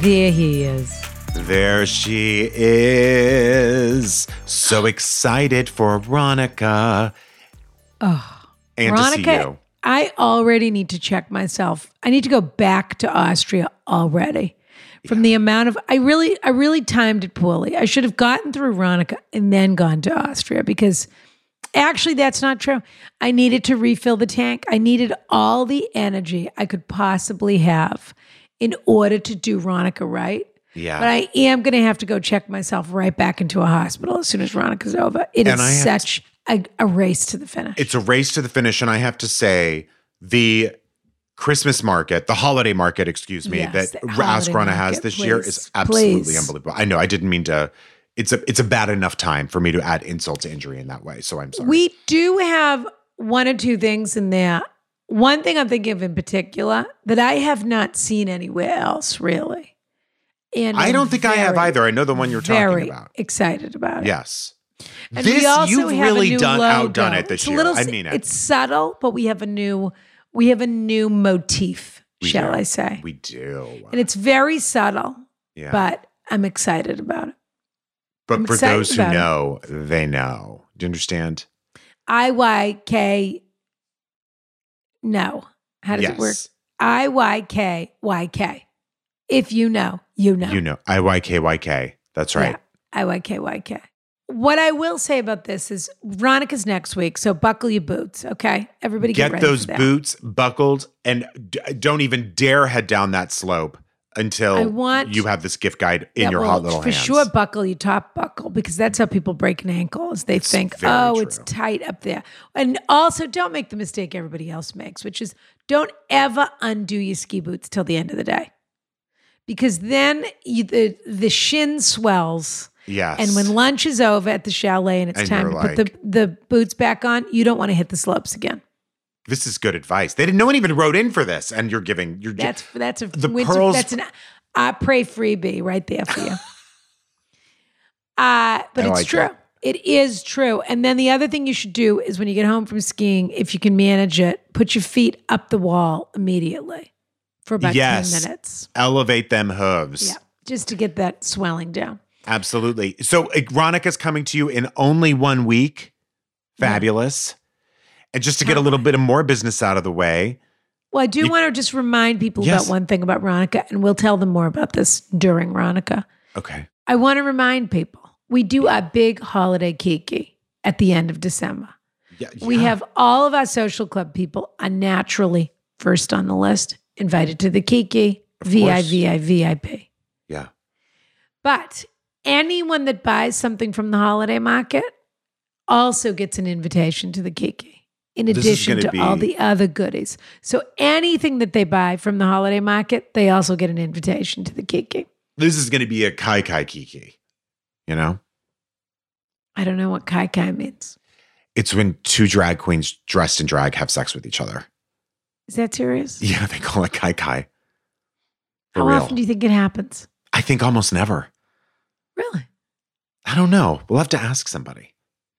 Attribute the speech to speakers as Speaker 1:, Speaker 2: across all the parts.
Speaker 1: There he is.
Speaker 2: There she is. So excited for Ronica. and to see you.
Speaker 1: I already need to check myself. I need to go back to Austria already. From the amount of I really I really timed it poorly. I should have gotten through Ronica and then gone to Austria because actually that's not true. I needed to refill the tank. I needed all the energy I could possibly have in order to do Ronica right.
Speaker 2: Yeah.
Speaker 1: But I am going to have to go check myself right back into a hospital as soon as Ronica's over. It is
Speaker 2: And I have
Speaker 1: such a, a race to the finish.
Speaker 2: It's a race to the finish. And I have to say, the Christmas market, the holiday market, excuse me,
Speaker 1: Yes,
Speaker 2: that
Speaker 1: the
Speaker 2: Ask
Speaker 1: holiday
Speaker 2: Rana has
Speaker 1: market,
Speaker 2: this year
Speaker 1: please,
Speaker 2: is absolutely
Speaker 1: please.
Speaker 2: unbelievable. I know I didn't mean to. It's a it's a bad enough time for me to add insult to injury in that way. So I'm sorry.
Speaker 1: We do have one or two things in there. One thing I'm thinking of in particular that I have not seen anywhere else, really. And
Speaker 2: I
Speaker 1: I'm
Speaker 2: don't think I have
Speaker 1: very,
Speaker 2: either. I know the one you're
Speaker 1: very
Speaker 2: talking about.
Speaker 1: Excited about it.
Speaker 2: Yes.
Speaker 1: And
Speaker 2: this
Speaker 1: we also
Speaker 2: you've
Speaker 1: have a
Speaker 2: really
Speaker 1: new
Speaker 2: done
Speaker 1: logo.
Speaker 2: outdone it this
Speaker 1: It's a
Speaker 2: year.
Speaker 1: little
Speaker 2: I
Speaker 1: s-
Speaker 2: mean it.
Speaker 1: It's subtle, but we have a new we have a new motif,
Speaker 2: We
Speaker 1: shall
Speaker 2: do.
Speaker 1: I say?
Speaker 2: We do.
Speaker 1: and it's very subtle,
Speaker 2: yeah.
Speaker 1: but I'm excited about it.
Speaker 2: But
Speaker 1: I'm
Speaker 2: for
Speaker 1: excited
Speaker 2: those who
Speaker 1: about it.
Speaker 2: know, they know. Do you understand?
Speaker 1: I Y K. No, how does it work? I Y K Y K. If you know, you know.
Speaker 2: You know, I Y K Y K. That's right.
Speaker 1: I Y K Y K. What I will say about this is Veronica's next week, so buckle your boots, okay? Everybody get,
Speaker 2: Get,
Speaker 1: ready for
Speaker 2: those
Speaker 1: that.
Speaker 2: boots buckled and d- don't even dare head down that slope until
Speaker 1: I want-
Speaker 2: you have this gift guide in
Speaker 1: Yeah,
Speaker 2: your
Speaker 1: well,
Speaker 2: hot little
Speaker 1: for
Speaker 2: hands.
Speaker 1: sure, buckle your top buckle because that's how people break an ankle. Is they think,
Speaker 2: very
Speaker 1: oh, it's
Speaker 2: true.
Speaker 1: tight up there, and also don't make the mistake everybody else makes, which is don't ever undo your ski boots till the end of the day, because then you, the the shin swells.
Speaker 2: Yes.
Speaker 1: And when lunch is over at the chalet and it's
Speaker 2: And
Speaker 1: time to
Speaker 2: you're
Speaker 1: put the, the boots back on, you don't want to hit the slopes again.
Speaker 2: this is good advice. They didn't. No one even wrote in for this, and you're giving. You're
Speaker 1: That's that's a
Speaker 2: The
Speaker 1: winter,
Speaker 2: pearls-
Speaker 1: That's an I pray freebie right there for you. uh, but
Speaker 2: I
Speaker 1: it's
Speaker 2: like
Speaker 1: true.
Speaker 2: that.
Speaker 1: It is true. And then the other thing you should do is when you get home from skiing, if you can manage it, put your feet up the wall immediately for about ten
Speaker 2: Yes.
Speaker 1: minutes.
Speaker 2: elevate them hooves.
Speaker 1: Yeah, just to get that swelling down.
Speaker 2: Absolutely. So Ronica's coming to you in only one week.
Speaker 1: Mm-hmm.
Speaker 2: Fabulous. And just to get a little bit of more business out of the way,
Speaker 1: Well, I do
Speaker 2: You-
Speaker 1: want to just remind people
Speaker 2: Yes.
Speaker 1: about one thing about Ronica, and we'll tell them more about this during Ronica.
Speaker 2: okay,
Speaker 1: I want to remind people we do our big holiday kiki at the end of December.
Speaker 2: yeah,
Speaker 1: We have all of our social club people are naturally first on the list, invited to the Kiki,
Speaker 2: Of
Speaker 1: VI,
Speaker 2: course.
Speaker 1: VI, VIP.
Speaker 2: yeah.
Speaker 1: But anyone that buys something from the holiday market also gets an invitation to the Kiki, in
Speaker 2: This is
Speaker 1: addition to
Speaker 2: gonna
Speaker 1: all
Speaker 2: be-
Speaker 1: the other goodies. So anything that they buy from the holiday market, they also get an invitation to the Kiki.
Speaker 2: This is going to be a kai kai kiki. You know,
Speaker 1: I don't know what Kai Kai means.
Speaker 2: it's when two drag queens dressed in drag have sex with each other.
Speaker 1: Is that serious?
Speaker 2: Yeah, they call it kai kai. For
Speaker 1: How
Speaker 2: real,
Speaker 1: often do you think it happens?
Speaker 2: I think almost never.
Speaker 1: Really?
Speaker 2: I don't know. We'll have to ask somebody.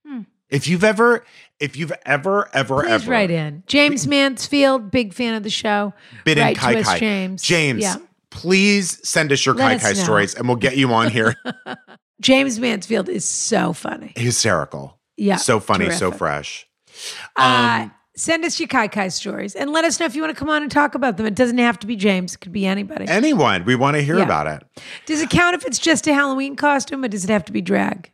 Speaker 1: Hmm.
Speaker 2: If you've ever, if you've ever, ever,
Speaker 1: Please
Speaker 2: ever
Speaker 1: write in. James Mansfield, big fan of the show.
Speaker 2: been
Speaker 1: write
Speaker 2: in kai
Speaker 1: to us,
Speaker 2: kai,
Speaker 1: James.
Speaker 2: James,
Speaker 1: Yeah.
Speaker 2: please send us your
Speaker 1: Let
Speaker 2: kai
Speaker 1: us
Speaker 2: kai
Speaker 1: know.
Speaker 2: stories, and we'll get you on here.
Speaker 1: James Mansfield is so funny.
Speaker 2: Hysterical.
Speaker 1: Yeah.
Speaker 2: so funny, so
Speaker 1: terrific.
Speaker 2: fresh.
Speaker 1: Uh,
Speaker 2: Um,
Speaker 1: send us your Kai Kai stories and let us know if you want to come on and talk about them. It doesn't have to be James, it could be anybody.
Speaker 2: Anyone, we want to hear
Speaker 1: Yeah.
Speaker 2: about it.
Speaker 1: does it count if it's just a Halloween costume or does it have to be drag?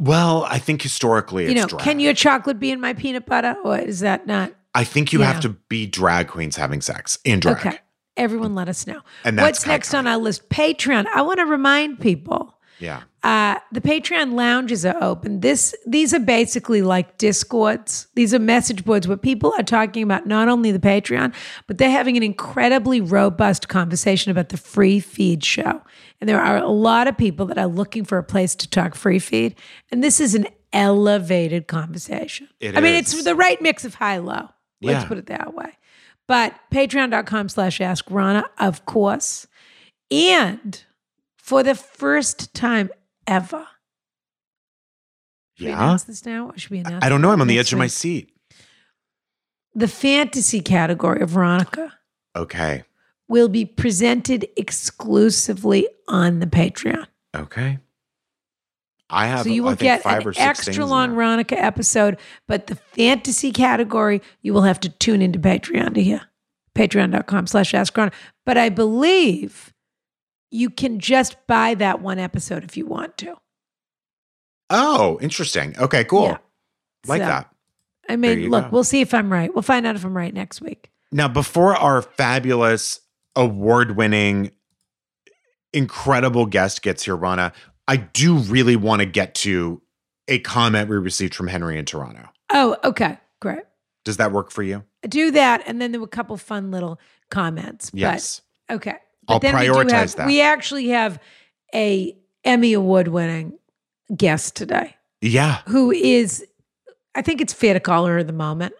Speaker 2: Well, I think historically
Speaker 1: you
Speaker 2: it's
Speaker 1: know,
Speaker 2: drag.
Speaker 1: can your chocolate be in my peanut butter or is that not?
Speaker 2: I think you
Speaker 1: Yeah.
Speaker 2: have to be drag queens having sex in drag.
Speaker 1: Okay. Everyone let us know.
Speaker 2: And that's
Speaker 1: What's next on our list? Patreon. I want to remind people
Speaker 2: Yeah.
Speaker 1: uh, the Patreon lounges are open. This these are basically like discords. These are message boards where people are talking about not only the Patreon, but they're having an incredibly robust conversation about the free feed show. And there are a lot of people that are looking for a place to talk free feed, and this is an elevated conversation.
Speaker 2: It
Speaker 1: I mean,
Speaker 2: is.
Speaker 1: it's the right mix of high low. Let's
Speaker 2: Yeah.
Speaker 1: put it that way. But patreon.com slash ask Rana, of course. And for the first time ever. Should we
Speaker 2: Yeah.
Speaker 1: announce this now? Or should we announce
Speaker 2: I don't know. I'm on the
Speaker 1: next
Speaker 2: edge of my
Speaker 1: week?
Speaker 2: seat.
Speaker 1: The fantasy category of Veronica
Speaker 2: Okay.
Speaker 1: will be presented exclusively on the Patreon.
Speaker 2: Okay. I have
Speaker 1: So you
Speaker 2: I
Speaker 1: will
Speaker 2: think,
Speaker 1: get
Speaker 2: five
Speaker 1: an
Speaker 2: or six things
Speaker 1: extra
Speaker 2: in
Speaker 1: long
Speaker 2: there.
Speaker 1: Veronica episode, but the fantasy category, you will have to tune into Patreon to hear. Patreon.com slash ask Veronica. But I believe you can just buy that one episode if you want to.
Speaker 2: Oh, interesting. Okay, cool.
Speaker 1: Yeah.
Speaker 2: Like
Speaker 1: So,
Speaker 2: that.
Speaker 1: I
Speaker 2: There
Speaker 1: mean,
Speaker 2: you
Speaker 1: look,
Speaker 2: go.
Speaker 1: we'll see if I'm right. We'll find out if I'm right next week.
Speaker 2: Now, before our fabulous, award winning, incredible guest gets here, Rana, I do really want to get to a comment we received from Henry in Toronto.
Speaker 1: Oh, okay. Great.
Speaker 2: Does that work for you?
Speaker 1: do that. And then there were a couple fun little comments.
Speaker 2: Yes.
Speaker 1: But, okay.
Speaker 2: I'll
Speaker 1: then we do
Speaker 2: prioritize
Speaker 1: have-
Speaker 2: that.
Speaker 1: We actually have a Emmy award winning guest today
Speaker 2: yeah,
Speaker 1: who is, I think it's fair to call her the moment.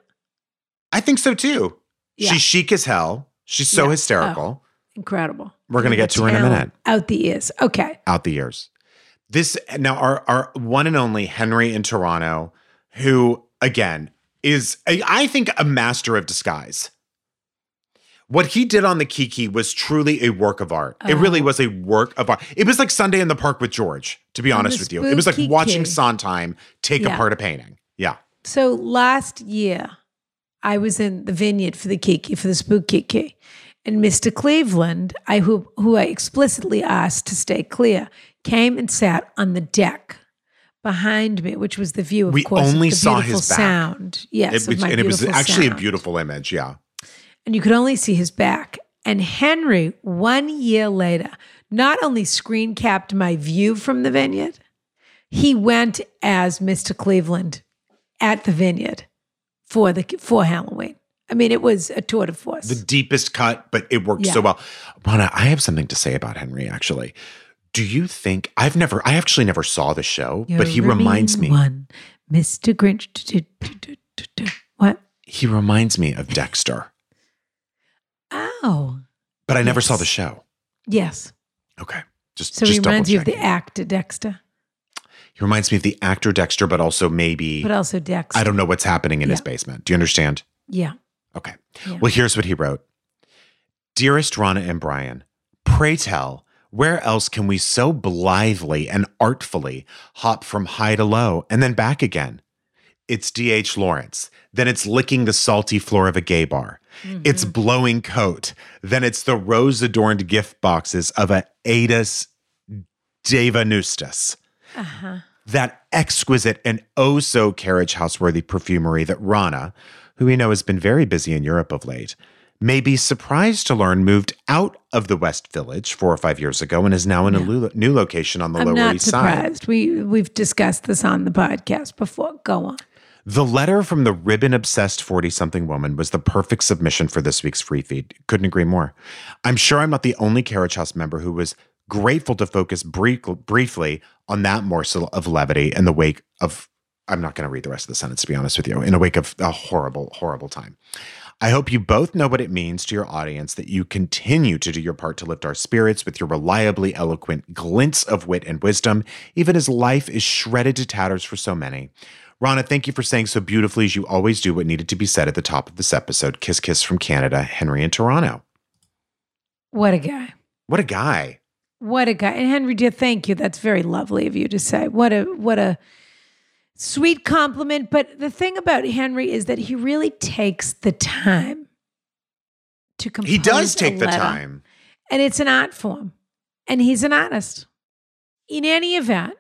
Speaker 2: I think so too.
Speaker 1: Yeah.
Speaker 2: She's chic as hell. She's so
Speaker 1: Yeah. Oh.
Speaker 2: hysterical.
Speaker 1: Incredible.
Speaker 2: We're going to get to her in a
Speaker 1: Talent
Speaker 2: minute.
Speaker 1: Out the ears. Okay.
Speaker 2: out the years. This now our our one and only Henry in Toronto, who again is a- I think a master of disguise. What he did on the Kiki was truly a work of art. It really
Speaker 1: Oh.
Speaker 2: was a work of art. It was like Sunday in the Park with George, to be
Speaker 1: On
Speaker 2: honest
Speaker 1: the
Speaker 2: with you. It was like
Speaker 1: spooky
Speaker 2: watching
Speaker 1: Kiki.
Speaker 2: Sondheim take
Speaker 1: Yeah.
Speaker 2: apart a painting. Yeah.
Speaker 1: So last year, I was in the vineyard for the Kiki, for the Spook Kiki. And Mr. Cleveland, I who, who I explicitly asked to stay clear, came and sat on the deck behind me, which was the view, of
Speaker 2: We
Speaker 1: course, of
Speaker 2: only
Speaker 1: the
Speaker 2: saw
Speaker 1: beautiful
Speaker 2: his back.
Speaker 1: sound. Yes,
Speaker 2: It
Speaker 1: of
Speaker 2: was-
Speaker 1: my
Speaker 2: and it was
Speaker 1: beautiful
Speaker 2: actually a
Speaker 1: sound.
Speaker 2: beautiful image. Yeah.
Speaker 1: And you could only see his back. And Henry, one year later, not only screen capped my view from the vineyard, he went as Mr. Cleveland at the vineyard for the for Halloween. I mean, it was a tour de force.
Speaker 2: the deepest cut, but it worked
Speaker 1: Yeah.
Speaker 2: so well. Rana, I have something to say about Henry actually. Do you think I've never I actually never saw the show, but he
Speaker 1: You're a
Speaker 2: reminds me
Speaker 1: mean one, Mr. Grinch. do, do, do, do, do, do. What?
Speaker 2: he reminds me of Dexter.
Speaker 1: Oh,
Speaker 2: But I never saw
Speaker 1: Yes.
Speaker 2: the show.
Speaker 1: yes.
Speaker 2: Okay. Just
Speaker 1: So he
Speaker 2: just
Speaker 1: reminds you of the
Speaker 2: double-checking.
Speaker 1: actor Dexter,
Speaker 2: He reminds me of the actor Dexter, but also maybe
Speaker 1: but also Dexter.
Speaker 2: I don't know what's happening in his
Speaker 1: Yeah.
Speaker 2: basement. Do you understand?
Speaker 1: Yeah.
Speaker 2: Okay.
Speaker 1: Yeah.
Speaker 2: Well, here's what he wrote Dearest Rana and Brian, pray tell, where else can we so blithely and artfully hop from high to low and then back again? It's D.H. Lawrence. Then it's licking the salty floor of a gay bar. It's blowing coat. Then it's the rose adorned gift boxes of a Adus Devanustas
Speaker 1: Uh huh.
Speaker 2: that exquisite and oh so carriage houseworthy perfumery that Rana, who we know has been very busy in Europe of late, may be surprised to learn moved out of the West Village four or five years ago and is now in a lu- new location on the
Speaker 1: I'm
Speaker 2: Lower
Speaker 1: not
Speaker 2: East Side.
Speaker 1: surprised. We we've discussed this on the podcast before. Go on.
Speaker 2: The letter from the ribbon obsessed 40 something woman was the perfect submission for this week's free feed. Couldn't agree more. I'm sure I'm not the only Carriage House member who was grateful to focus brief- briefly on that morsel of levity in the wake of. I'm not going to read the rest of the sentence, to be honest with you, in the wake of a horrible, horrible time. I hope you both know what it means to your audience that you continue to do your part to lift our spirits with your reliably eloquent glints of wit and wisdom, even as life is shredded to tatters for so many. Rana, thank you for saying so beautifully as you always do what needed to be said at the top of this episode. Kiss, kiss from Canada, Henry in Toronto.
Speaker 1: What a guy.
Speaker 2: What a guy.
Speaker 1: What a guy. And Henry, dear, thank you. That's very lovely of you to say. What a what a sweet compliment. But the thing about Henry is that he really takes the time to compose.
Speaker 2: He does
Speaker 1: a
Speaker 2: take the
Speaker 1: letter.
Speaker 2: time.
Speaker 1: And it's an art form. And he's an artist. In any event,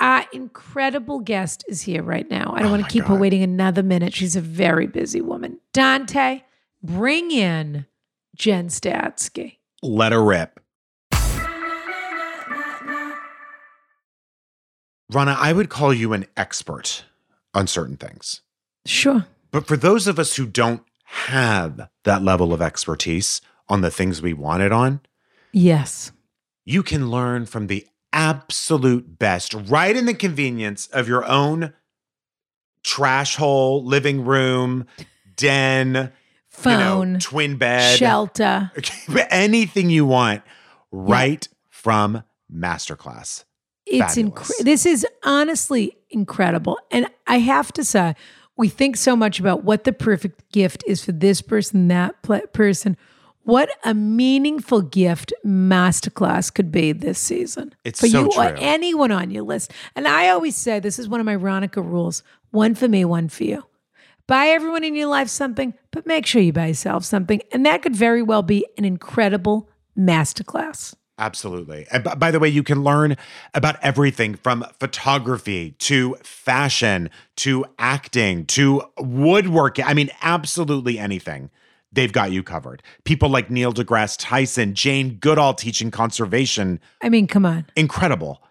Speaker 1: our incredible guest is here right now. I don't
Speaker 2: Oh
Speaker 1: want
Speaker 2: my
Speaker 1: to keep her
Speaker 2: God.
Speaker 1: waiting another minute. She's a very busy woman. Dante, bring in Jen Statsky.
Speaker 2: Let her rip. Rana, I would call you an expert on certain things.
Speaker 1: Sure.
Speaker 2: But for those of us who don't have that level of expertise on the things we want it on,
Speaker 1: Yes.
Speaker 2: you can learn from the absolute best right in the convenience of your own trash hole, living room, den, you know,
Speaker 1: Phone,
Speaker 2: twin bed,
Speaker 1: shelter.
Speaker 2: anything you want right from Masterclass.
Speaker 1: It's
Speaker 2: Fabulous.
Speaker 1: incredible. This is honestly incredible. And I have to say, we think so much about what the perfect gift is for this person, that pl- person. What a meaningful gift masterclass could be this season
Speaker 2: It's
Speaker 1: for
Speaker 2: so
Speaker 1: you or
Speaker 2: true.
Speaker 1: anyone on your list. And I always say this is one of my Ronica rules one for me, one for you. Buy everyone in your life something, but make sure you buy yourself something. And that could very well be an incredible masterclass.
Speaker 2: Absolutely. And b- by the way, you can learn about everything from photography to fashion to acting to woodworking. I mean, absolutely anything. They've got you covered. People like Neil deGrasse Tyson, Jane Goodall teaching conservation.
Speaker 1: I mean, come on.
Speaker 2: Incredible.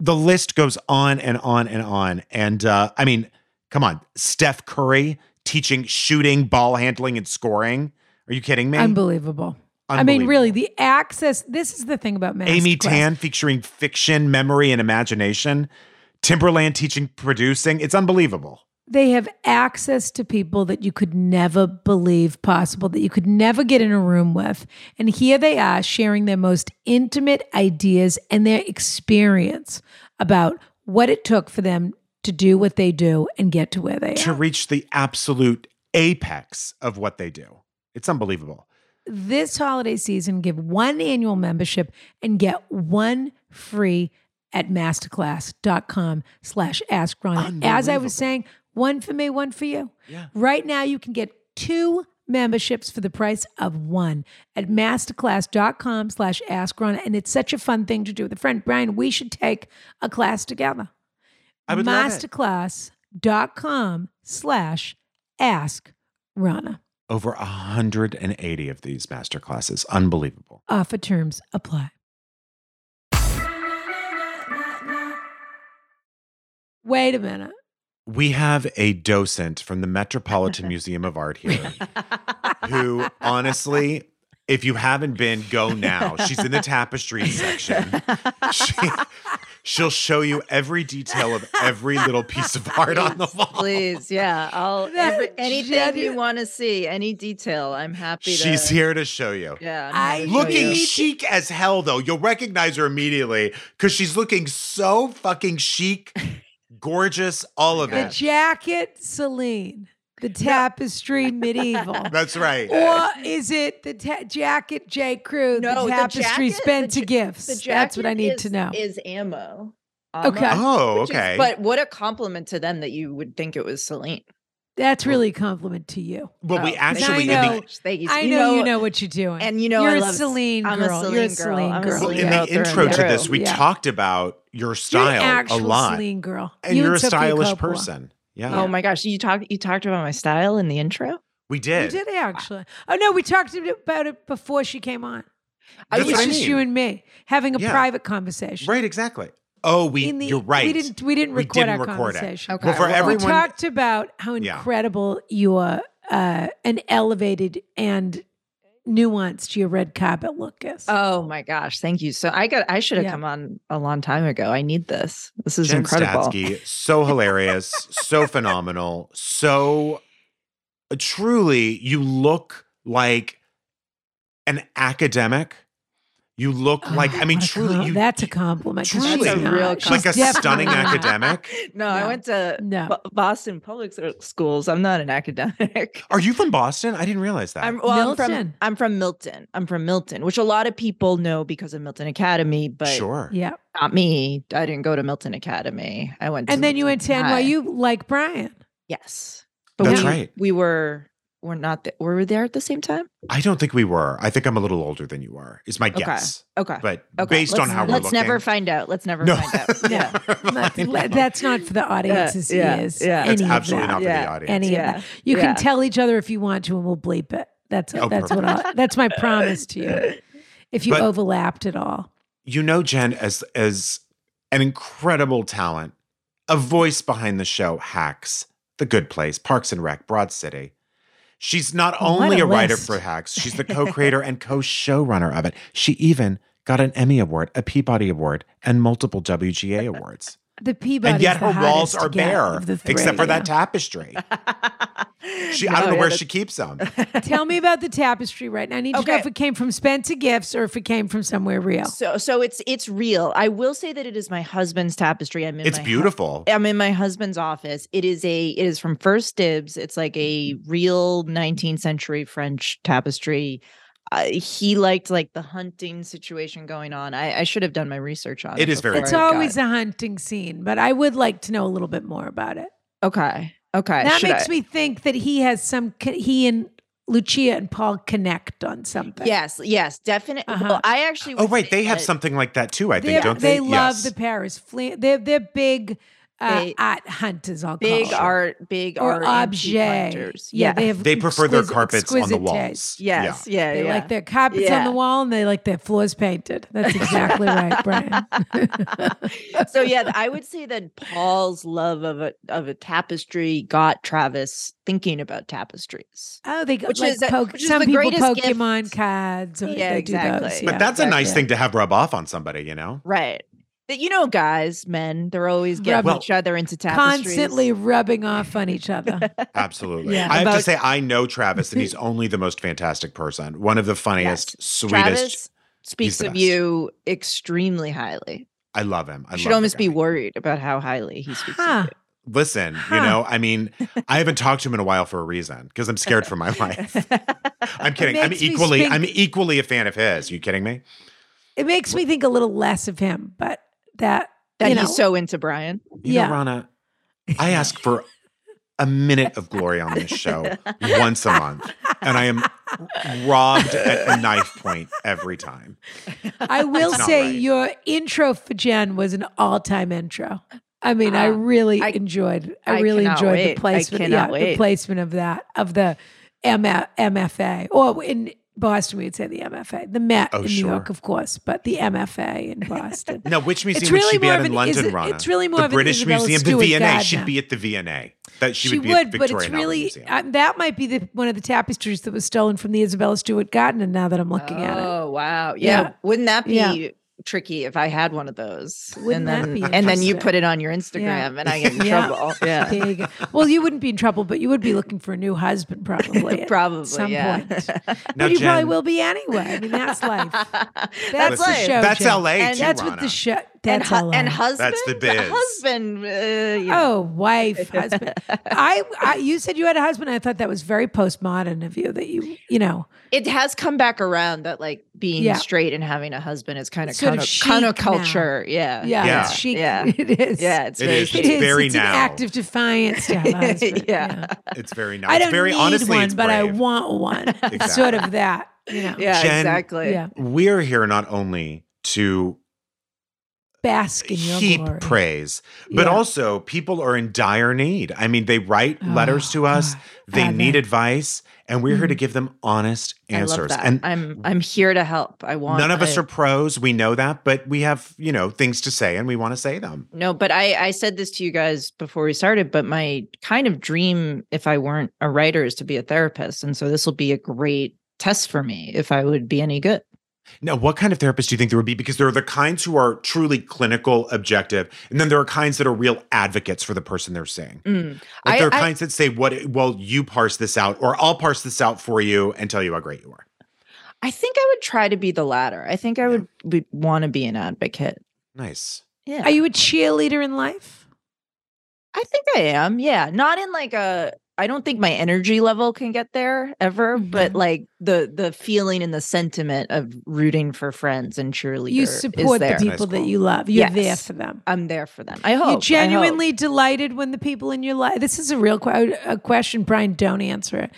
Speaker 2: The list goes on and on and on. And uh, I mean, come on. Steph Curry teaching shooting, ball handling, and scoring. Are you kidding me?
Speaker 1: Unbelievable. I mean,
Speaker 2: Unbelievable.
Speaker 1: really, the access. This is the thing about masterclass.
Speaker 2: Amy Tan featuring fiction, memory, and imagination. Timberland teaching producing. It's unbelievable.
Speaker 1: They have access to people that you could never believe possible, that you could never get in a room with. And here they are sharing their most intimate ideas and their experience about what it took for them to do what they do and get to where they
Speaker 2: To
Speaker 1: are.
Speaker 2: reach the absolute apex of what they do. It's unbelievable.
Speaker 1: This holiday season, give one annual membership and get one free at masterclass.com slash ask Ron. As I
Speaker 2: Unbelievable.
Speaker 1: was saying, one for me, one for you.
Speaker 2: Yeah.
Speaker 1: Right now, you can get two memberships for the price of one at masterclass.com slash ask Ron. And it's such a fun thing to do with a friend. Brian, we should take a class together.
Speaker 2: I would love it.
Speaker 1: Masterclass.com slash ask Rana.
Speaker 2: Over 180 of these master classes. Unbelievable.
Speaker 1: Offer Uh, terms apply. Wait a minute.
Speaker 2: We have a docent from the Metropolitan Museum of Art here who, honestly, if you haven't been, go now. She's in the tapestry section. She, she'll show you every detail of every little piece of art on the wall.
Speaker 3: Please, yeah. I'll
Speaker 1: That
Speaker 3: every, anything you
Speaker 1: genu-
Speaker 3: want to see, any detail, I'm happy to.
Speaker 2: She's here to show you.
Speaker 3: Yeah.
Speaker 1: I
Speaker 3: I'm happy to show
Speaker 2: Looking
Speaker 3: you.
Speaker 1: She-
Speaker 2: chic as hell, though. You'll recognize her immediately because she's looking so fucking chic, gorgeous, all of
Speaker 1: The
Speaker 2: it.
Speaker 1: jacket, Celine. The tapestry, medieval.
Speaker 2: That's right.
Speaker 1: Or is it the ta- jacket, J. Crew?
Speaker 3: No,
Speaker 1: the
Speaker 3: the
Speaker 1: tapestry
Speaker 3: jacket-
Speaker 1: spent to
Speaker 3: the ja-
Speaker 1: gifts.
Speaker 3: The
Speaker 1: That's what I
Speaker 3: jacket
Speaker 1: need
Speaker 3: is-
Speaker 1: to know.
Speaker 3: Is ammo.
Speaker 1: Okay.
Speaker 3: Ammo,
Speaker 2: oh,
Speaker 3: which is-
Speaker 2: okay.
Speaker 3: but what a compliment to them that you would think it was Celine.
Speaker 1: That's really a compliment to you.
Speaker 2: well,
Speaker 3: Oh,
Speaker 2: we
Speaker 3: thank
Speaker 2: actually, in
Speaker 3: you
Speaker 1: I
Speaker 2: the
Speaker 3: so much. Thank you.
Speaker 1: I know you know what you're doing.
Speaker 3: and you know
Speaker 1: you're
Speaker 3: I
Speaker 1: a
Speaker 3: love-
Speaker 1: Celine
Speaker 3: I'm a
Speaker 1: girl. you're a
Speaker 3: Celine girl.
Speaker 1: Celine
Speaker 3: I'm a
Speaker 1: girl.
Speaker 2: Well,
Speaker 3: Celine
Speaker 2: in
Speaker 3: girl.
Speaker 2: the
Speaker 3: out there and
Speaker 2: intro to
Speaker 3: through.
Speaker 2: this, we
Speaker 1: Yeah.
Speaker 2: talked about your
Speaker 1: you're an
Speaker 2: style a
Speaker 1: actual
Speaker 2: lot,
Speaker 1: Celine girl.
Speaker 2: and
Speaker 1: You
Speaker 2: you're a
Speaker 1: Sofia
Speaker 2: stylish
Speaker 1: Coppola.
Speaker 2: person. Yeah,
Speaker 3: Oh my gosh, you talked you talked about my style in the intro.
Speaker 2: we
Speaker 1: You
Speaker 2: did.
Speaker 1: did actually. Oh no, we talked about it before she came on.
Speaker 2: That's
Speaker 1: it was
Speaker 2: what I
Speaker 1: just
Speaker 2: mean.
Speaker 1: you and me having a
Speaker 2: Yeah.
Speaker 1: private conversation.
Speaker 2: Right, exactly. Oh, we.
Speaker 1: In the-
Speaker 2: you're right.
Speaker 1: We didn't. We didn't
Speaker 2: We
Speaker 1: record
Speaker 2: didn't
Speaker 1: our
Speaker 2: record it.
Speaker 1: conversation.
Speaker 3: Okay.
Speaker 2: well, for
Speaker 3: well,
Speaker 1: We
Speaker 2: everyone,
Speaker 1: talked about how
Speaker 2: Yeah.
Speaker 1: incredible your uh, an elevated and nuanced your red carpet look is.
Speaker 3: Oh my gosh, thank you. So I got I should have
Speaker 1: Yeah.
Speaker 3: come on a long time ago. I need this. This is
Speaker 2: Jen
Speaker 3: incredible.
Speaker 2: Statsky, so hilarious, so phenomenal, so uh, truly, you look like an academic. You look
Speaker 1: Oh,
Speaker 2: like, I mean,
Speaker 1: what a
Speaker 2: truly,
Speaker 1: com-
Speaker 2: you,
Speaker 1: that's a compliment. 'cause
Speaker 2: Truly.
Speaker 1: she's
Speaker 2: That's a
Speaker 1: not.
Speaker 3: real
Speaker 1: She's
Speaker 2: like a
Speaker 1: definitely
Speaker 2: stunning
Speaker 1: not.
Speaker 2: academic.
Speaker 3: No,
Speaker 1: No.
Speaker 3: I went to
Speaker 2: Uh
Speaker 1: No.
Speaker 3: Bo- Boston public s- er, schools. I'm not an academic.
Speaker 2: Are you from Boston? I didn't realize that.
Speaker 3: I'm, well, I'm from
Speaker 1: Milton.
Speaker 3: I'm from Milton. I'm from Milton, which a lot of people know because of Milton Academy, but
Speaker 2: sure.
Speaker 1: Yeah.
Speaker 3: not me. I didn't go to Milton Academy. I went.
Speaker 1: And
Speaker 3: to
Speaker 1: then you went to
Speaker 3: Milton High.
Speaker 1: NYU like Brian.
Speaker 3: Yes,
Speaker 2: That's
Speaker 3: we,
Speaker 2: right.
Speaker 3: We were we're not th- were we there at the same time?
Speaker 2: I don't think we were. I think I'm a little older than you are, is my
Speaker 3: Okay. Uh,
Speaker 2: guess.
Speaker 3: Okay.
Speaker 2: But
Speaker 3: Okay,
Speaker 2: based on
Speaker 3: let's-
Speaker 2: how we're
Speaker 3: let's
Speaker 2: looking.
Speaker 3: never find out. Let's never
Speaker 2: No.
Speaker 3: find out. Yeah.
Speaker 1: Let- let- That's not for the audience's
Speaker 3: yeah,
Speaker 1: ears.
Speaker 3: yeah.
Speaker 1: Any
Speaker 2: That's
Speaker 1: of
Speaker 2: absolutely
Speaker 1: that.
Speaker 2: not for
Speaker 3: Yeah.
Speaker 2: the audience.
Speaker 1: Any
Speaker 3: Yeah.
Speaker 1: of that. You
Speaker 3: yeah.
Speaker 1: can tell each other if you want to, and we'll bleep it. That's
Speaker 2: Oh,
Speaker 1: that's what I, that's my promise to you. If you
Speaker 2: But-
Speaker 1: overlapped at all,
Speaker 2: you know Jen as as an incredible talent, a voice behind the show Hacks, The Good Place, Parks and Rec, Broad City. She's not
Speaker 1: What
Speaker 2: only
Speaker 1: a
Speaker 2: a, writer
Speaker 1: list.
Speaker 2: for Hacks, she's the co-creator and co-showrunner of it. She even got an Emmy award, a Peabody award, and multiple WGA awards.
Speaker 1: the Peabody.
Speaker 2: and yet her walls
Speaker 1: hottest
Speaker 2: are
Speaker 1: to get
Speaker 2: bare
Speaker 1: of the three,
Speaker 2: except for that
Speaker 1: yeah.
Speaker 2: tapestry. She I don't know where she keeps them.
Speaker 1: Tell me about the tapestry right now. I need to know
Speaker 3: Okay.
Speaker 1: if it came from Spencer Gifts or if it came from somewhere real.
Speaker 3: So so it's it's real. I will say that it is my husband's tapestry. I'm in
Speaker 2: It's
Speaker 3: my hu-
Speaker 2: beautiful.
Speaker 3: I'm in my husband's office. It is a it is from First Dibs. It's like a
Speaker 2: Mm-hmm.
Speaker 3: real 19th century French tapestry. Uh, he liked like the hunting situation going on. I, I should have done my research on it.
Speaker 2: It is very
Speaker 3: before
Speaker 1: It's
Speaker 3: I got-
Speaker 1: always a hunting scene, but I would like to know a little bit more about it.
Speaker 3: okay. Okay.
Speaker 1: That
Speaker 3: should
Speaker 1: makes
Speaker 3: I-
Speaker 1: me think that he has some. co- He and Lucia and Paul connect on something.
Speaker 3: Yes. Yes. Definitely.
Speaker 1: Uh-huh.
Speaker 3: Well, I actually.
Speaker 2: Oh
Speaker 3: would
Speaker 2: right,
Speaker 3: say
Speaker 2: they have
Speaker 3: that-
Speaker 2: something like that too. I think
Speaker 1: uh, They're-
Speaker 2: don't
Speaker 1: they
Speaker 2: they?
Speaker 1: love
Speaker 2: Yes.
Speaker 1: the Paris. Fle- they're they're big uh,
Speaker 3: They-
Speaker 1: art hunters. I'll
Speaker 3: big
Speaker 1: call it.
Speaker 3: art, big
Speaker 1: or
Speaker 3: art antique
Speaker 1: objet. Yeah,
Speaker 3: hunters.
Speaker 1: they have.
Speaker 2: They prefer their
Speaker 1: exquisite-
Speaker 2: carpets on the
Speaker 1: exquisite
Speaker 2: walls.
Speaker 1: taste.
Speaker 3: Yes. Yeah.
Speaker 1: They
Speaker 3: yeah.
Speaker 1: like their carpets on
Speaker 3: Yeah.
Speaker 1: the wall and they like their floors painted. That's exactly right, Brian.
Speaker 3: so yeah, I would say that Paul's love of a of a tapestry got Travis thinking about tapestries.
Speaker 1: Oh, they go
Speaker 3: Which
Speaker 1: like
Speaker 3: is a-
Speaker 1: poke,
Speaker 3: which is
Speaker 1: some
Speaker 3: the
Speaker 1: people
Speaker 3: greatest
Speaker 1: Pokemon
Speaker 3: gift.
Speaker 1: cards. Or
Speaker 3: Yeah,
Speaker 1: they Do those.
Speaker 3: exactly.
Speaker 2: But
Speaker 1: yeah.
Speaker 2: that's a nice
Speaker 3: exactly.
Speaker 2: thing to have rub off on somebody, you know?
Speaker 3: Right. That you know, guys, men, they're always getting
Speaker 2: Well,
Speaker 3: each other into tapestries.
Speaker 1: constantly rubbing off on each other.
Speaker 2: Absolutely.
Speaker 1: Yeah.
Speaker 2: I have to
Speaker 3: About-
Speaker 2: say, I know Travis, and he's only the most fantastic person. One of the funniest, sweetest.
Speaker 3: Travis speaks
Speaker 2: the
Speaker 3: of
Speaker 2: best.
Speaker 3: you extremely highly.
Speaker 2: I love him. I
Speaker 3: You
Speaker 2: love
Speaker 3: should
Speaker 2: the
Speaker 3: almost be
Speaker 2: guy.
Speaker 3: worried about how highly he speaks
Speaker 1: Huh.
Speaker 3: of
Speaker 2: Listen, you
Speaker 1: Huh.
Speaker 2: know, I mean, I haven't talked to him in a while for a reason because I'm scared for my life.
Speaker 3: you.
Speaker 2: I'm kidding. I'm
Speaker 1: makes me
Speaker 2: equally,
Speaker 1: think-
Speaker 2: I'm equally a fan of his. You kidding me?
Speaker 1: it makes me think a little less of him, but that
Speaker 3: that
Speaker 1: you know,
Speaker 3: he's so into Brian.
Speaker 2: You
Speaker 1: Yeah.
Speaker 2: know, Rana, I ask for a minute of glory on this show once a month, and I am robbed at knife point every time.
Speaker 1: I will
Speaker 2: It's not
Speaker 1: say
Speaker 2: right.
Speaker 1: your intro for Jen was an all-time intro. I mean, I
Speaker 3: Ah,
Speaker 1: really
Speaker 3: I-
Speaker 1: enjoyed. I,
Speaker 3: I
Speaker 1: really
Speaker 3: cannot
Speaker 1: enjoyed
Speaker 3: wait.
Speaker 1: the
Speaker 3: I
Speaker 1: placement.
Speaker 3: cannot
Speaker 1: yeah, the
Speaker 3: wait.
Speaker 1: placement of that of the MF, MFA, or in Boston we would say the MFA, the Met
Speaker 2: Oh,
Speaker 1: in
Speaker 2: sure.
Speaker 1: New York, of course, but the MFA in Boston.
Speaker 2: No, which museum
Speaker 1: It's
Speaker 2: would
Speaker 1: really
Speaker 2: she be
Speaker 1: more
Speaker 2: at
Speaker 1: of
Speaker 2: in
Speaker 1: an is
Speaker 2: London,
Speaker 1: it-
Speaker 2: Rana?
Speaker 1: it's really more
Speaker 2: the
Speaker 1: of an
Speaker 2: British
Speaker 1: Isabella
Speaker 2: Museum,
Speaker 1: Stewart
Speaker 2: the VNA.
Speaker 1: Gardner.
Speaker 2: She'd be at the VNA. That she,
Speaker 1: She,
Speaker 2: would be at
Speaker 1: would,
Speaker 2: the
Speaker 1: but
Speaker 2: Victorian
Speaker 1: it's
Speaker 2: Albert
Speaker 1: really
Speaker 2: Museum.
Speaker 1: uh, that might be the, one of the tapestries that was stolen from the Isabella Stewart Garden. Now that I'm looking at it,
Speaker 3: Oh wow.
Speaker 1: Yeah.
Speaker 3: Yeah. Wouldn't that be
Speaker 1: Yeah.
Speaker 3: tricky if I had one of those?
Speaker 1: Wouldn't
Speaker 3: and
Speaker 1: that
Speaker 3: then
Speaker 1: be
Speaker 3: and then you
Speaker 1: interesting?
Speaker 3: put it on your Instagram and I get in
Speaker 1: Yeah.
Speaker 3: trouble. Yeah.
Speaker 1: There you go. Well, you wouldn't be in trouble, but you would be looking for a new husband probably. at
Speaker 3: Probably.
Speaker 1: some
Speaker 3: yeah.
Speaker 1: point.
Speaker 2: now,
Speaker 1: but you probably
Speaker 2: Jen,
Speaker 1: will be anyway. I mean, that's life.
Speaker 3: That's
Speaker 1: That's
Speaker 2: listen,
Speaker 1: the
Speaker 3: life.
Speaker 1: show.
Speaker 2: That's
Speaker 1: Jen.
Speaker 2: LA
Speaker 3: And
Speaker 2: too,
Speaker 1: That's
Speaker 2: Rana.
Speaker 1: what the show.
Speaker 3: and,
Speaker 1: That's
Speaker 3: hu-
Speaker 1: LA.
Speaker 3: and husband.
Speaker 2: That's the biz.
Speaker 3: Husband. Uh, you know.
Speaker 1: Oh, wife, husband. I, I, you said you had a husband. I thought that was very postmodern of you. That you, you know,
Speaker 3: It has come back around that like being
Speaker 1: Yeah.
Speaker 3: straight and having a husband is kind of
Speaker 1: Sort of chic now.
Speaker 3: counterculture. Yeah.
Speaker 1: yeah,
Speaker 2: Yeah.
Speaker 1: it's chic.
Speaker 3: Uh, Yeah.
Speaker 1: It is.
Speaker 3: Yeah. It's
Speaker 2: It
Speaker 3: very
Speaker 2: is.
Speaker 1: it
Speaker 3: chic.
Speaker 2: It's
Speaker 1: is.
Speaker 2: very
Speaker 1: it's
Speaker 2: now.
Speaker 1: an act of defiance to have a husband.
Speaker 3: Yeah.
Speaker 2: it's very nice.
Speaker 1: I don't
Speaker 2: very
Speaker 1: need
Speaker 2: honestly,
Speaker 1: one,
Speaker 2: it's
Speaker 1: but I
Speaker 2: brave.
Speaker 1: want one.
Speaker 2: Exactly.
Speaker 1: Sort of that. You know.
Speaker 3: Yeah,
Speaker 2: Jen-
Speaker 3: exactly.
Speaker 1: Yeah.
Speaker 2: We're here not only to
Speaker 1: Bask in your
Speaker 2: heap
Speaker 1: glory.
Speaker 2: praise, but
Speaker 1: Yeah.
Speaker 2: also people are in dire need. I mean, they write letters
Speaker 1: Oh,
Speaker 2: to us.
Speaker 1: God.
Speaker 2: They
Speaker 1: Father.
Speaker 2: need advice, and we're here to
Speaker 1: Mhm.
Speaker 2: give them honest
Speaker 3: I love
Speaker 2: answers.
Speaker 3: that.
Speaker 2: And
Speaker 3: I'm I'm here to help. I want
Speaker 2: none of us
Speaker 3: I-
Speaker 2: are pros. We know that, but we have you know things to say, and we want to say them.
Speaker 3: No, but I I said this to you guys before we started, but my kind of dream if I weren't a writer is to be a therapist, and so this will be a great test for me if I would be any good.
Speaker 2: Now, what kind of therapists do you think there would be? Because there are the kinds who are truly clinical, objective, and then there are kinds that are real advocates for the person they're seeing.
Speaker 3: Mm.
Speaker 2: Like
Speaker 3: I-
Speaker 2: there are
Speaker 3: I-
Speaker 2: kinds that say, "What? Well, you parse this out, or I'll parse this out for you and tell you how great you are."
Speaker 3: I think I would try to be the latter. I think I would, would want to be an advocate.
Speaker 2: Nice.
Speaker 3: Yeah,
Speaker 1: Are you a cheerleader in life?
Speaker 3: I think I am. Yeah, not in like a. I don't think my energy level can get there ever,
Speaker 1: Mhm.
Speaker 3: but like the the feeling and the sentiment of rooting for friends and cheerleader.
Speaker 1: You
Speaker 3: is
Speaker 1: support the
Speaker 3: there.
Speaker 2: Nice
Speaker 1: people that
Speaker 2: call.
Speaker 1: you love. You're there
Speaker 3: Yes.
Speaker 1: for them.
Speaker 3: I'm there for them. I hope I
Speaker 1: You're
Speaker 3: hope.
Speaker 1: genuinely delighted when the people in your life. This is a real que- a question, Brian. Don't answer it.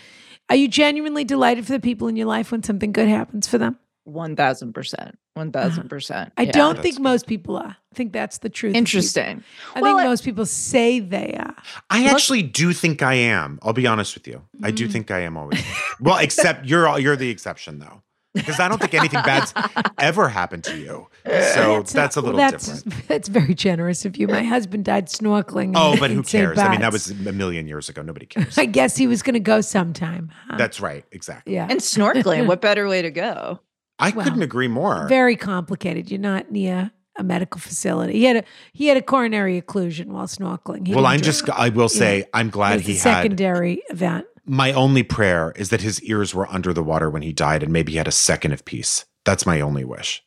Speaker 1: Are you genuinely delighted for the people in your life when something good happens for them?
Speaker 3: One thousand percent. One thousand percent.
Speaker 1: Ah, I don't
Speaker 2: That's
Speaker 1: think
Speaker 2: good.
Speaker 1: most people are. I think that's the truth. of people.
Speaker 3: Interesting.
Speaker 1: I
Speaker 3: Well,
Speaker 1: think
Speaker 3: I-
Speaker 1: most people say they are.
Speaker 2: I
Speaker 3: Look-
Speaker 2: actually do think I am. I'll be honest with you. I do
Speaker 1: Mm.
Speaker 2: think I am always. well, except you're all, you're the exception though, because I don't think anything bad's ever happened to you. So Oh, that's,
Speaker 1: not-
Speaker 2: a
Speaker 1: Uh, well,
Speaker 2: little
Speaker 1: that's,
Speaker 2: different.
Speaker 1: That's very generous of you. My husband died snorkeling.
Speaker 2: Oh,
Speaker 1: in-
Speaker 2: but who
Speaker 1: in St.
Speaker 2: cares? I mean, that
Speaker 1: Barts.
Speaker 2: was a million years ago. Nobody cares.
Speaker 1: I guess he was going to go sometime. huh?
Speaker 2: That's right. Exactly.
Speaker 1: yeah.
Speaker 3: And snorkeling. what better way to go?
Speaker 2: I
Speaker 1: Well,
Speaker 2: couldn't agree more.
Speaker 1: very complicated. You're not near a medical facility. He had a he had a coronary occlusion while snorkeling. He
Speaker 2: well,
Speaker 1: didn't
Speaker 2: I'm
Speaker 1: drown.
Speaker 2: just. I will say, I'm
Speaker 1: It
Speaker 2: glad
Speaker 1: was a
Speaker 2: he had.
Speaker 1: secondary event.
Speaker 2: My only prayer is that his ears were under the water when he died, and maybe he had a second of peace. That's my only wish.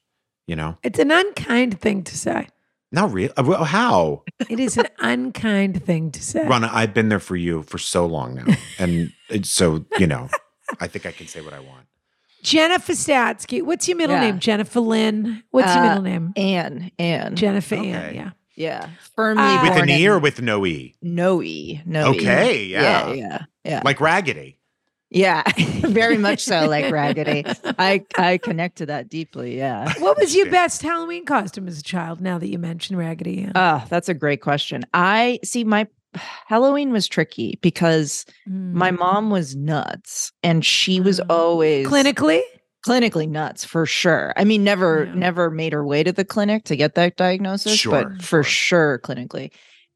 Speaker 2: You know,
Speaker 1: It's an unkind thing to say.
Speaker 2: not really. Well, how?
Speaker 1: It is an unkind thing to say.
Speaker 2: Rana, I've been there for you for so long now. And it's so, you know, I think I can say what I want.
Speaker 1: Jennifer Statsky. What's your middle
Speaker 3: Yeah.
Speaker 1: name? Jennifer Lynn. What's your
Speaker 3: Uh,
Speaker 1: middle name?
Speaker 3: Anne. Anne.
Speaker 1: Jennifer Ann.
Speaker 2: okay.
Speaker 1: Yeah.
Speaker 3: yeah. Firmly
Speaker 1: Uh,
Speaker 2: With
Speaker 3: born
Speaker 2: an E
Speaker 3: in-
Speaker 2: or with no E?
Speaker 3: no e. No E.
Speaker 2: Okay, yeah.
Speaker 3: Yeah. Yeah. Yeah.
Speaker 2: Like Raggedy.
Speaker 3: Yeah, very much so like Raggedy. I I connect to that deeply. Yeah.
Speaker 1: What was your
Speaker 2: Interesting.
Speaker 1: best Halloween costume as a child? Now that you mentioned Raggedy Ann.
Speaker 3: Oh, that's a great question. I see my Halloween was tricky because my
Speaker 1: Mm.
Speaker 3: mom was nuts and she was
Speaker 1: Mm.
Speaker 3: always
Speaker 1: clinically.
Speaker 3: clinically nuts for sure. I mean, never
Speaker 1: Yeah.
Speaker 3: never made her way to the clinic to get that diagnosis,
Speaker 2: Sure,
Speaker 3: but for
Speaker 2: sure.
Speaker 3: sure clinically.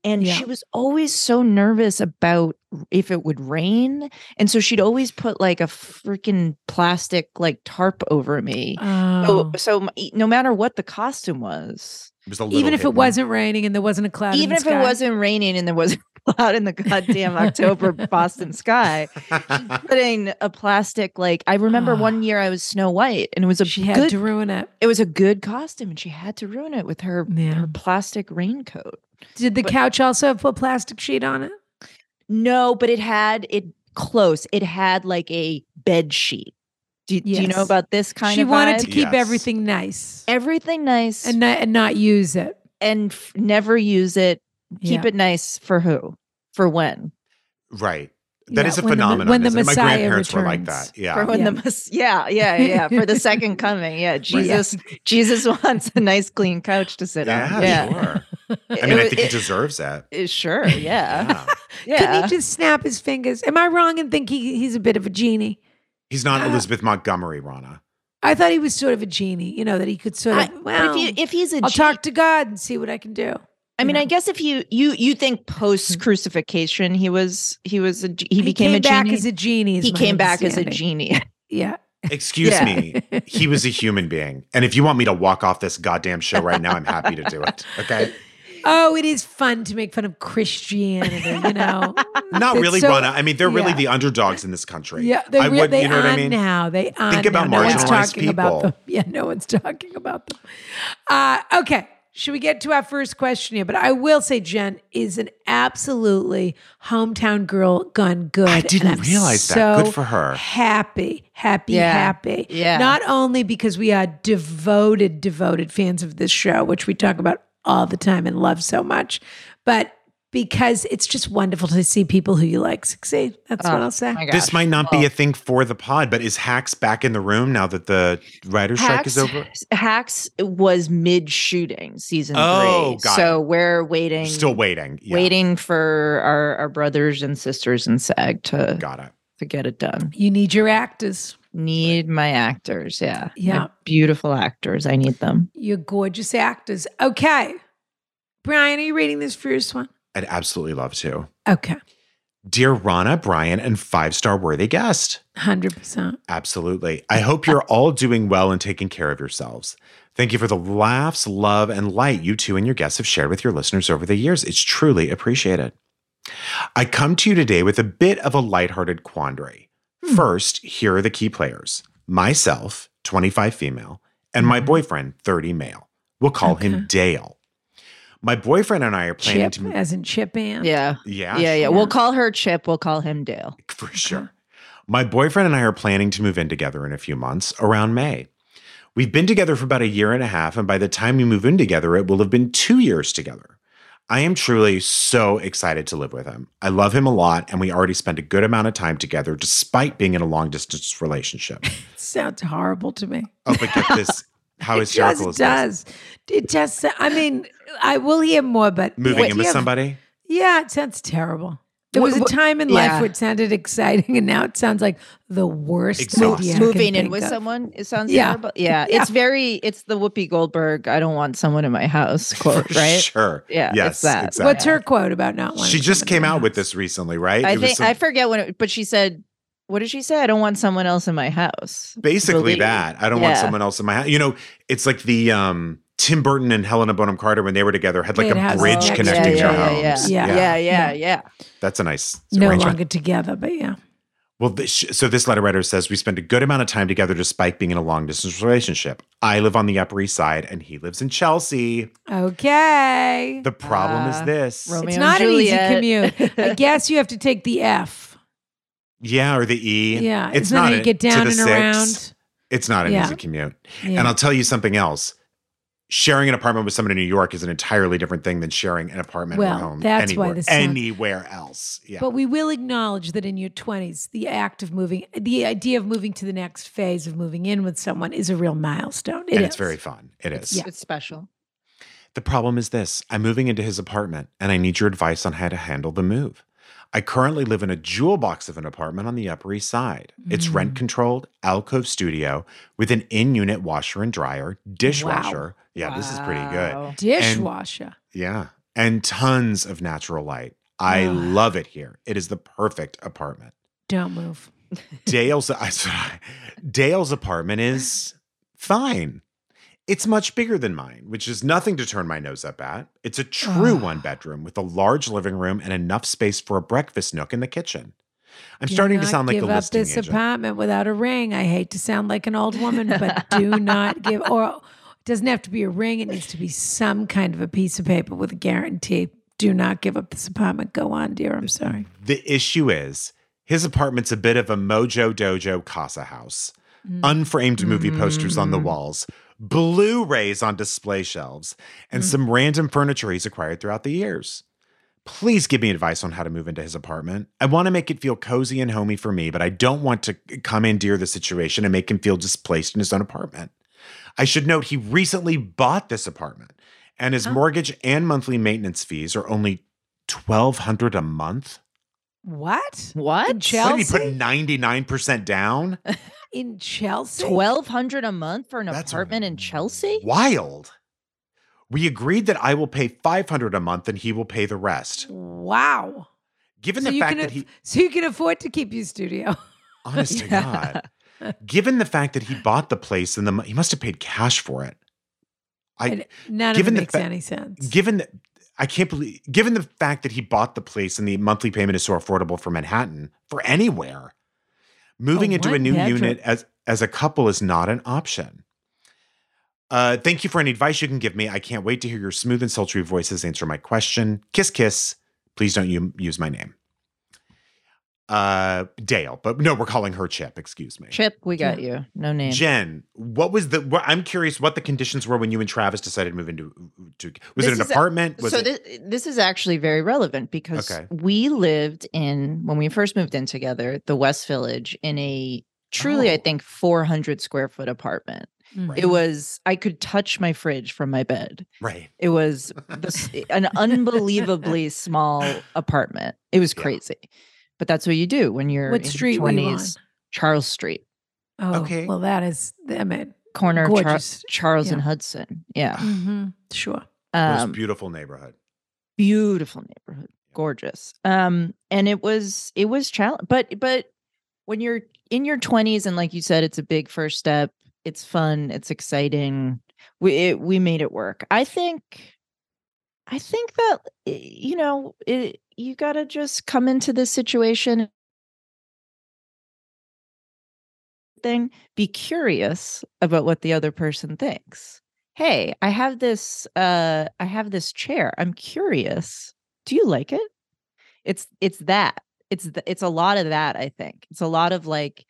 Speaker 3: And
Speaker 1: Yeah.
Speaker 3: she was always so nervous about if it would rain, and so she'd always put like a freaking plastic like tarp over me.
Speaker 1: Oh.
Speaker 3: So, so m- e- no matter what the costume was,
Speaker 2: It was a little
Speaker 1: Even if
Speaker 2: bit
Speaker 1: it
Speaker 2: more-
Speaker 1: wasn't raining and there wasn't a cloud, in
Speaker 3: even
Speaker 1: the
Speaker 3: if
Speaker 1: sky?
Speaker 3: it wasn't raining and there wasn't cloud in the goddamn October Boston sky, she's putting a plastic like I remember
Speaker 1: Ah.
Speaker 3: one year I was Snow White and it was a
Speaker 1: she had
Speaker 3: good
Speaker 1: to ruin it.
Speaker 3: it was a good costume and she had to ruin it with her
Speaker 1: Yeah.
Speaker 3: her plastic raincoat.
Speaker 1: Did the
Speaker 3: But-
Speaker 1: couch also have a plastic sheet on it?
Speaker 3: No, but it had it close. It had like a bed sheet. Do, do you know
Speaker 1: Yes.
Speaker 3: about this kind
Speaker 1: she
Speaker 3: of
Speaker 1: wanted to
Speaker 3: vibe?
Speaker 1: keep
Speaker 2: Yes.
Speaker 1: everything nice
Speaker 3: everything nice
Speaker 1: and
Speaker 3: and,
Speaker 1: not, and not use it.
Speaker 3: and f- never use it. Keep
Speaker 1: Yeah.
Speaker 3: it nice for who? For when?
Speaker 2: Right. That
Speaker 1: Yeah,
Speaker 2: is a
Speaker 1: when the-
Speaker 2: phenomenon.
Speaker 1: when the
Speaker 2: isn't it? My
Speaker 1: Messiah
Speaker 2: grandparents were like
Speaker 1: returns.
Speaker 2: that. Yeah.
Speaker 3: for when
Speaker 1: Yeah.
Speaker 3: the mess- yeah yeah yeah for the second coming yeah jesus jesus wants a nice clean couch to sit
Speaker 2: yeah,
Speaker 3: on yeah
Speaker 2: sure. I
Speaker 3: It
Speaker 2: mean, I
Speaker 3: was-
Speaker 2: think he
Speaker 3: it-
Speaker 2: deserves that.
Speaker 3: it- sure yeah
Speaker 2: Yeah.
Speaker 3: yeah,
Speaker 1: Couldn't he just snap his fingers? Am I wrong and think he, he's a bit of a genie?
Speaker 2: He's not
Speaker 1: Ah.
Speaker 2: Elizabeth Montgomery, Rana.
Speaker 1: I thought he was sort of a genie, you know, that he could sort
Speaker 3: I-
Speaker 1: of,
Speaker 3: but
Speaker 1: well,
Speaker 3: if you if he's a
Speaker 1: I'll
Speaker 3: G-
Speaker 1: talk to God and see what I can do.
Speaker 3: i mean
Speaker 1: you
Speaker 3: i guess if you you you think post crucifixion he was he was a g- he, became
Speaker 1: Mm-hmm. came
Speaker 3: a
Speaker 1: back
Speaker 3: genie
Speaker 1: as a genie. is
Speaker 3: he
Speaker 1: my
Speaker 3: came back as a
Speaker 1: understanding.
Speaker 3: genie
Speaker 1: Yeah.
Speaker 2: Excuse
Speaker 3: Yeah.
Speaker 2: me. He was a human being. And if you want me to walk off this goddamn show right now, I'm happy to do it. Okay.
Speaker 1: Oh, it is fun to make fun of Christianity, you know.
Speaker 2: Not
Speaker 1: It's
Speaker 2: really,
Speaker 1: so-
Speaker 2: Rana. I mean, they're really
Speaker 1: yeah.
Speaker 2: the underdogs in this country.
Speaker 1: Yeah, they,
Speaker 2: I
Speaker 1: re-
Speaker 2: would-
Speaker 1: they
Speaker 2: you know
Speaker 1: on
Speaker 2: what I mean?
Speaker 1: now. They on
Speaker 2: Think about
Speaker 1: now. No one's
Speaker 2: marginalized
Speaker 1: talking about
Speaker 2: people.
Speaker 1: them. Yeah, no one's talking about them. Uh, okay, should we get to our first question here? But I will say Jen is an absolutely hometown girl gone good.
Speaker 2: I
Speaker 1: and
Speaker 2: didn't
Speaker 1: I'm
Speaker 2: realize that. Good
Speaker 1: so
Speaker 2: for her.
Speaker 1: Happy, happy,
Speaker 3: Yeah.
Speaker 1: happy.
Speaker 3: Yeah.
Speaker 1: Not only because we are devoted, devoted fans of this show, which we talk about all the time and love so much, but because it's just wonderful to see people who you like succeed. That's what
Speaker 3: Oh,
Speaker 1: I'll say.
Speaker 3: my
Speaker 2: This
Speaker 3: gosh.
Speaker 2: might not be
Speaker 3: Well,
Speaker 2: a thing for the pod, but is Hacks back in the room now that the writer's strike is
Speaker 3: Hacks,
Speaker 2: over?
Speaker 3: Hacks was mid shooting season
Speaker 2: Oh,
Speaker 3: three,
Speaker 2: got
Speaker 3: so we're waiting.
Speaker 2: Still waiting. Yeah,
Speaker 3: waiting for our, our brothers and sisters in SAG to
Speaker 2: Got it.
Speaker 3: to get it done.
Speaker 1: You need your actors,
Speaker 3: Need my actors, yeah, My
Speaker 1: Yeah.
Speaker 3: beautiful actors. I need them.
Speaker 1: your gorgeous actors. Okay. Brian, are you reading this first one?
Speaker 2: I'd absolutely love to.
Speaker 1: Okay.
Speaker 2: Dear Rana, Brian, and five star worthy guest.
Speaker 1: 100%.
Speaker 2: Absolutely. I hope you're all doing well and taking care of yourselves. Thank you for the laughs, love, and light you two and your guests have shared with your listeners over the years. It's truly appreciated. I come to you today with a bit of a lighthearted quandary.
Speaker 3: Hmm.
Speaker 2: First, here are the key players myself, 25 female, and
Speaker 3: Mm-hmm.
Speaker 2: my boyfriend, 30 male. We'll call
Speaker 1: Okay.
Speaker 2: him Dale. My boyfriend and I are planning
Speaker 1: Chip,
Speaker 2: to.
Speaker 1: as in Chip and
Speaker 3: Yeah,
Speaker 2: Yeah,
Speaker 3: yeah, yeah,
Speaker 1: sure.
Speaker 3: We'll call her Chip. We'll call him Dale.
Speaker 2: for sure. My boyfriend and I are planning to move in together in a few months around May. We've been together for about a year and a half, and by the time we move in together, it will have been two years together. I am truly so excited to live with him. I love him a lot, and we already spent a good amount of time together despite being in a long distance relationship.
Speaker 1: sounds horrible to me.
Speaker 2: Oh, but get this. How
Speaker 1: it
Speaker 2: hysterical is
Speaker 1: just
Speaker 2: this?
Speaker 1: does. It just. sa- I mean, I will hear more, but the
Speaker 2: Moving in with
Speaker 1: idea of-
Speaker 2: somebody?
Speaker 1: Yeah, it sounds terrible. There
Speaker 3: Wha-
Speaker 1: was a
Speaker 3: wha-
Speaker 1: time in
Speaker 3: yeah.
Speaker 1: life where it sounded exciting, and now it sounds like the worst
Speaker 2: Exhausting.
Speaker 1: idea I can
Speaker 3: Moving in
Speaker 1: think
Speaker 3: with
Speaker 1: of.
Speaker 3: someone, it sounds
Speaker 1: Yeah.
Speaker 3: terrible. Yeah,
Speaker 1: Yeah.
Speaker 3: it's very, it's the Whoopi Goldberg. I don't want someone in my house quote,
Speaker 2: For
Speaker 3: right?
Speaker 2: Sure.
Speaker 3: Yeah, it's
Speaker 2: Yes.
Speaker 3: that.
Speaker 2: Exactly.
Speaker 1: What's her quote about not wanting?
Speaker 2: She just
Speaker 1: someone
Speaker 2: came
Speaker 1: in the
Speaker 2: out with
Speaker 1: house?
Speaker 2: this recently, right?
Speaker 3: I
Speaker 2: It was
Speaker 3: think
Speaker 2: some-
Speaker 3: I forget what, it, but she said, "What did she say? I don't want someone else in my house."
Speaker 2: basically
Speaker 3: Believe-
Speaker 2: that. I don't want
Speaker 3: Yeah.
Speaker 2: someone else in my house. You know, it's like the um Tim Burton and Helena Bonham Carter when they were together had like
Speaker 1: They had
Speaker 2: a
Speaker 1: houses
Speaker 2: bridge
Speaker 1: together.
Speaker 2: connecting
Speaker 3: yeah,
Speaker 2: their
Speaker 3: yeah, yeah,
Speaker 2: homes.
Speaker 3: Yeah,
Speaker 1: Yeah.
Speaker 3: yeah, yeah,
Speaker 1: Yeah.
Speaker 3: yeah.
Speaker 2: That's a nice
Speaker 1: No
Speaker 2: arrangement.
Speaker 1: longer together, but yeah.
Speaker 2: Well, this, so this letter writer says we spend a good amount of time together despite being in a long distance relationship. I live on the Upper East Side and he lives in Chelsea.
Speaker 1: Okay.
Speaker 2: The problem
Speaker 3: Ah,
Speaker 1: Uh,
Speaker 2: is this.
Speaker 3: Romeo
Speaker 1: it's
Speaker 3: and
Speaker 1: not an easy
Speaker 3: Juliet.
Speaker 1: commute. I guess you have to take the F.
Speaker 2: yeah, or the E.
Speaker 1: Yeah,
Speaker 2: it's
Speaker 1: isn't that
Speaker 2: not
Speaker 1: how
Speaker 2: a-
Speaker 1: you get
Speaker 2: to
Speaker 1: down
Speaker 2: the
Speaker 1: and
Speaker 2: six.
Speaker 1: around.
Speaker 2: It's not an
Speaker 1: Yeah.
Speaker 2: easy commute.
Speaker 1: Yeah.
Speaker 2: And I'll tell you something else. Sharing an apartment with someone in New York is an entirely different thing than sharing an apartment or
Speaker 1: Well,
Speaker 2: home
Speaker 1: that's why
Speaker 2: anywhere,
Speaker 1: this sounds-
Speaker 2: anywhere else. Yeah.
Speaker 1: But we will acknowledge that in your 20s, the act of moving, the idea of moving to the next phase of moving in with someone is a real milestone. It
Speaker 2: and it's
Speaker 1: is.
Speaker 2: very fun. It is.
Speaker 1: yeah.
Speaker 3: It's special.
Speaker 2: The problem is this I'm moving into his apartment and I need your advice on how to handle the move. I currently live in a jewel box of an apartment on the Upper East Side. It's
Speaker 1: Mm.
Speaker 2: rent controlled, alcove studio with an in unit washer and dryer, dishwasher. Yeah, this is pretty good.
Speaker 3: Wow.
Speaker 1: Dishwasher.
Speaker 2: Yeah. And tons of natural light. I
Speaker 1: Wow.
Speaker 2: love it here. It is the perfect apartment.
Speaker 1: Don't move.
Speaker 2: Dale's I said- Dale's apartment is fine. It's much bigger than mine, which is nothing to turn my nose up at. It's a true
Speaker 1: Ah.
Speaker 2: one bedroom with a large living room and enough space for a breakfast nook in the kitchen. I'm
Speaker 1: Do
Speaker 2: starting to
Speaker 1: not
Speaker 2: sound like a
Speaker 1: give up
Speaker 2: listing
Speaker 1: this
Speaker 2: agent.
Speaker 1: apartment without a ring. I hate to sound like an old woman, but do not give or it doesn't have to be a ring. It needs to be some kind of a piece of paper with a guarantee. Do not give up this apartment. Go on, dear. I'm sorry.
Speaker 2: the issue is his apartment's a bit of a mojo dojo casa house.
Speaker 1: Mm.
Speaker 2: unframed movie posters on the
Speaker 3: Mm.
Speaker 2: walls, Blu-rays on display shelves, and
Speaker 1: Mm.
Speaker 2: some random furniture he's acquired throughout the years. Please give me advice on how to move into his apartment. I want to make it feel cozy and homey for me, but I don't want to commandeer the situation and make him feel displaced in his own apartment. I should note he recently bought this apartment, and his
Speaker 3: Oh.
Speaker 2: mortgage and monthly maintenance fees are only twelve hundred a month.
Speaker 1: What?
Speaker 3: What?
Speaker 1: In
Speaker 2: What did he
Speaker 1: Chelsea?
Speaker 2: put ninety nine percent down?
Speaker 1: In Chelsea?
Speaker 3: Twelve hundred a month for an
Speaker 2: That's
Speaker 3: apartment in Chelsea?
Speaker 2: Wild. We agreed that I will pay 500 a month and he will pay the rest.
Speaker 1: Wow.
Speaker 2: Given
Speaker 1: so
Speaker 2: the
Speaker 1: you
Speaker 2: fact
Speaker 1: can
Speaker 2: that
Speaker 1: aff-
Speaker 2: he
Speaker 1: so you can afford to keep your studio.
Speaker 2: honest to
Speaker 3: Yeah.
Speaker 2: god, given the fact that he bought the place and the mo- he must have paid cash for it. I
Speaker 1: And None
Speaker 2: given
Speaker 1: of
Speaker 2: the
Speaker 1: it makes
Speaker 2: fa-
Speaker 1: any sense.
Speaker 2: given that I can't believe given the fact that he bought the place and the monthly payment is so affordable for Manhattan for anywhere. Moving
Speaker 1: A
Speaker 2: into a new
Speaker 1: one-bedroom.
Speaker 2: unit as as a couple is not an option. Uh, thank you for any advice you can give me. I can't wait to hear your smooth and sultry voices answer my question. Kiss, kiss. Please don't u- use my name. Uh, Dale, but no, we're calling her Chip. Excuse me.
Speaker 3: Chip, we got you. No name.
Speaker 2: Jen, what was the? wha- I'm curious what the conditions were when you and Travis decided to move into. To, was
Speaker 3: This
Speaker 2: it
Speaker 3: is
Speaker 2: an
Speaker 3: a-
Speaker 2: apartment? was
Speaker 3: so
Speaker 2: it,
Speaker 3: this, this is actually very relevant because
Speaker 2: Okay.
Speaker 3: we lived in when we first moved in together the west village in a truly i
Speaker 2: Oh.
Speaker 3: think 400 square foot apartment
Speaker 1: Mm.
Speaker 3: it was i could touch my fridge from my bed
Speaker 2: right.
Speaker 3: it was the, s- an unbelievably small apartment it was
Speaker 2: Yeah.
Speaker 3: crazy but that's what you do when you're
Speaker 1: What
Speaker 3: in your
Speaker 1: street were you on?
Speaker 3: charles street
Speaker 1: Oh,
Speaker 2: Okay.
Speaker 1: well, that is, I mean,
Speaker 3: corner of Char-
Speaker 1: Gorgeous.
Speaker 3: charles and
Speaker 1: Yeah.
Speaker 3: hudson yeah
Speaker 1: mhm, sure.
Speaker 2: Most
Speaker 3: um,
Speaker 2: beautiful neighborhood.
Speaker 3: beautiful neighborhood gorgeous um and it was it was challenge but but when you're in your 20s and like you said it's a big first step it's fun it's exciting we it, we made it work i think i think that eh, you know it, you got to just come into this situation thing be curious about what the other person thinks hey i have this uh i have this chair i'm curious do you like it it's it's that it's th- it's a lot of that i think it's a lot of like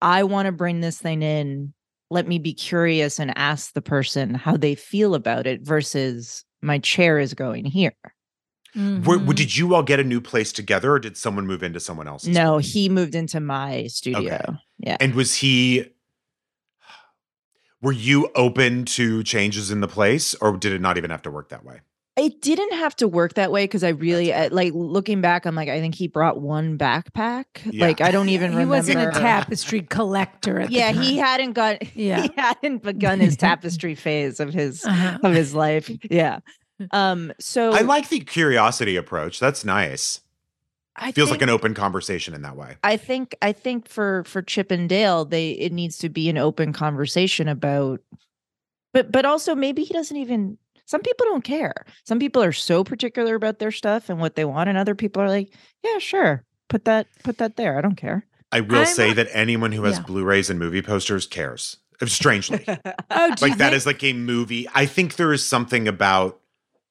Speaker 3: i want to bring this thing in let me be curious and ask the person how they feel about it versus my chair is going here.
Speaker 2: Were-
Speaker 3: mm-hmm.
Speaker 1: Mhm.
Speaker 2: did you all get a new place together or did someone move into someone else's?
Speaker 3: No, he moved into my studio. Yeah.
Speaker 2: And was he were you open to changes in the place or did it not even have to work that way?
Speaker 3: It didn't have to work that way because I really I, like looking back. I'm like, I think he brought one backpack.
Speaker 2: Yeah.
Speaker 3: Like I don't even
Speaker 1: he
Speaker 3: remember.
Speaker 1: wasn't a tapestry collector at the
Speaker 3: Yeah,
Speaker 1: time.
Speaker 3: he hadn't got.
Speaker 1: Yeah.
Speaker 3: he hadn't begun his tapestry phase of his
Speaker 1: Uh-huh.
Speaker 3: of his life. Yeah. Um. So
Speaker 2: I like the curiosity approach. That's nice.
Speaker 3: I
Speaker 2: Feels like
Speaker 3: think-
Speaker 2: an open conversation in that way.
Speaker 3: I think I think for for Chip and Dale, they it needs to be an open conversation about, but but also maybe he doesn't even. Some people don't care. Some people are so particular about their stuff and what they want, and other people are like, yeah, sure, put that put that there. I don't care.
Speaker 2: I will
Speaker 1: I'm
Speaker 2: say
Speaker 1: not-
Speaker 2: that anyone who has
Speaker 1: Yeah.
Speaker 2: Blu-rays and movie posters cares. Strangely.
Speaker 1: Oh, do you
Speaker 2: like that
Speaker 1: think-
Speaker 2: is like a movie. I think there is something about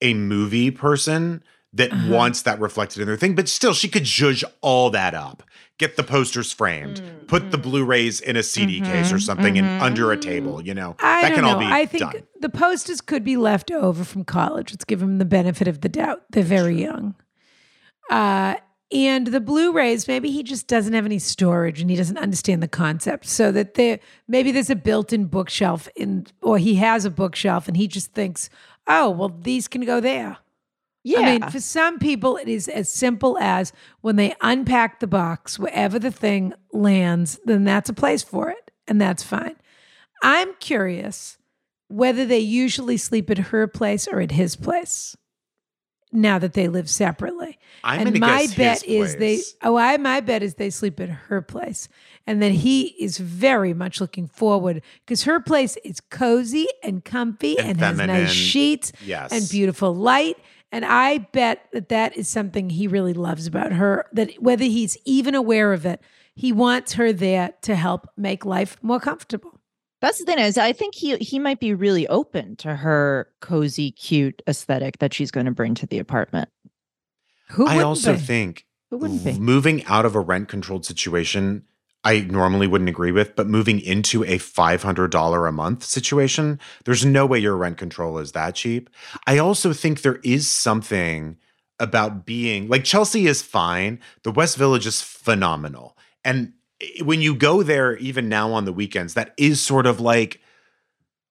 Speaker 2: a movie person that
Speaker 1: Uh-huh.
Speaker 2: wants that reflected in their thing, but still she could judge all that up. Get the posters framed,
Speaker 1: Mm,
Speaker 2: put the Blu-rays in a CD case or
Speaker 3: Mhm,
Speaker 2: something
Speaker 3: mhm.
Speaker 2: and under a table, you know.
Speaker 1: Mm-hmm, I
Speaker 2: that
Speaker 1: don't
Speaker 2: can
Speaker 1: know.
Speaker 2: all be
Speaker 1: I think
Speaker 2: done.
Speaker 1: the posters could be left over from college. Let's give them the benefit of the doubt. They're very young. Uh, and the Blu-rays, maybe he just doesn't have any storage and he doesn't understand the concept. So that there, maybe there's a built-in bookshelf in, or he has a bookshelf and he just thinks, oh, well, these can go there.
Speaker 3: Yeah,
Speaker 1: I mean, for some people, it is as simple as when they unpack the box, wherever the thing lands, then that's a place for it, and that's fine. I'm curious whether they usually sleep at her place or at his place now that they live separately.
Speaker 2: I'm
Speaker 1: and
Speaker 2: gonna
Speaker 1: my
Speaker 2: guess
Speaker 1: bet
Speaker 2: his
Speaker 1: is they
Speaker 2: place.
Speaker 1: oh I my bet is they sleep at her place. And then he is very much looking forward because her place is cozy and comfy
Speaker 2: And
Speaker 1: and, has
Speaker 2: feminine.
Speaker 1: nice sheets
Speaker 2: Yes.
Speaker 1: and beautiful light. And I bet that that is something he really loves about her, that whether he's even aware of it, he wants her there to help make life more comfortable.
Speaker 3: that's the thing is, I think he he might be really open to her cozy, cute aesthetic that she's going to bring to the apartment.
Speaker 1: Who
Speaker 2: I
Speaker 1: wouldn't
Speaker 2: also
Speaker 1: be?
Speaker 2: think
Speaker 3: Who wouldn't be?
Speaker 2: moving out of a rent controlled situation I normally wouldn't agree with, but moving into a $500 a month situation, there's no way your rent control is that cheap. I also think there is something about being like Chelsea is fine, the West Village is phenomenal. And i- when you go there, even now on the weekends, that is sort of like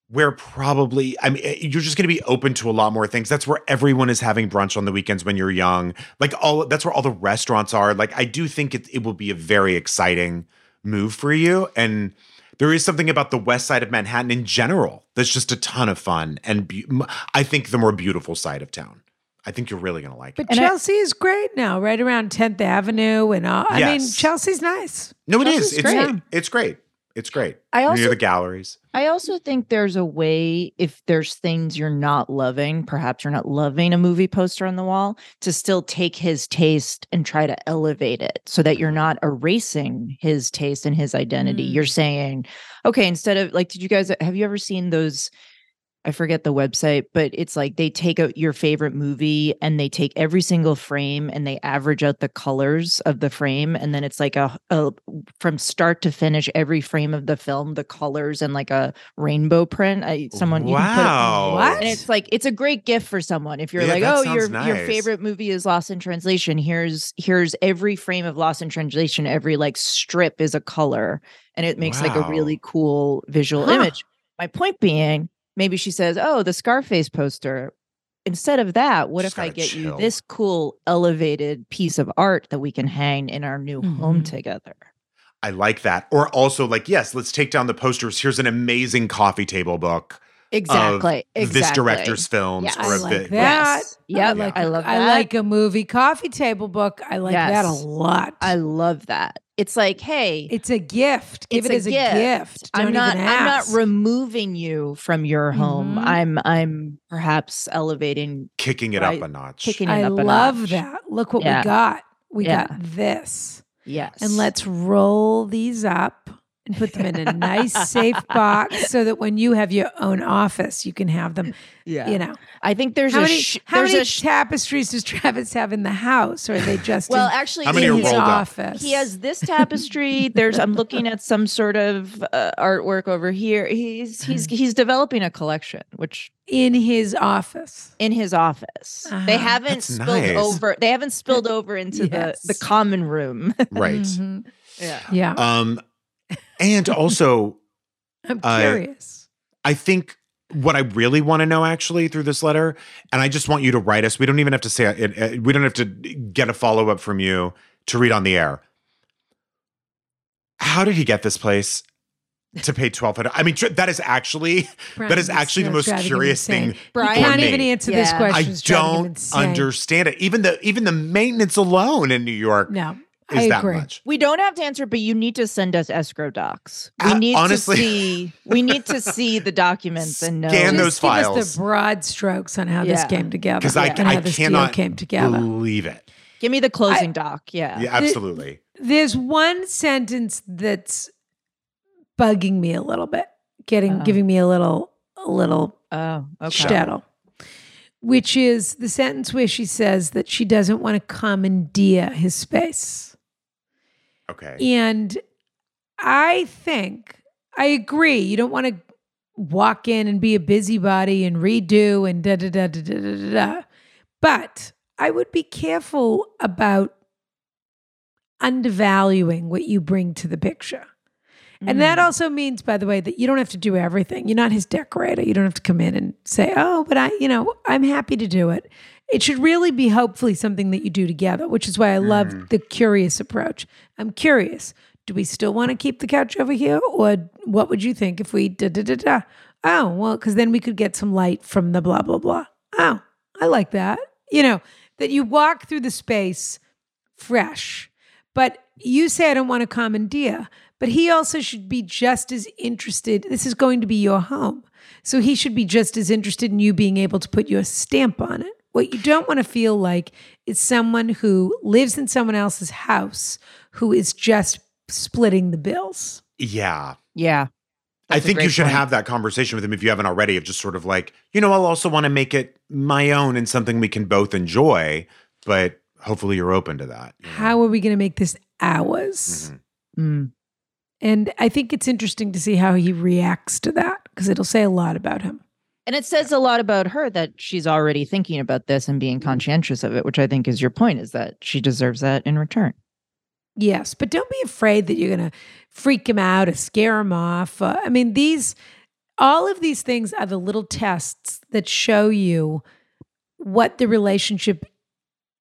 Speaker 2: where probably I mean eh, you're just going to be open to a lot more things. That's where everyone is having brunch on the weekends when you're young. Like all that's where all the restaurants are. Like I do think it it will be a very exciting move for you and there is something about the west side of Manhattan in general that's just a ton of fun and be- m- I think the more beautiful side of town. I think you're really going to like
Speaker 1: But
Speaker 2: it.
Speaker 3: And I-
Speaker 1: Chelsea is great now, right around 10th Avenue and all. I mean,
Speaker 2: Yes.
Speaker 1: Chelsea's nice.
Speaker 2: No, it
Speaker 3: Chelsea's
Speaker 2: is. It's
Speaker 3: great.
Speaker 2: it- it's great. It's great.
Speaker 3: I
Speaker 2: Near
Speaker 3: also
Speaker 2: the galleries.
Speaker 3: I also think there's a way if there's things you're not loving, perhaps you're not loving a movie poster on the wall, to still take his taste and try to elevate it so that you're not erasing his taste and his identity. You're saying, okay, instead of like, did you guys have you ever seen those? I forget the website, but it's like they take out your favorite movie and they take every single frame and they average out the colors of the frame. And then it's like a, a from start to finish, every frame of the film, the colors and like a rainbow print. I, someone you can put it-
Speaker 2: wow.
Speaker 1: What?
Speaker 3: and it's like it's a great gift for someone if you're
Speaker 2: Yeah,
Speaker 3: like,
Speaker 2: that
Speaker 3: oh,
Speaker 2: sounds
Speaker 3: your your
Speaker 2: nice.
Speaker 3: favorite movie is Lost in Translation. Here's here's every frame of Lost in Translation. Every like strip is a color, and it makes like
Speaker 2: Wow.
Speaker 3: a really cool visual
Speaker 1: Huh.
Speaker 3: image. My point being, maybe she says, oh, the Scarface poster. Instead of that, what
Speaker 2: Just
Speaker 3: if I
Speaker 2: gotta
Speaker 3: get you
Speaker 2: chill.
Speaker 3: this cool elevated piece of art that we can hang in our new home
Speaker 1: Mhm.
Speaker 3: together?
Speaker 2: I like that. Or also like, yes, let's take down the posters. Here's an amazing coffee table book.
Speaker 3: Exactly.
Speaker 2: of
Speaker 3: exactly.
Speaker 2: This director's films
Speaker 3: Yes.
Speaker 2: or
Speaker 1: I
Speaker 2: a
Speaker 1: like
Speaker 2: bit.
Speaker 1: that.
Speaker 3: Yes. Yep.
Speaker 2: like-
Speaker 3: I love that.
Speaker 1: I like a movie coffee table book. I like that a
Speaker 3: Yes.
Speaker 1: lot.
Speaker 3: I love that. It's like, hey,
Speaker 1: it's a gift. Give
Speaker 3: It's
Speaker 1: it
Speaker 3: a
Speaker 1: as
Speaker 3: gift.
Speaker 1: a gift. Don't
Speaker 3: I'm not
Speaker 1: even
Speaker 3: I'm
Speaker 1: ask.
Speaker 3: not removing you from your home.
Speaker 1: Mhm.
Speaker 3: I'm I'm perhaps elevating
Speaker 2: Kicking it
Speaker 3: Right.
Speaker 2: up a notch.
Speaker 3: kicking it
Speaker 1: I
Speaker 3: up a
Speaker 1: love
Speaker 3: notch.
Speaker 1: that. Look what
Speaker 3: Yeah.
Speaker 1: we got. We
Speaker 3: Yeah.
Speaker 1: got this.
Speaker 3: Yes.
Speaker 1: And let's roll these up and put them in a nice safe box so that when you have your own office, you can have them.
Speaker 3: Yeah.
Speaker 1: You know,
Speaker 3: I think there's
Speaker 1: how
Speaker 3: a
Speaker 1: many,
Speaker 3: sh-
Speaker 1: how
Speaker 3: there's
Speaker 1: many
Speaker 3: a sh-
Speaker 1: tapestries does Travis have in the house? Or are they just
Speaker 3: well
Speaker 1: in,
Speaker 3: actually
Speaker 2: How many
Speaker 1: in
Speaker 2: are
Speaker 3: he-
Speaker 1: his
Speaker 2: rolled up?
Speaker 1: office?
Speaker 3: He has this tapestry. There's I'm looking at some sort of uh, artwork over here. He's he's
Speaker 1: Uh-huh.
Speaker 3: he's developing a collection, which
Speaker 1: in his office.
Speaker 3: in his office
Speaker 1: Uh-huh.
Speaker 3: they haven't
Speaker 2: That's
Speaker 3: spilled
Speaker 2: nice.
Speaker 3: over. They haven't spilled over into
Speaker 1: Yes.
Speaker 3: the the common room.
Speaker 2: Right.
Speaker 1: Mhm.
Speaker 3: yeah.
Speaker 1: Yeah.
Speaker 2: Um, and also,
Speaker 1: I'm
Speaker 2: I-
Speaker 1: curious.
Speaker 2: I think what I really want to know actually through this letter, and I just want you to write us. We don't even have to say it. it- We don't have to get a follow up from you to read on the air. How did he get this place to pay twelve hundred? I mean, tr- that is actually that is
Speaker 1: Brian's
Speaker 2: actually the
Speaker 1: so
Speaker 2: most
Speaker 1: extravagant
Speaker 2: curious
Speaker 1: and
Speaker 2: thing.
Speaker 1: insane.
Speaker 3: Brian-
Speaker 1: You
Speaker 2: for
Speaker 1: can't
Speaker 2: me.
Speaker 1: even answer this
Speaker 3: Yeah.
Speaker 1: question.
Speaker 2: I
Speaker 1: It's driving him
Speaker 2: don't
Speaker 1: insane.
Speaker 2: understand it. Even the even the maintenance alone in New York
Speaker 1: No,
Speaker 2: is
Speaker 1: I
Speaker 2: that
Speaker 1: agree.
Speaker 2: much.
Speaker 3: We don't have to answer, but you need to send us escrow docs. We
Speaker 2: Uh,
Speaker 3: need
Speaker 2: honestly-
Speaker 3: to see. We need to see the documents and know.
Speaker 2: Scan those
Speaker 1: Just give us
Speaker 2: files.
Speaker 1: the broad strokes on how this
Speaker 3: Yeah.
Speaker 1: came together.
Speaker 2: Because
Speaker 3: Yeah.
Speaker 1: and
Speaker 2: I,
Speaker 1: how
Speaker 2: I
Speaker 1: this
Speaker 2: cannot
Speaker 1: deal came together.
Speaker 2: believe it.
Speaker 3: Give me the closing doc. Yeah.
Speaker 2: Yeah, absolutely.
Speaker 1: There's one sentence that's bugging me a little bit, getting
Speaker 3: Uh-oh.
Speaker 1: giving me a little a little
Speaker 3: Oh. Uh-huh. Okay.
Speaker 1: shtetl, which is the sentence where she says that she doesn't want to commandeer his space.
Speaker 2: Okay.
Speaker 1: E And I think I agree. You don't want to walk in and be a busybody and redo and da da da da da da da. da. But I would be careful about undervaluing what you bring to the picture. And that also means, by the way, that you don't have to do everything. You're not his decorator. You don't have to come in and say, oh, but I, you know, I'm happy to do it. It should really be hopefully something that you do together, which is why I love the curious approach. I'm curious. Do we still want to keep the couch over here? Or what would you think if we da da da da? Oh, well, because then we could get some light from the blah, blah, blah. Oh, I like that. You know, that you walk through the space fresh. But you say I don't want to commandeer, but he also should be just as interested. This is going to be your home. So he should be just as interested in you being able to put your stamp on it. What you don't want to feel like is someone who lives in someone else's house who is just splitting the bills.
Speaker 2: yeah.
Speaker 3: Yeah.
Speaker 2: I
Speaker 3: That's a
Speaker 2: think you
Speaker 3: great
Speaker 2: should
Speaker 3: point.
Speaker 2: have that conversation with him if you haven't already, of just sort of like, you know, I'll also want to make it my own and something we can both enjoy, but hopefully you're open to that. you know?
Speaker 1: How are we going to make this ours?
Speaker 2: Mhm.
Speaker 3: Mm.
Speaker 1: And I think it's interesting to see how he reacts to that because it'll say a lot about him.
Speaker 3: And it says a lot about her that she's already thinking about this and
Speaker 1: Mm-hmm.
Speaker 3: being conscientious of it, which I think is your point is that she deserves that in return.
Speaker 1: Yes, but don't be afraid that you're going to freak him out or scare him off. Uh, I mean, these, all of these things are the little tests that show you what the relationship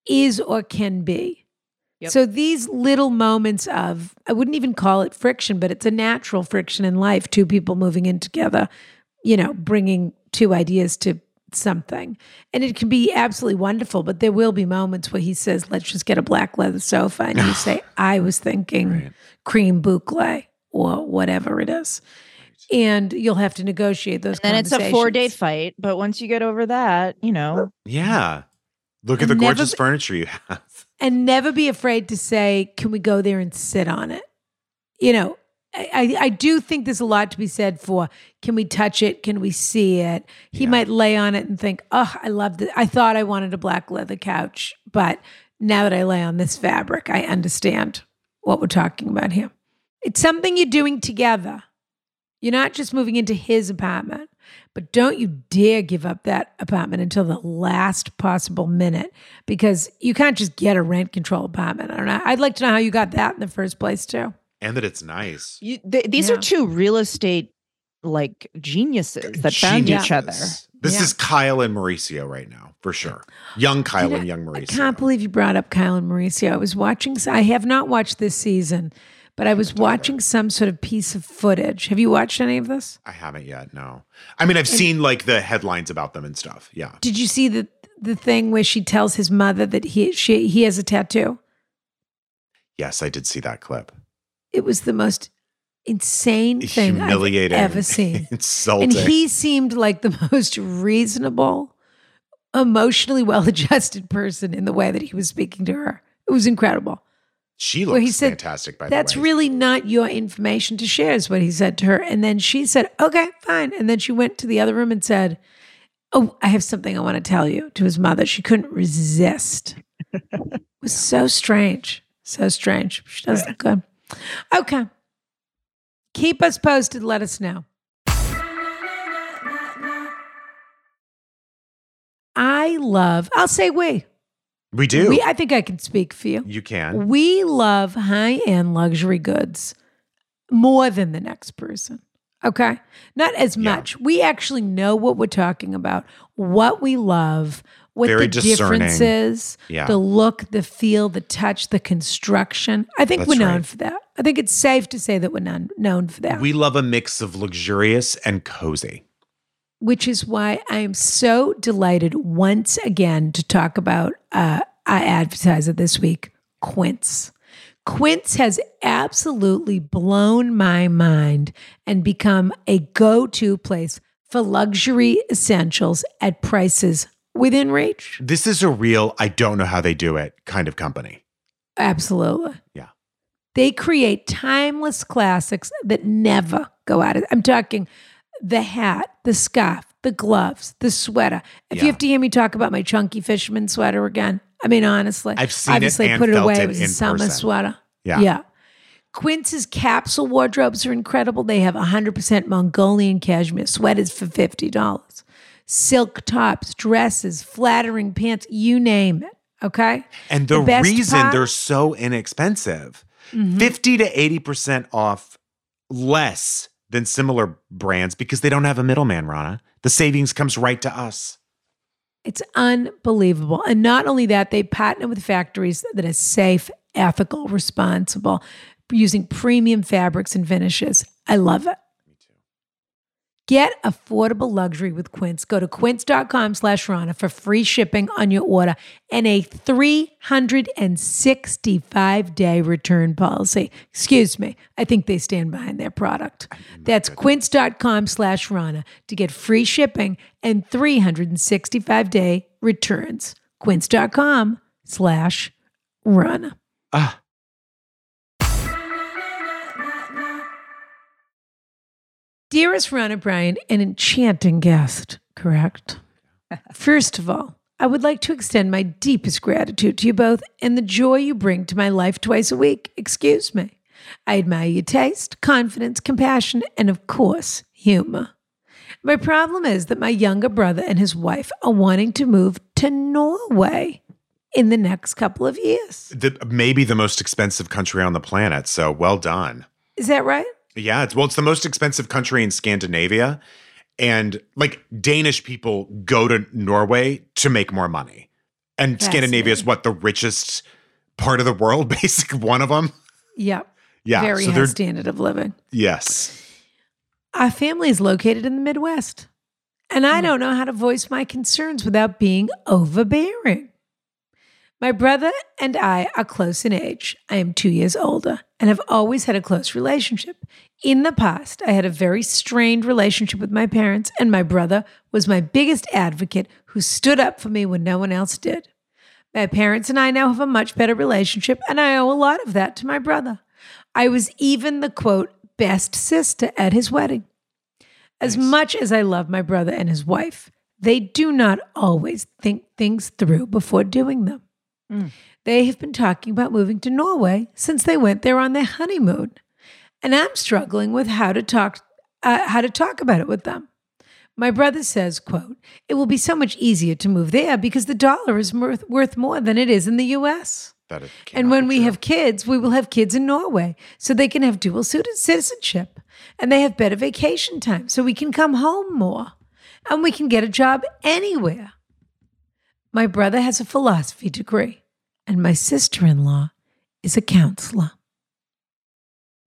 Speaker 1: is or can be.
Speaker 3: Yep.
Speaker 1: So these little moments of, I wouldn't even call it friction, but it's a natural friction in life. Two people moving in together, you know, bringing two ideas to something. And it can be absolutely wonderful, but there will be moments where he says, let's just get a black leather sofa. And you say, I was thinking
Speaker 2: Right.
Speaker 1: cream boucle or whatever it is. And you'll have to negotiate those.
Speaker 3: And then it's a four day
Speaker 1: conversations.
Speaker 3: fight. But once you get over that, you know,
Speaker 2: Yeah. Look
Speaker 1: And
Speaker 2: at the
Speaker 1: never
Speaker 2: gorgeous
Speaker 1: be-
Speaker 2: furniture you have.
Speaker 1: and never be afraid to say, "Can we go there and sit on it?" You know, I, I, I do think there's a lot to be said for, "Can we touch it? Can we see it?" He
Speaker 2: Yeah.
Speaker 1: might lay on it and think, "Oh, I loved it. I thought I wanted a black leather couch, but now that I lay on this fabric, I understand what we're talking about here." It's something you're doing together. You're not just moving into his apartment, but don't you dare give up that apartment until the last possible minute because you can't just get a rent control apartment. I don't know. I'd like to know how you got that in the first place, too.
Speaker 2: And that it's nice.
Speaker 3: you, th- these
Speaker 1: Yeah.
Speaker 3: are two real estate like geniuses that found each other.
Speaker 2: Geniuses. This
Speaker 1: Yeah.
Speaker 2: is Kyle and Mauricio right now, for sure. Young Kyle
Speaker 1: know,
Speaker 2: and young
Speaker 1: I
Speaker 2: Mauricio.
Speaker 1: can't believe you brought up Kyle and Mauricio. I was watching, I have not watched this season, but I was watching some sort of piece of footage. Have you watched any of this?
Speaker 2: I haven't yet. No. I mean, I've seen like the headlines about them and stuff. Yeah.
Speaker 1: Did you see the the thing where she tells his mother that he she he has a tattoo?
Speaker 2: Yes, I did see that clip.
Speaker 1: It was the most insane thing
Speaker 2: Humiliating.
Speaker 1: I've ever seen.
Speaker 2: Insulting.
Speaker 1: and he seemed like the most reasonable, emotionally well adjusted person in the way that he was speaking to her. It was incredible.
Speaker 2: She
Speaker 1: Where
Speaker 2: looks
Speaker 1: he said,
Speaker 2: fantastic, by
Speaker 1: That's
Speaker 2: the way.
Speaker 1: really not your information to share, is what he said to her. And then she said, Okay, fine. And then she went to the other room and said, Oh, I have something I want to tell you to his mother. She couldn't resist. it was so strange. So strange. She does look good. Okay. Keep us posted. Let us know. I love, I'll say we.
Speaker 2: We do.
Speaker 1: We I think I can speak for you.
Speaker 2: you can.
Speaker 1: We love high end luxury goods more than the next person. Okay. Not as
Speaker 2: Yeah.
Speaker 1: much. We actually know what we're talking about, what we love, what
Speaker 2: Very
Speaker 1: the difference
Speaker 2: discerning.
Speaker 1: is,
Speaker 2: Yeah.
Speaker 1: the look, the feel, the touch, the construction. I think
Speaker 2: That's
Speaker 1: we're known
Speaker 2: right.
Speaker 1: for that. I think it's safe to say that we're known, known for that,
Speaker 2: We love a mix of luxurious and cozy.
Speaker 1: which is why I am so delighted once again to talk about uh, our advertiser this week, Quince. Quince has absolutely blown my mind and become a go to place for luxury essentials at prices within reach.
Speaker 2: This is a real, I don't know how they do it kind of company.
Speaker 1: Absolutely.
Speaker 2: Yeah.
Speaker 1: They create timeless classics that never go out of. I'm talking the hat, the scarf, the gloves, the sweater. If you
Speaker 2: Yeah.
Speaker 1: have to hear me talk about my chunky fisherman sweater again, I mean honestly,
Speaker 2: I've seen it
Speaker 1: obviously I
Speaker 2: and
Speaker 1: put it
Speaker 2: felt
Speaker 1: away.
Speaker 2: it
Speaker 1: It was a
Speaker 2: in
Speaker 1: summer
Speaker 2: person.
Speaker 1: sweater.
Speaker 2: Yeah.
Speaker 1: Yeah. Quince's capsule wardrobes are incredible. They have 100% Mongolian cashmere sweaters for $50. Silk tops, dresses, flattering pants, you name it. Okay.
Speaker 2: And
Speaker 1: The
Speaker 2: the,
Speaker 1: best
Speaker 2: reason
Speaker 1: part- Mm-hmm.
Speaker 2: they're so inexpensive 50 to 80% off less than similar brands because they don't have a middleman, Rana. The savings comes right to us.
Speaker 1: It's unbelievable. And not only that, they partner with factories that are safe, ethical, responsible, using premium fabrics and finishes. I love it. Get affordable luxury with Quince. Go to quince.com slash Rana for free shipping on your order and a 365-day return policy. Excuse me. I think they stand behind their product. That's quince.com slash Rana to get free shipping and 365-day returns. quince.com slash Rana.
Speaker 2: Ah,
Speaker 1: Dearest Ron O'Brien, an enchanting guest, correct? First of all, I would like to extend my deepest gratitude to you both and the joy you bring to my life twice a week. Excuse me. I admire your taste, confidence, compassion, and of course, humor. My problem is that my younger brother and his wife are wanting to move to Norway in the next couple of years.
Speaker 2: the, maybe the most expensive country on the planet. So well done.
Speaker 1: Is that right?
Speaker 2: Yeah, it's well, it's the most expensive country in Scandinavia. And like Danish people go to Norway to make more money. And Scandinavia is
Speaker 1: Fascinating.
Speaker 2: what the richest part of the world, basic one of them.
Speaker 1: Yeah.
Speaker 2: Yeah.
Speaker 1: Very
Speaker 2: so
Speaker 1: high
Speaker 2: they're
Speaker 1: standard of living.
Speaker 2: yes.
Speaker 1: Our family is located in the Midwest, and I don't know how to voice my concerns without being overbearing. My brother and I are close in age. I am two years older and have always had a close relationship. In the past, I had a very strained relationship with my parents, and my brother was my biggest advocate who stood up for me when no one else did. My parents and I now have a much better relationship, and I owe a lot of that to my brother. I was even the quote, best sister at his wedding. As much as I love my brother and his wife, they do not always think things through before doing them. They have been talking about moving to Norway since they went there on their honeymoon, and I'm struggling with how to talk uh, how to talk about it with them. My brother says, quote, it will be so much easier to move there because the dollar is worth, worth more than it is in the US.
Speaker 2: That is
Speaker 1: And when we have kids, we will have kids in Norway so they can have dual citi- citizenship and they have better vacation time so we can come home more and we can get a job anywhere. My brother has a philosophy degree and my sister in law is a counselor.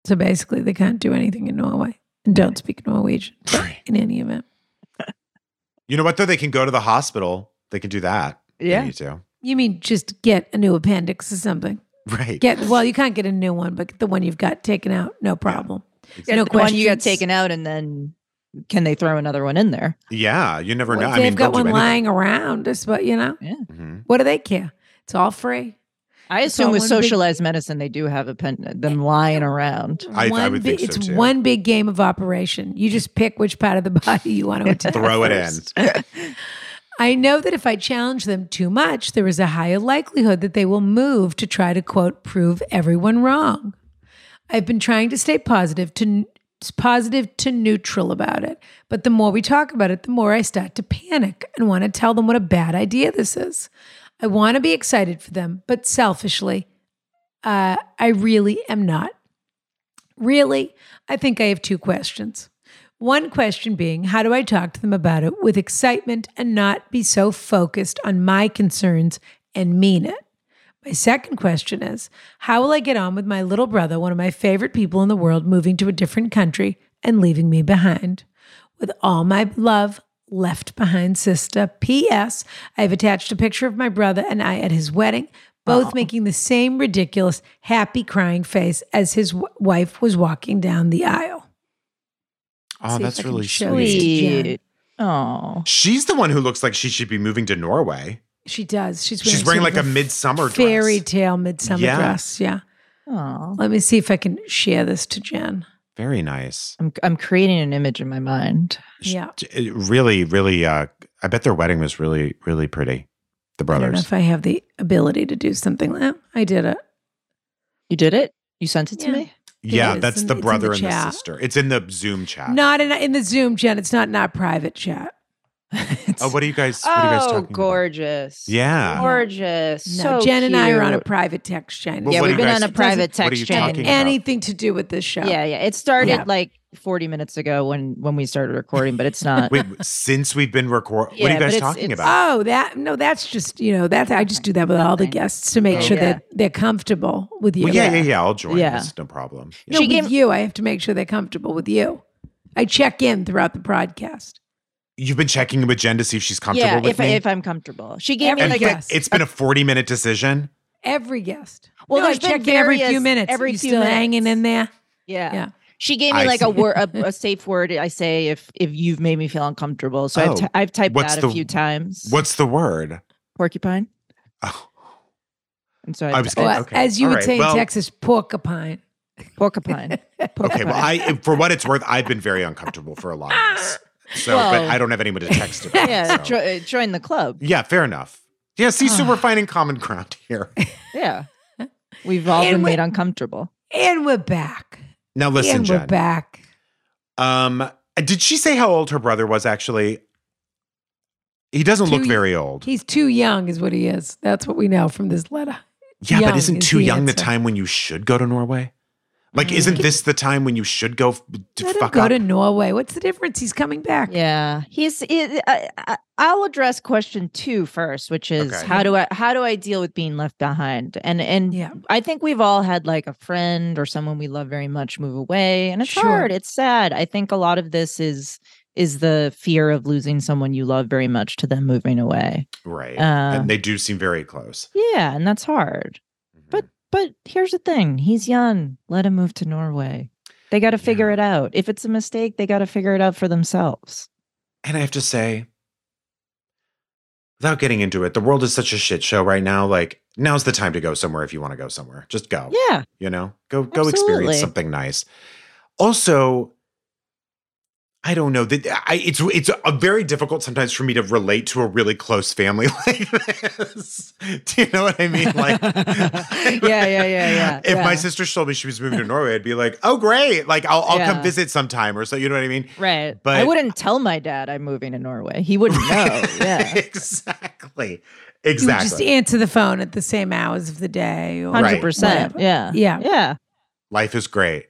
Speaker 1: So basically, they can't do anything in Norway and don't speak Norwegian
Speaker 2: have
Speaker 1: in any event.
Speaker 2: You know what though? They can go to the hospital. They can do that. if they
Speaker 3: Yeah.
Speaker 2: need to.
Speaker 1: You mean just get a new appendix or something?
Speaker 2: Right.
Speaker 1: Get well, you can't get a new one, but the one you've got taken out, no problem.
Speaker 3: Yeah,
Speaker 1: No
Speaker 3: the one you got
Speaker 1: questions.
Speaker 3: taken out, and then can they throw another one in there?
Speaker 2: yeah. You never
Speaker 1: Well,
Speaker 2: know.
Speaker 1: if
Speaker 2: I
Speaker 1: they've
Speaker 2: mean,
Speaker 1: got
Speaker 2: they'll
Speaker 1: one
Speaker 2: do anything.
Speaker 1: lying around, just but you know,
Speaker 2: Mhm.
Speaker 1: what do they care? It's all free.
Speaker 3: I assume with
Speaker 1: one big-
Speaker 3: socialized medicine, they do have a pen, them lying around.
Speaker 2: I- I
Speaker 1: One
Speaker 2: would
Speaker 1: big-
Speaker 2: think so,
Speaker 1: it's
Speaker 2: too.
Speaker 1: one big game of operation. You just pick which part of the body you want to attack.
Speaker 2: Throw it in. Oh,
Speaker 1: first. I know that if I challenge them too much, there is a higher likelihood that they will move to try to, quote, prove everyone wrong. I've been trying to stay positive to positive to neutral about it, but the more we talk about it, the more I start to panic and want to tell them what a bad idea this is. I want to be excited for them, but selfishly, uh, I really am not. Really, I think I have two questions. One question being, how do I talk to them about it with excitement and not be so focused on my concerns and mean it? My second question is, how will I get on with my little brother, one of my favorite people in the world, moving to a different country and leaving me behind? With all my love, left behind sister. P.S. I've attached a picture of my brother and I at his wedding, both making the same ridiculous, happy crying face as his w- wife was walking down the aisle.
Speaker 2: Oh,
Speaker 1: See if I
Speaker 2: that's
Speaker 1: can
Speaker 2: really
Speaker 1: show you.
Speaker 2: sweet.
Speaker 1: Jen.
Speaker 3: Sweet. Oh,
Speaker 2: She's the one who looks like she should be moving to Norway.
Speaker 1: She does. She's wearing,
Speaker 2: She's wearing
Speaker 1: sort
Speaker 2: like
Speaker 1: of
Speaker 2: a midsummer dress.
Speaker 1: fairy tale midsummer
Speaker 2: Yeah.
Speaker 1: dress. Yeah.
Speaker 3: oh.
Speaker 1: Let me see if I can share this to Jen.
Speaker 2: Very nice.
Speaker 3: I'm I'm creating an image in my mind.
Speaker 2: Sh-
Speaker 1: Yeah.
Speaker 2: It really, really. Uh, I bet their wedding was really, really pretty. The
Speaker 1: I don't know
Speaker 2: brothers.
Speaker 1: if I have the ability to do something. like that. I did it.
Speaker 3: You did it. You sent it to
Speaker 1: Yeah.
Speaker 3: me.
Speaker 1: It
Speaker 2: yeah,
Speaker 1: is,
Speaker 2: that's
Speaker 1: and
Speaker 2: the
Speaker 1: it's in the
Speaker 2: brother and the
Speaker 1: chat.
Speaker 2: sister. It's in the Zoom chat.
Speaker 1: Not in, in the Zoom, Jen. It's not in our private chat.
Speaker 2: Oh, what are you guys? What are you guys talking about?
Speaker 3: gorgeous.
Speaker 2: Yeah.
Speaker 3: Gorgeous.
Speaker 1: No,
Speaker 3: so
Speaker 1: Jen and I are on a
Speaker 3: cute.
Speaker 1: private text chain.
Speaker 2: Well,
Speaker 3: yeah,
Speaker 2: what
Speaker 3: we've
Speaker 2: do you
Speaker 3: been
Speaker 2: guys-
Speaker 3: on a private
Speaker 2: What are
Speaker 3: text
Speaker 2: you
Speaker 1: Doesn't have
Speaker 2: talking
Speaker 3: chain.
Speaker 2: about?
Speaker 1: anything to do with this show.
Speaker 3: Yeah, yeah. It started
Speaker 1: Yeah.
Speaker 3: like 40 minutes ago when when we started recording, but it's not.
Speaker 2: Wait, since we've been recording, what are
Speaker 3: Yeah,
Speaker 2: you
Speaker 3: but
Speaker 2: guys
Speaker 3: it's-
Speaker 2: talking
Speaker 3: it's-
Speaker 2: about?
Speaker 1: Oh, that no, that's just you know that's I just do that with all the
Speaker 3: Okay.
Speaker 1: guests to make
Speaker 3: Oh,
Speaker 1: sure
Speaker 3: yeah.
Speaker 1: that they're comfortable with you.
Speaker 2: well, yeah, yeah, yeah. I'll join.
Speaker 3: Yeah.
Speaker 2: That's no problem.
Speaker 1: No,
Speaker 3: She
Speaker 1: with
Speaker 3: gave-
Speaker 1: you, I have to make sure they're comfortable with you. I check in throughout the broadcast.
Speaker 2: You've been checking with Jen to see if she's comfortable
Speaker 3: yeah,
Speaker 2: with
Speaker 3: if, I-
Speaker 2: me.
Speaker 3: if I'm comfortable. She gave
Speaker 1: Every
Speaker 3: me
Speaker 2: and
Speaker 3: like
Speaker 1: guest.
Speaker 3: a,
Speaker 1: yes.
Speaker 2: it's been a forty-minute decision.
Speaker 1: Every guest.
Speaker 3: Well,
Speaker 1: no, I
Speaker 3: there's been
Speaker 1: check in every few
Speaker 3: various-
Speaker 1: minutes.
Speaker 3: every
Speaker 1: you
Speaker 3: few
Speaker 1: still hanging
Speaker 3: minutes.
Speaker 1: in there?
Speaker 3: yeah.
Speaker 1: Yeah.
Speaker 3: She gave me
Speaker 2: I
Speaker 3: like
Speaker 2: see.
Speaker 3: a word a, a safe word I say if if you've made me feel uncomfortable. So
Speaker 2: Oh,
Speaker 3: I've, t- I've typed
Speaker 2: what's
Speaker 3: that a
Speaker 2: the-
Speaker 3: few times.
Speaker 2: What's the word?
Speaker 3: porcupine?
Speaker 2: Oh,
Speaker 3: And so I,
Speaker 2: I was
Speaker 3: I-
Speaker 1: Or,
Speaker 2: Okay,
Speaker 1: as you
Speaker 2: all
Speaker 1: would
Speaker 2: right,
Speaker 1: say
Speaker 2: well-
Speaker 1: in Texas, porcupine.
Speaker 3: porcupine. porcupine.
Speaker 2: okay, well, I for what it's worth, I've been very uncomfortable for a lot of this. So, but
Speaker 3: Well-
Speaker 2: I don't have anyone to text about.
Speaker 3: yeah,
Speaker 2: it, so.
Speaker 3: jo- uh, join the club.
Speaker 2: yeah, fair enough. Yeah, see, so we're finding common ground here.
Speaker 3: Yeah. We've all
Speaker 1: And
Speaker 3: been
Speaker 1: we-
Speaker 3: made uncomfortable.
Speaker 1: And we're back.
Speaker 2: Now, listen,
Speaker 1: and we're
Speaker 2: Jen.
Speaker 1: back.
Speaker 2: Um, did she say how old her brother was? Actually, he doesn't look
Speaker 1: Two-
Speaker 2: very old.
Speaker 1: He's too young, is what he is. That's what we know from this letter.
Speaker 2: Yeah, but
Speaker 1: Young
Speaker 2: isn't
Speaker 1: is
Speaker 2: too
Speaker 1: the
Speaker 2: young the
Speaker 1: answer.
Speaker 2: time when you should go to Norway? Like,
Speaker 3: Mm.
Speaker 2: isn't this the time when you should go f- to
Speaker 1: Let him
Speaker 2: fuck
Speaker 1: go
Speaker 2: up?
Speaker 1: to Norway. What's the difference? He's coming back.
Speaker 3: Yeah, he's. It, I, I- I'll address question two first, which is
Speaker 2: Okay.
Speaker 3: how do I how do I deal with being left behind? And and
Speaker 1: Yeah.
Speaker 3: I think we've all had like a friend or someone we love very much move away, and it's
Speaker 1: Sure.
Speaker 3: hard. It's sad. I think a lot of this is is the fear of losing someone you love very much to them moving away.
Speaker 2: Right.
Speaker 3: Uh,
Speaker 2: and they do seem very close.
Speaker 3: yeah, and that's hard. But- But here's the thing: he's young. Let him move to Norway. They got to figure
Speaker 2: Yeah.
Speaker 3: it out. If it's a mistake, they got to figure it out for themselves.
Speaker 2: and I have to say, without getting into it, the world is such a shit show right now. Like, now's the time to go somewhere if you want to go somewhere. Just go.
Speaker 3: Yeah.
Speaker 2: You know, go go experience
Speaker 3: Absolutely.
Speaker 2: something nice. Also, I don't know that uh, I it's it's a very difficult sometimes for me to relate to a really close family like this. Do you know what I mean? Like,
Speaker 3: Yeah, yeah, yeah, yeah,
Speaker 2: If my
Speaker 3: yeah.
Speaker 2: sister told me she was moving to Norway, I'd be like, "Oh, great! Like, I'll I'll come
Speaker 3: Yeah.
Speaker 2: visit sometime or so." You know what I mean?
Speaker 3: Right. I
Speaker 2: But-
Speaker 3: wouldn't tell my dad I'm moving to Norway. He wouldn't know.
Speaker 2: Right.
Speaker 3: Yeah.
Speaker 2: exactly.
Speaker 1: You would just
Speaker 2: Exactly.
Speaker 1: answer the phone at the same hours of the day. Or
Speaker 2: Right.
Speaker 3: Hundred percent.
Speaker 1: Whatever. Yeah.
Speaker 3: Yeah. Yeah.
Speaker 2: Life is great.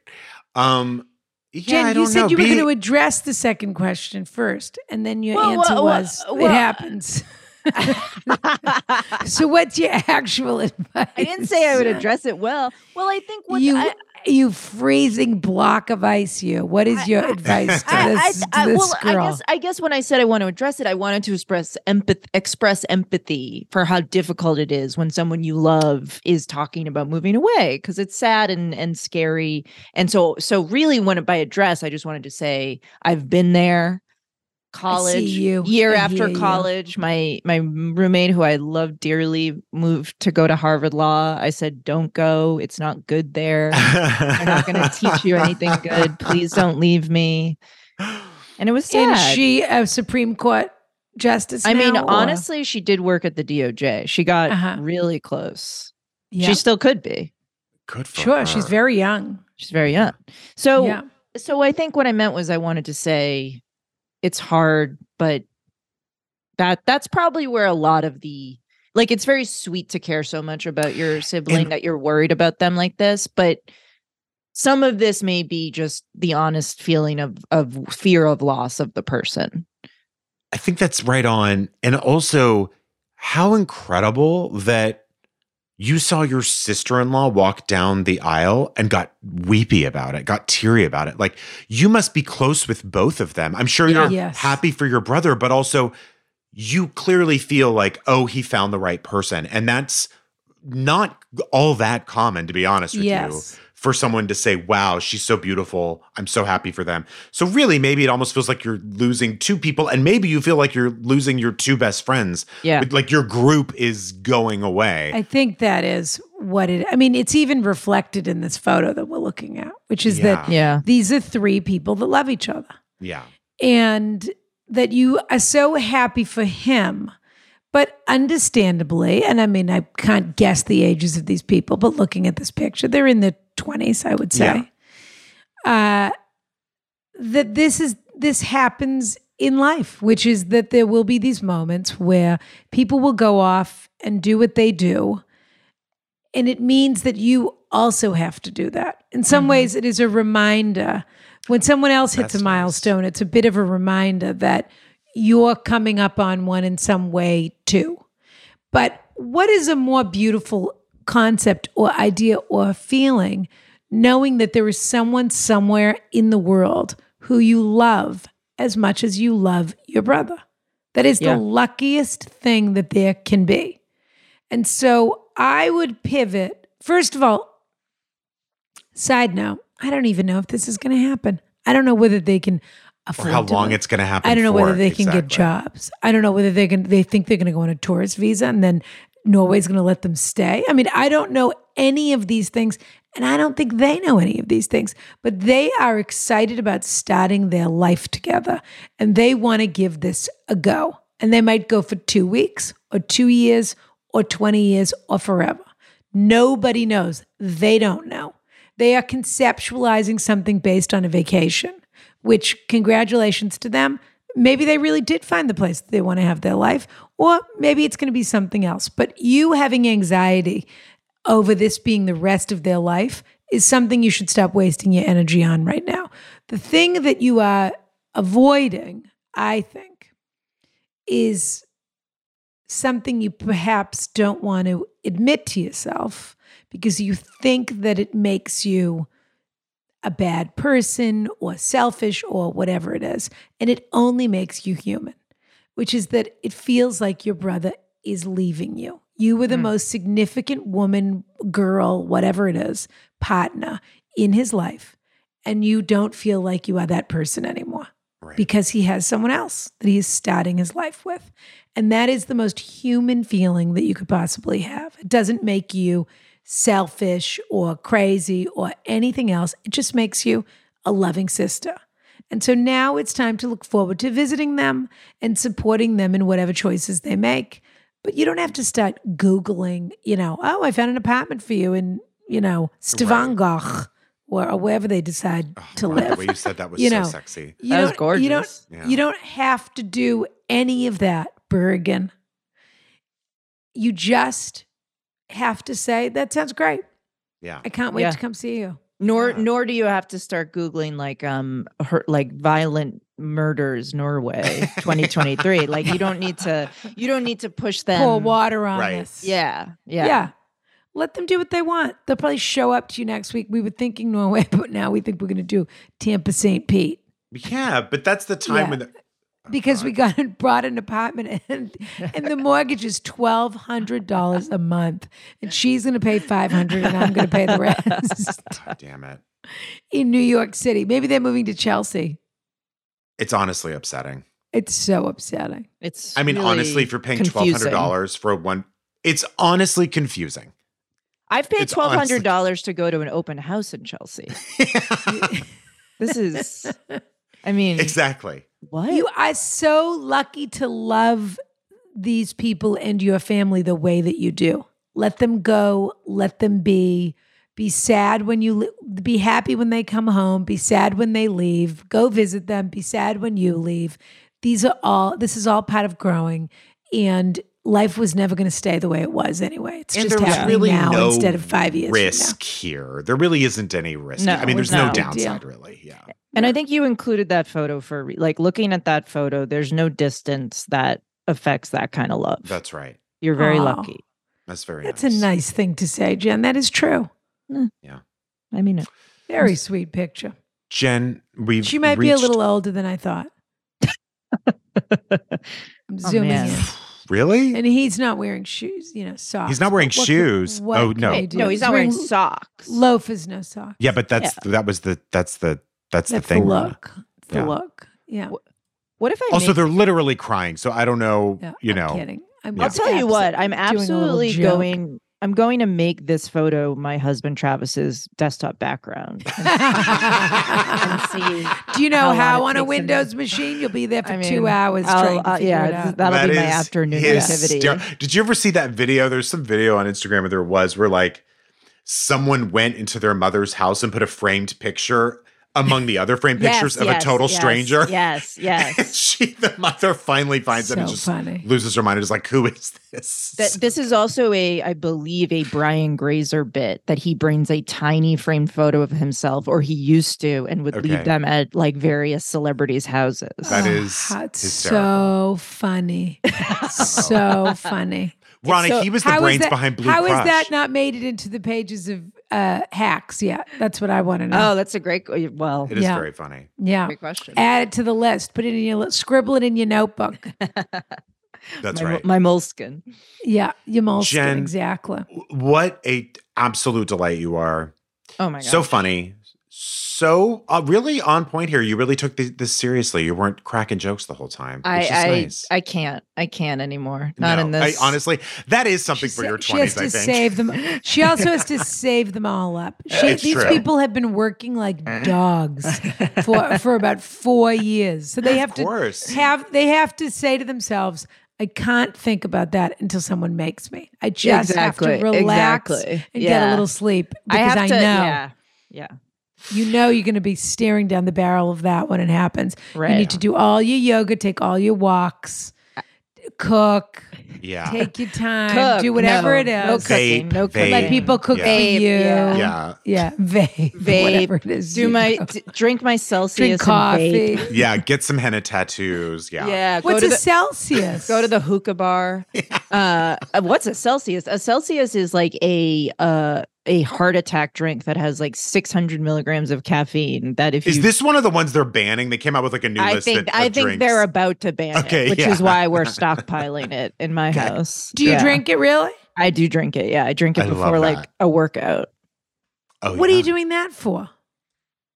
Speaker 2: Um yeah,
Speaker 1: Jen,
Speaker 2: I
Speaker 1: you
Speaker 2: don't
Speaker 1: said
Speaker 2: know.
Speaker 1: you were
Speaker 2: Be-
Speaker 1: going to address the second question first, and then your
Speaker 3: Well,
Speaker 1: answer
Speaker 3: well, well,
Speaker 1: was
Speaker 3: well-
Speaker 1: it happens.
Speaker 3: I
Speaker 1: so, what's your actual advice?
Speaker 3: didn't say I would address it well. Well, I think what
Speaker 1: you,
Speaker 3: I,
Speaker 1: you freezing block of ice. You. What is your advice to
Speaker 3: I, I,
Speaker 1: this,
Speaker 3: I,
Speaker 1: this
Speaker 3: well, I
Speaker 1: girl?
Speaker 3: guess I guess when I said I want to address it, I wanted to express empath- express empathy for how difficult it is when someone you love is talking about moving away because it's sad and and scary. And so so really, when it by address, I just wanted to say I've been there. college
Speaker 1: you.
Speaker 3: year
Speaker 1: I hear
Speaker 3: after
Speaker 1: you.
Speaker 3: college my my roommate who i love dearly moved to go to harvard law i said don't go it's not good there they're not going to teach you anything good please don't leave me and it was
Speaker 1: And
Speaker 3: sad
Speaker 1: she a Supreme Court justice.
Speaker 3: i mean
Speaker 1: now, or-
Speaker 3: honestly she did work at the doj she got
Speaker 1: Uh-huh.
Speaker 3: really close
Speaker 1: yeah.
Speaker 3: she still could be
Speaker 2: Good for
Speaker 1: sure. She's
Speaker 2: her.
Speaker 1: very young.
Speaker 3: she's very young so
Speaker 1: yeah.
Speaker 3: so I think what I meant was I wanted to say it's hard, but that that's probably where a lot of the like it's very sweet to care so much about your sibling
Speaker 2: And-
Speaker 3: that you're worried about them like this, but some of this may be just the honest feeling of of fear of loss of the person.
Speaker 2: I think that's right on. And also, how incredible that you saw your sister in law walk down the aisle and got weepy about it, got teary about it. Like, you must be close with both of them. I'm sure you're
Speaker 1: Yes.
Speaker 2: happy for your brother, but also you clearly feel like, oh, he found the right person. And that's not all that common, to be honest with you
Speaker 1: Yes.
Speaker 2: for someone to say, wow, she's so beautiful. I'm so happy for them. So, really, maybe it almost feels like you're losing two people, and maybe you feel like you're losing your two best friends.
Speaker 3: Yeah.
Speaker 2: But, Like your group is going away.
Speaker 1: I think that is what it. I mean, it's even reflected in this photo that we're looking at, which is
Speaker 2: Ah,
Speaker 1: that
Speaker 3: Yeah.
Speaker 1: these are three people that love each other.
Speaker 2: yeah.
Speaker 1: and that you are so happy for him. But understandably, and I mean, I can't guess the ages of these people, but looking at this picture, they're in their 20s, I would say. Uh, that this is this happens in life, which is that there will be these moments where people will go off and do what they do. And it means that you also have to do that. In some
Speaker 3: Mhm.
Speaker 1: ways, it is a reminder. When someone else hits
Speaker 2: Mm-hmm. That's
Speaker 1: a
Speaker 2: nice.
Speaker 1: milestone, it's a bit of a reminder that you're coming up on one in some way too. But what is a more beautiful concept or idea or feeling knowing that there is someone somewhere in the world who you love as much as you love your brother? That is
Speaker 3: Yeah.
Speaker 1: the luckiest thing that there can be. And so I would pivot. First of all, side note, I don't even know if this is going to happen. I don't know whether they can
Speaker 2: Or
Speaker 1: afford
Speaker 2: how
Speaker 1: to
Speaker 2: long
Speaker 1: live.
Speaker 2: it's going to happen.
Speaker 1: I don't know whether
Speaker 2: for,
Speaker 1: they can get
Speaker 2: exactly.
Speaker 1: jobs. I don't know whether they can. They think they're going to go on a tourist visa, and then Norway's going to let them stay. I mean, I don't know any of these things, and I don't think they know any of these things. But they are excited about starting their life together, and they want to give this a go. And they might go for two weeks, or two years, or twenty years, or forever. Nobody knows. They don't know. They are conceptualizing something based on a vacation, which, congratulations to them. Maybe they really did find the place they want to have their life, or maybe it's going to be something else. But you having anxiety over this being the rest of their life is something you should stop wasting your energy on right now. The thing that you are avoiding, I think, is something you perhaps don't want to admit to yourself because you think that it makes you a bad person or selfish or whatever it is. And it only makes you human, which is that it feels like your brother is leaving you. You were the
Speaker 3: Mm.
Speaker 1: most significant woman, girl, whatever it is, partner in his life. And you don't feel like you are that person anymore
Speaker 2: Right.
Speaker 1: because he has someone else that he is starting his life with. And that is the most human feeling that you could possibly have. It doesn't make you selfish or crazy or anything else, it just makes you a loving sister. And so now it's time to look forward to visiting them and supporting them in whatever choices they make. But you don't have to start Googling, you know, oh, I found an apartment for you in, you know, Stavanger or, or wherever they decide
Speaker 2: Oh,
Speaker 1: to
Speaker 2: wow,
Speaker 1: live.
Speaker 2: The way you said that was
Speaker 1: You
Speaker 2: so
Speaker 1: know.
Speaker 2: sexy.
Speaker 1: You
Speaker 3: That was
Speaker 1: don't-
Speaker 3: gorgeous.
Speaker 1: You don't
Speaker 2: Yeah.
Speaker 1: you don't have to do any of that, Bergen. You just have to say, that sounds great.
Speaker 2: yeah.
Speaker 1: I can't wait
Speaker 3: Yeah.
Speaker 1: to come see you.
Speaker 3: Nor
Speaker 2: Yeah.
Speaker 3: nor do you have to start googling like um her, like violent murders Norway 2023. like you don't need to you don't need to push them.
Speaker 1: Pour water on
Speaker 2: Right.
Speaker 1: this.
Speaker 3: Yeah. Yeah.
Speaker 1: yeah. Let them do what they want. They'll probably show up to you next week. We were thinking Norway, but now we think we're going to do Tampa St. Pete
Speaker 2: Yeah. But that's the time
Speaker 1: Yeah.
Speaker 2: when. The, Oh,
Speaker 1: because
Speaker 2: God.
Speaker 1: we got brought an apartment and and the mortgage is twelve hundred dollars a month, and she's going to pay five hundred, and I'm going to pay the rest
Speaker 2: God damn it.
Speaker 1: in New York City. Maybe they're moving to Chelsea.
Speaker 2: It's honestly upsetting.
Speaker 1: It's so upsetting.
Speaker 3: It's.
Speaker 2: I mean,
Speaker 3: really
Speaker 2: honestly, if you're paying twelve
Speaker 3: confusing.
Speaker 2: hundred dollars for one, it's honestly confusing.
Speaker 3: I've paid
Speaker 2: it's
Speaker 3: twelve
Speaker 2: honestly-
Speaker 3: hundred dollars to go to an open house in Chelsea. This is. I mean,
Speaker 2: exactly.
Speaker 3: what?
Speaker 1: You are so lucky to love these people and your family the way that you do. Let them go, let them be. Be sad when you li- be happy when they come home, be sad when they leave. Go visit them, be sad when you leave. These are all this is all part of growing and life was never going to stay the way it was anyway. It's
Speaker 2: And
Speaker 1: just
Speaker 2: there was
Speaker 1: happening
Speaker 2: really
Speaker 1: now
Speaker 2: no
Speaker 1: instead of 5 years. from now.
Speaker 2: risk here. There really isn't any risk.
Speaker 3: No,
Speaker 2: I mean, there's no,
Speaker 3: no.
Speaker 2: downside, really. Yeah.
Speaker 3: And I think you included that photo for a re- like looking at that photo. There's no distance that affects that kind of love.
Speaker 2: That's right.
Speaker 3: You're very
Speaker 1: Aw.
Speaker 3: lucky.
Speaker 2: That's very
Speaker 1: That's
Speaker 2: nice.
Speaker 1: a nice thing to say, Jen. That is true.
Speaker 3: I mean, it.
Speaker 1: Very sweet picture.
Speaker 2: Jen, we've
Speaker 1: She might be a
Speaker 2: reached-
Speaker 1: little older than I thought. I'm
Speaker 3: Oh,
Speaker 1: zooming
Speaker 3: man.
Speaker 2: Really?
Speaker 1: in. And he's not wearing shoes, you know, socks.
Speaker 2: He's not wearing
Speaker 1: What can-
Speaker 2: shoes.
Speaker 1: what
Speaker 2: oh
Speaker 1: can
Speaker 2: no.
Speaker 1: we
Speaker 3: Wait,
Speaker 1: do?
Speaker 3: no, he's not wearing
Speaker 1: wearing
Speaker 3: socks.
Speaker 1: Loafers, no socks.
Speaker 2: Yeah, but that's that was the that's the that's,
Speaker 1: That's
Speaker 2: the thing. Rana.
Speaker 1: look. It's The
Speaker 2: Yeah.
Speaker 1: look. Yeah.
Speaker 3: What if I
Speaker 2: Also,
Speaker 3: make-
Speaker 2: they're literally crying, so I don't know.
Speaker 1: yeah.
Speaker 2: you
Speaker 1: I'm
Speaker 2: know,
Speaker 1: kidding. I'm
Speaker 3: I'll
Speaker 1: just
Speaker 3: tell you
Speaker 1: abs-
Speaker 3: what, I'm
Speaker 1: a little
Speaker 3: absolutely
Speaker 1: joke.
Speaker 3: going. I'm going to make this photo my husband Travis's desktop background. and see
Speaker 1: Do you know
Speaker 3: how
Speaker 1: how, on a
Speaker 3: long it takes him to-
Speaker 1: Windows machine you'll be there for
Speaker 3: I
Speaker 1: two
Speaker 3: mean,
Speaker 1: hours
Speaker 3: I'll-
Speaker 1: trying to
Speaker 3: uh,
Speaker 1: figure
Speaker 3: yeah,
Speaker 1: it out?
Speaker 3: that- That'll be
Speaker 2: That
Speaker 3: my
Speaker 2: is
Speaker 3: afternoon
Speaker 2: his
Speaker 3: activity.
Speaker 2: star- Did you ever see that video? There's some video on Instagram where there was where like someone went into their mother's house and put a framed picture among the other framed pictures
Speaker 3: Yes,
Speaker 2: of
Speaker 3: yes,
Speaker 2: a total
Speaker 3: yes,
Speaker 2: stranger.
Speaker 3: Yes,
Speaker 2: And
Speaker 3: yes.
Speaker 2: she, the mother, finally finds
Speaker 1: so
Speaker 2: him and just
Speaker 1: funny.
Speaker 2: loses her mind. Is like, who is this?
Speaker 3: That this is also a, I believe, a Brian Grazer bit that he brings a tiny framed photo of himself, or he used to, and would
Speaker 2: Okay.
Speaker 3: leave them at like various celebrities' houses.
Speaker 2: That
Speaker 1: Oh,
Speaker 2: is
Speaker 1: that's
Speaker 2: hysterical.
Speaker 1: so funny. so funny.
Speaker 2: Ronnie,
Speaker 3: so-
Speaker 2: he was the
Speaker 1: How is
Speaker 2: brains
Speaker 1: that-
Speaker 2: behind Blue
Speaker 1: How is
Speaker 2: Crush.
Speaker 1: that not made it into the pages of uh, hacks? Yeah, that's what I want to know.
Speaker 3: Oh, that's a great. Well,
Speaker 2: it is
Speaker 1: Yeah.
Speaker 2: very funny.
Speaker 1: yeah.
Speaker 3: great question.
Speaker 1: Add it to the list. Put it in your li- scribble it in your notebook.
Speaker 2: That's
Speaker 3: my, mo-
Speaker 2: right.
Speaker 3: My moleskin.
Speaker 1: Yeah, your moleskin
Speaker 2: Jen-
Speaker 1: exactly.
Speaker 2: what a absolute delight you are.
Speaker 3: Oh my god.
Speaker 2: so funny so uh, really on point here you really took thi- this seriously you weren't cracking jokes the whole time
Speaker 3: I
Speaker 2: which is
Speaker 3: I,
Speaker 2: nice.
Speaker 3: I can't. I can't anymore. Not
Speaker 2: No,
Speaker 3: in this.
Speaker 2: I, honestly that is something
Speaker 1: She
Speaker 2: for
Speaker 1: sa-
Speaker 2: your
Speaker 1: She has
Speaker 2: 20s
Speaker 1: to
Speaker 2: i think Uh,
Speaker 1: save them. She also has to save them all up. She,
Speaker 2: It's
Speaker 1: these
Speaker 2: true. Uh-huh.
Speaker 1: people have been working like dogs for for about four years, so they have
Speaker 2: of
Speaker 1: to
Speaker 2: course
Speaker 1: have they have to say to themselves, "I can't think about that until someone makes me. I just have to relax
Speaker 3: Exactly.
Speaker 1: and get a little sleep
Speaker 3: I
Speaker 1: because
Speaker 3: have
Speaker 1: I,
Speaker 3: to.
Speaker 1: know
Speaker 3: Yeah. Yeah.
Speaker 1: you know you're going to be staring down the barrel of that when it happens.
Speaker 3: Right.
Speaker 1: You need to do all your yoga, take all your walks, cook,
Speaker 2: yeah
Speaker 1: take your time,
Speaker 3: Cook,
Speaker 1: do whatever
Speaker 3: no,
Speaker 1: it is."
Speaker 3: No cooking.
Speaker 2: Vape,
Speaker 3: no
Speaker 2: vape.
Speaker 3: cooking.
Speaker 1: Let people cook
Speaker 2: Yeah.
Speaker 1: for
Speaker 3: Vape,
Speaker 1: you.
Speaker 3: yeah.
Speaker 2: yeah
Speaker 1: Yeah, vape,
Speaker 3: Vape.
Speaker 1: whatever it is.
Speaker 3: Do
Speaker 1: you
Speaker 3: my
Speaker 1: know.
Speaker 3: d- drink my Celsius
Speaker 1: drink
Speaker 3: and vape.
Speaker 1: coffee.
Speaker 2: yeah get some henna tattoos yeah,
Speaker 3: Yeah. go
Speaker 1: What's
Speaker 3: to
Speaker 1: a
Speaker 3: the
Speaker 1: Celsius?
Speaker 3: go to the hookah bar. Uh, what's a Celsius? A Celsius is like a uh a heart attack drink that has like 600 milligrams of caffeine. That if
Speaker 2: is
Speaker 3: you
Speaker 2: this one of the ones they're banning they came out with like a new
Speaker 3: I
Speaker 2: list
Speaker 3: think
Speaker 2: that,
Speaker 3: I
Speaker 2: of
Speaker 3: think
Speaker 2: drinks.
Speaker 3: they're about to ban
Speaker 2: Okay,
Speaker 3: it, which
Speaker 2: yeah.
Speaker 3: is why we're stockpiling it in my
Speaker 2: Okay.
Speaker 3: house.
Speaker 1: Do you
Speaker 3: Yeah.
Speaker 1: drink it really?
Speaker 3: I do drink it. Yeah, I drink it
Speaker 2: I love
Speaker 3: before like
Speaker 2: that.
Speaker 3: a workout.
Speaker 2: oh,
Speaker 1: what are
Speaker 2: yeah.
Speaker 1: you doing that for?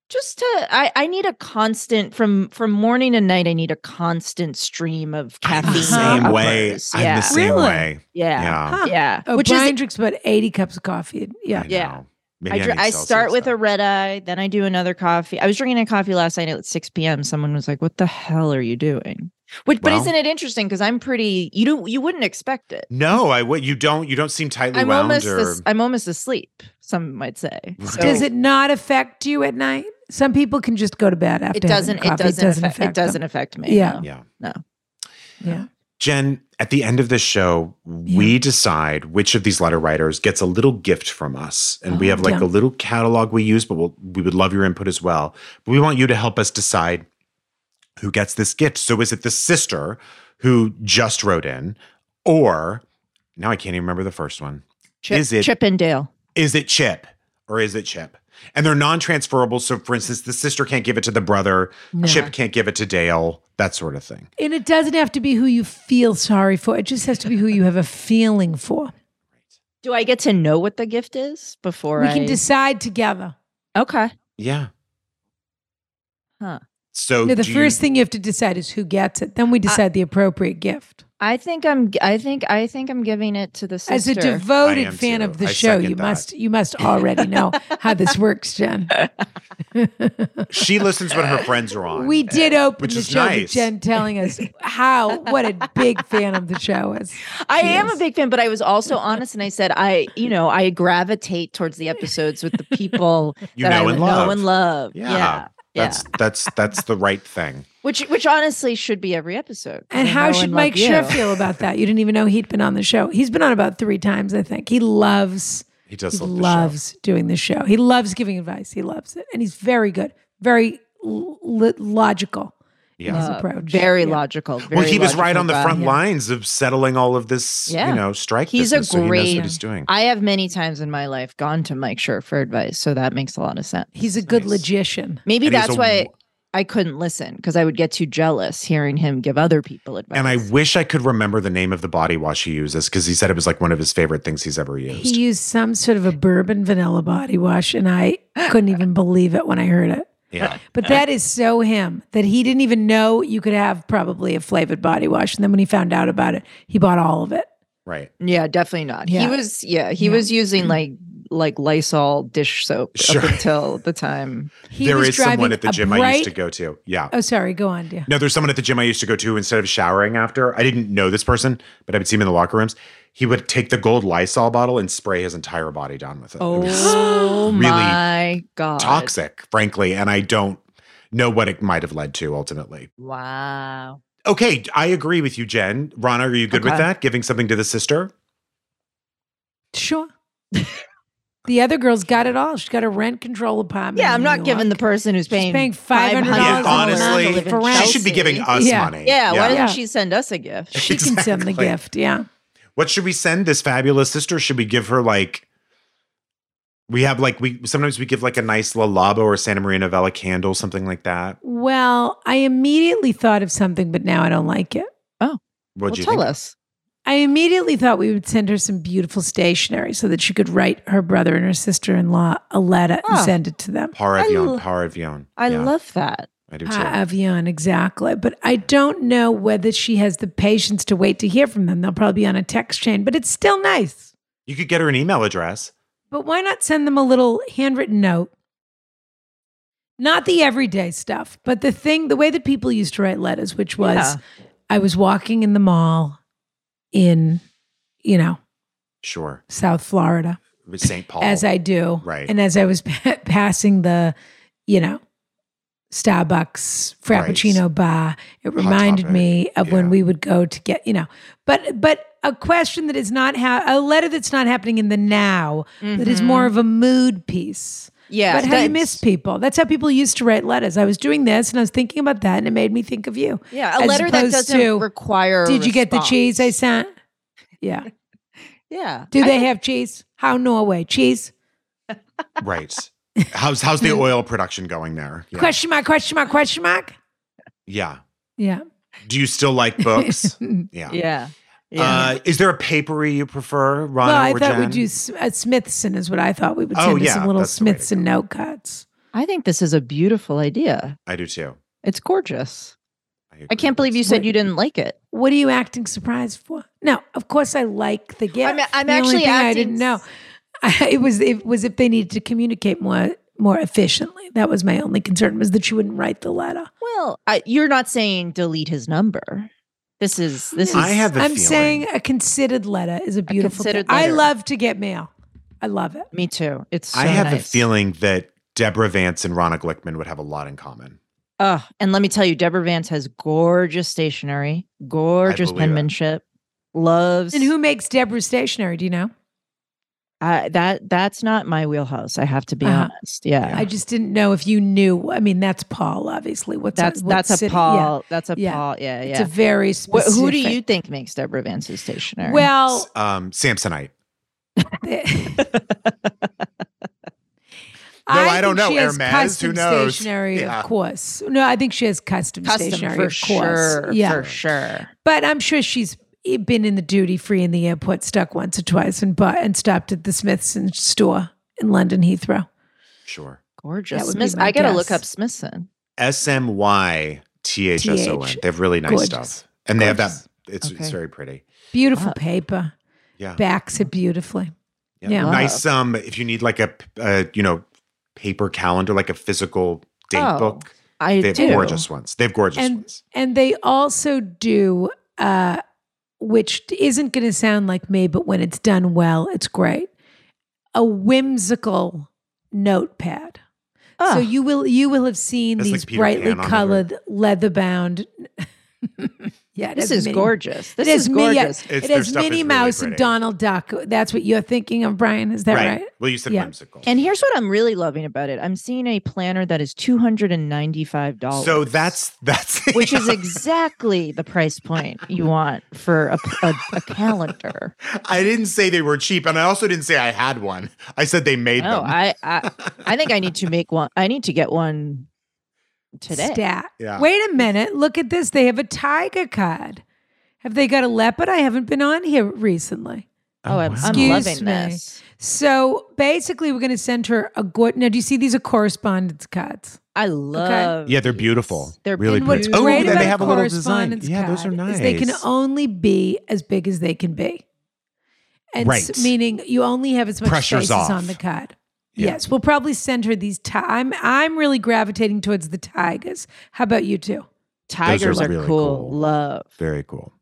Speaker 3: Just to I I need a constant from from morning to night. I need a constant stream of
Speaker 2: I'm
Speaker 3: caffeine.
Speaker 2: the same way
Speaker 3: uppers.
Speaker 2: i'm
Speaker 3: Yeah.
Speaker 2: the same
Speaker 1: Really?
Speaker 2: way
Speaker 3: yeah. Yeah.
Speaker 2: yeah,
Speaker 1: Huh. Oh,
Speaker 3: Which
Speaker 1: Brian
Speaker 3: is
Speaker 1: drinks about eighty cups of coffee. Yeah,
Speaker 2: I
Speaker 3: Yeah.
Speaker 2: know.
Speaker 3: I,
Speaker 2: Maybe
Speaker 3: dr-
Speaker 2: need
Speaker 3: I start
Speaker 2: Celsius,
Speaker 3: with
Speaker 2: though.
Speaker 3: a red eye, then I do another coffee. I was drinking a coffee last night at 6 p.m. Someone was like, "What the hell are you doing?" Which, but
Speaker 2: Well-
Speaker 3: isn't it interesting? Because I'm pretty. You don't. You wouldn't expect it.
Speaker 2: no i would you don't you don't seem tightly
Speaker 3: I'm
Speaker 2: wound
Speaker 3: almost.
Speaker 2: or
Speaker 3: as- I'm almost asleep. Some might say. So
Speaker 1: Does it not affect you at night? Some people can just go to bed after.
Speaker 3: It doesn't.
Speaker 1: having
Speaker 3: It
Speaker 1: coffee.
Speaker 3: doesn't. affect, it
Speaker 1: them.
Speaker 3: doesn't affect me.
Speaker 1: Yeah.
Speaker 3: no.
Speaker 2: yeah
Speaker 1: Yeah.
Speaker 2: Jen, at the end of this show, we decide which of these letter writers gets a little gift from us. And we have like
Speaker 1: yeah.
Speaker 2: a little catalog we use, but we'll, we would love your input as well. But we want you to help us decide who gets this gift. So is it the sister who just wrote in, or now I can't even remember the first one.
Speaker 3: Chip,
Speaker 2: Is it-
Speaker 3: Chippendale?
Speaker 2: Is it Chip or is it Chip? And they're non transferable. So, for instance, the sister can't give it to the brother, Chip can't give it to Dale, that sort of thing.
Speaker 1: And it doesn't have to be who you feel sorry for. It just has to be who you have a feeling for.
Speaker 3: Do I get to know what the gift is before
Speaker 1: We
Speaker 3: I?
Speaker 1: can decide together.
Speaker 3: okay.
Speaker 2: Yeah.
Speaker 3: Huh.
Speaker 2: So
Speaker 1: No, the
Speaker 2: Oh, do you-
Speaker 1: first thing you have to decide is who gets it. Then we decide the appropriate gift.
Speaker 3: I think I'm. g- I think. I think I'm giving it to the sister.
Speaker 1: As a
Speaker 2: I am
Speaker 1: devoted fan
Speaker 2: too.
Speaker 1: of the
Speaker 2: I
Speaker 1: show,
Speaker 2: second
Speaker 1: you
Speaker 2: that.
Speaker 1: must you must already know how this works, Jen.
Speaker 2: she listens when her friends are on.
Speaker 1: We did open
Speaker 2: Which
Speaker 1: the
Speaker 2: is
Speaker 1: show
Speaker 2: nice.
Speaker 1: with Jen telling us how what a big fan of the show is.
Speaker 3: I am a
Speaker 1: Yes.
Speaker 3: big fan, but I was also honest, and I said I, you know, I gravitate towards the episodes with the people
Speaker 2: You
Speaker 3: that I
Speaker 2: know
Speaker 3: would
Speaker 2: and love.
Speaker 3: know and love.
Speaker 2: Yeah.
Speaker 3: Yeah, yeah.
Speaker 2: That's that's that's the right thing.
Speaker 3: Which, which honestly should be every episode. 'cause
Speaker 1: And
Speaker 3: I
Speaker 1: how
Speaker 3: know
Speaker 1: should
Speaker 3: love
Speaker 1: Mike
Speaker 3: you.
Speaker 1: Schiff feel about that? You didn't even know he'd been on the show. He's been on about three times, I think. He loves
Speaker 2: He
Speaker 1: he
Speaker 2: does love the show.
Speaker 1: loves doing the show. He loves giving advice. He loves it, and he's very good, very l- li- logical.
Speaker 2: Yeah.
Speaker 1: his
Speaker 3: Uh,
Speaker 1: approach.
Speaker 3: Very
Speaker 1: Yeah.
Speaker 3: logical. Very
Speaker 2: Well, he was right
Speaker 3: logical
Speaker 2: on the
Speaker 3: guy.
Speaker 2: front
Speaker 1: Yeah.
Speaker 2: lines of settling all of this,
Speaker 3: Yeah.
Speaker 2: you know, strike.
Speaker 3: He's a
Speaker 2: business, so he knows
Speaker 3: great-
Speaker 2: what he's doing.
Speaker 3: I have many times in my life gone to Mike Schiff for advice, so that makes a lot of sense.
Speaker 1: He's a good
Speaker 2: Nice.
Speaker 1: logician.
Speaker 3: Maybe
Speaker 2: And he's
Speaker 3: that's
Speaker 2: a-
Speaker 3: why I couldn't listen because I would get too jealous hearing him give other people advice.
Speaker 2: And I wish I could remember the name of the body wash he uses because he said it was like one of his favorite things he's ever used.
Speaker 1: He used some sort of a bourbon vanilla body wash, and I couldn't even believe it when I heard it.
Speaker 2: yeah.
Speaker 1: But that is so him that he didn't even know you could have probably a flavored body wash. And then when he found out about it, he bought all of it.
Speaker 2: Right.
Speaker 3: Yeah, definitely not.
Speaker 1: Yeah.
Speaker 3: He was yeah, he
Speaker 1: Yeah.
Speaker 3: was using like like Lysol dish soap
Speaker 2: Mm. Sure.
Speaker 3: up until the time.
Speaker 1: He
Speaker 2: there
Speaker 1: was
Speaker 2: is someone
Speaker 1: driving
Speaker 2: at the
Speaker 1: a
Speaker 2: gym I
Speaker 1: bright-
Speaker 2: used to go to. Yeah.
Speaker 1: Oh, sorry. Go on, dear.
Speaker 2: No, there's someone at the gym I used to go to instead of showering after. I didn't know this person, but I would see him in the locker rooms. He would take the gold Lysol bottle and spray his entire body down with it. it was
Speaker 3: Oh
Speaker 2: really
Speaker 3: my god.
Speaker 2: toxic, frankly. And I don't know what it might have led to ultimately.
Speaker 3: Wow.
Speaker 2: Okay. I agree with you, Jen. Rana, are you good with
Speaker 3: Okay.
Speaker 2: that? Giving something to the sister?
Speaker 1: Sure. the other girl's got it all. She's got a rent control apartment.
Speaker 3: Yeah, I'm
Speaker 1: in
Speaker 3: not
Speaker 1: New
Speaker 3: giving the
Speaker 1: York.
Speaker 3: person who's
Speaker 1: She's
Speaker 3: paying,
Speaker 1: paying $500
Speaker 2: Yeah,
Speaker 3: a month to
Speaker 2: honestly,
Speaker 3: live in
Speaker 1: for rent.
Speaker 2: She should be
Speaker 3: Chelsea.
Speaker 2: giving us
Speaker 1: Yeah.
Speaker 2: money.
Speaker 3: Yeah, why
Speaker 1: Yeah.
Speaker 3: doesn't she send us a gift?
Speaker 1: She can send the
Speaker 2: Exactly.
Speaker 1: gift. Yeah.
Speaker 2: What should we send this fabulous sister? Should we give her like we have like we sometimes we give like a nice Lalabo or Santa Maria Novella candle, something like that.
Speaker 1: Well, I immediately thought of something, but now I don't like it.
Speaker 2: What
Speaker 3: well,
Speaker 2: do you
Speaker 3: tell
Speaker 2: think?
Speaker 3: us.
Speaker 1: I immediately thought we would send her some beautiful stationery so that she could write her brother and her sister in law a letter
Speaker 3: Ah.
Speaker 1: and send it to them.
Speaker 2: Par avion,
Speaker 3: lo-
Speaker 2: par avion.
Speaker 3: I
Speaker 2: Yeah,
Speaker 3: love that.
Speaker 2: I do too.
Speaker 1: Pa Avion, exactly. But I don't know whether she has the patience to wait to hear from them. They'll probably be on a text chain, but it's still nice.
Speaker 2: you could get her an email address.
Speaker 1: But why not send them a little handwritten note? Not the everyday stuff, but the thing, the way that people used to write letters, which was
Speaker 3: Yeah.
Speaker 1: I was walking in the mall in, you know,
Speaker 2: Sure.
Speaker 1: South Florida,
Speaker 2: With St. Paul.
Speaker 1: as I do.
Speaker 2: Right.
Speaker 1: And as I was pa- passing the, you know, Starbucks Frappuccino bar, it reminded
Speaker 2: Topic.
Speaker 1: me of
Speaker 2: Yeah.
Speaker 1: when we would go to get, you know, but, but, a question that is not ha- a letter that's not happening in the now that is
Speaker 3: Mhm.
Speaker 1: more of a mood piece.
Speaker 3: yeah.
Speaker 1: But how you
Speaker 3: that's-
Speaker 1: miss people. That's how people used to write letters. I was doing this and I was thinking about that and it made me think of you.
Speaker 3: Yeah, a
Speaker 1: as
Speaker 3: letter that
Speaker 1: opposed
Speaker 3: doesn't
Speaker 1: to,
Speaker 3: require. a
Speaker 1: Did you get the
Speaker 3: response.
Speaker 1: cheese I sent? Yeah.
Speaker 3: Yeah.
Speaker 1: Do
Speaker 3: I
Speaker 1: they have cheese? How Norway? Cheese?
Speaker 2: right. How's how's the oil production going there? Yeah.
Speaker 1: Question mark, question mark, question mark?
Speaker 2: Yeah.
Speaker 1: Yeah.
Speaker 2: Do you still like books?
Speaker 1: well,
Speaker 2: Yeah.
Speaker 3: Yeah. Yeah.
Speaker 2: Uh, is there a papery you prefer, Rana
Speaker 1: I
Speaker 2: or
Speaker 1: thought
Speaker 2: Jen?
Speaker 1: we'd do S- uh, Smithson, is what I thought we would
Speaker 2: Oh,
Speaker 1: send us
Speaker 2: yeah,
Speaker 1: some little
Speaker 2: that's the way to
Speaker 1: Smithson
Speaker 2: go.
Speaker 1: note cuts.
Speaker 3: I think this is a beautiful idea.
Speaker 2: I do too.
Speaker 3: It's gorgeous. I
Speaker 2: agree.
Speaker 3: can't believe you said you didn't like it.
Speaker 1: What are you acting surprised for? No, of course I like the gift.
Speaker 3: I'm- I'm
Speaker 1: The only
Speaker 3: actually
Speaker 1: thing I
Speaker 3: acting
Speaker 1: didn't know.
Speaker 3: s-
Speaker 1: I, it was it was if they needed to communicate more more efficiently. That was my only concern was that she wouldn't write the letter.
Speaker 3: Well, I, you're not saying delete his number. This is this is.
Speaker 2: I have a
Speaker 1: I'm
Speaker 2: feeling.
Speaker 1: saying a considered letter is a beautiful thing.
Speaker 3: considered
Speaker 1: I
Speaker 3: letter.
Speaker 1: love to get mail. I love it.
Speaker 3: me too. It's. So
Speaker 2: I have a
Speaker 3: nice.
Speaker 2: feeling that Deborah Vance and Ronna Glickman would have a lot in common.
Speaker 3: Ugh, and let me tell you, Deborah Vance has gorgeous stationery, gorgeous
Speaker 2: believe it.
Speaker 3: penmanship. Loves
Speaker 1: And who makes Deborah stationery? Do you know?
Speaker 3: I- that that's not my wheelhouse. I have to be
Speaker 1: Uh-huh.
Speaker 3: honest. Yeah,
Speaker 1: I just didn't know if you knew. I mean, that's Paul, obviously. What's
Speaker 3: that's
Speaker 1: what
Speaker 3: that's a
Speaker 1: city-
Speaker 3: Paul.
Speaker 1: Yeah,
Speaker 3: That's a
Speaker 1: Yeah.
Speaker 3: Paul. Yeah,
Speaker 1: It's a
Speaker 3: yeah.
Speaker 1: very
Speaker 3: Wh-
Speaker 1: specific.
Speaker 3: who do you think makes Deborah Vance's stationery?
Speaker 1: Well,
Speaker 2: S- Um, Samsonite. I don't
Speaker 1: think
Speaker 2: know.
Speaker 1: She has
Speaker 2: Hermes, who
Speaker 1: custom
Speaker 2: knows?
Speaker 1: Stationery,
Speaker 2: Yeah.
Speaker 1: of course. No, I think she has custom,
Speaker 3: custom
Speaker 1: stationery,
Speaker 3: for
Speaker 1: of course.
Speaker 3: sure.
Speaker 1: yeah,
Speaker 3: for sure.
Speaker 1: but I'm sure she's e, been in the duty free in the airport, stuck once or twice, and bought and stopped at the Smithson store in London Heathrow.
Speaker 2: Sure.
Speaker 3: Gorgeous.
Speaker 1: would be
Speaker 3: Smith-
Speaker 1: my
Speaker 3: I gotta look
Speaker 1: guess.
Speaker 3: up Smithson.
Speaker 2: S M Y T H S O N.
Speaker 1: TH.
Speaker 2: They have really nice
Speaker 1: Gorgeous.
Speaker 2: stuff, and they have that.
Speaker 3: Gorgeous.
Speaker 2: It's, it's
Speaker 3: Okay.
Speaker 2: very pretty.
Speaker 1: Beautiful
Speaker 3: Wow.
Speaker 1: paper.
Speaker 2: Yeah.
Speaker 1: Backs it beautifully. Yeah.
Speaker 3: Wow.
Speaker 2: Nice. Um, if you need like a, uh, you know, paper calendar, like a physical date
Speaker 3: Oh,
Speaker 2: book,
Speaker 3: I
Speaker 2: they have
Speaker 3: do.
Speaker 2: gorgeous ones. They have gorgeous
Speaker 1: And-
Speaker 2: ones.
Speaker 1: And they also do, uh, which isn't going to sound like me, but when it's done well, it's great. A whimsical notepad.
Speaker 3: Oh,
Speaker 1: So you will you will have seen
Speaker 2: Ah. That's like
Speaker 1: these
Speaker 2: Peter
Speaker 1: brightly
Speaker 2: Pan on the
Speaker 1: colored leather bound. yeah, it
Speaker 3: this
Speaker 1: has
Speaker 3: is
Speaker 1: many-
Speaker 3: gorgeous. This
Speaker 1: It
Speaker 3: is
Speaker 1: is me, yeah.
Speaker 3: gorgeous.
Speaker 2: It's,
Speaker 1: It
Speaker 2: their
Speaker 1: has
Speaker 2: stuff is
Speaker 1: Minnie
Speaker 2: really
Speaker 1: Mouse and
Speaker 2: pretty.
Speaker 1: Donald Duck. That's what you're thinking of, Brian. Is that right?
Speaker 2: Well, you said
Speaker 1: Yeah.
Speaker 2: whimsical.
Speaker 3: And here's what I'm really loving about it. I'm seeing a planner that is $295.
Speaker 2: so that's that's
Speaker 3: which is exactly the price point you want for a, a, a calendar.
Speaker 2: I didn't say they were cheap, and I also didn't say I had one. I said they made them.
Speaker 3: No, Oh, I, I I think I need to make one. I need to get one today.
Speaker 1: Stat.
Speaker 2: Yeah.
Speaker 1: Wait a minute. Look at this. They have a tiger card. Have they got a leopard? I haven't been on here recently.
Speaker 3: oh, I'm, I'm
Speaker 1: Excuse
Speaker 3: loving
Speaker 1: me.
Speaker 3: this.
Speaker 1: So basically, we're going to send her a good. Now, do you see these are correspondence cards?
Speaker 3: I love.
Speaker 2: yeah, they're beautiful.
Speaker 3: They're
Speaker 2: really
Speaker 3: beautiful.
Speaker 2: pretty.
Speaker 1: What's
Speaker 2: Oh,
Speaker 1: great
Speaker 2: then
Speaker 1: about
Speaker 2: they have a little design.
Speaker 1: correspondence
Speaker 2: Yeah, those are
Speaker 1: card
Speaker 2: nice.
Speaker 1: is they can only be as big as they can be, and s-
Speaker 2: Right.
Speaker 1: meaning you only have as much
Speaker 2: Pressure's
Speaker 1: space as
Speaker 2: off.
Speaker 1: on the card.
Speaker 2: Yeah.
Speaker 1: Yes, we'll probably send her these. Ti- I'm I'm really gravitating towards the tigers. How about you two?
Speaker 3: Tigers are,
Speaker 2: really
Speaker 3: cool.
Speaker 2: cool.
Speaker 3: Love. Ah,
Speaker 2: Very cool.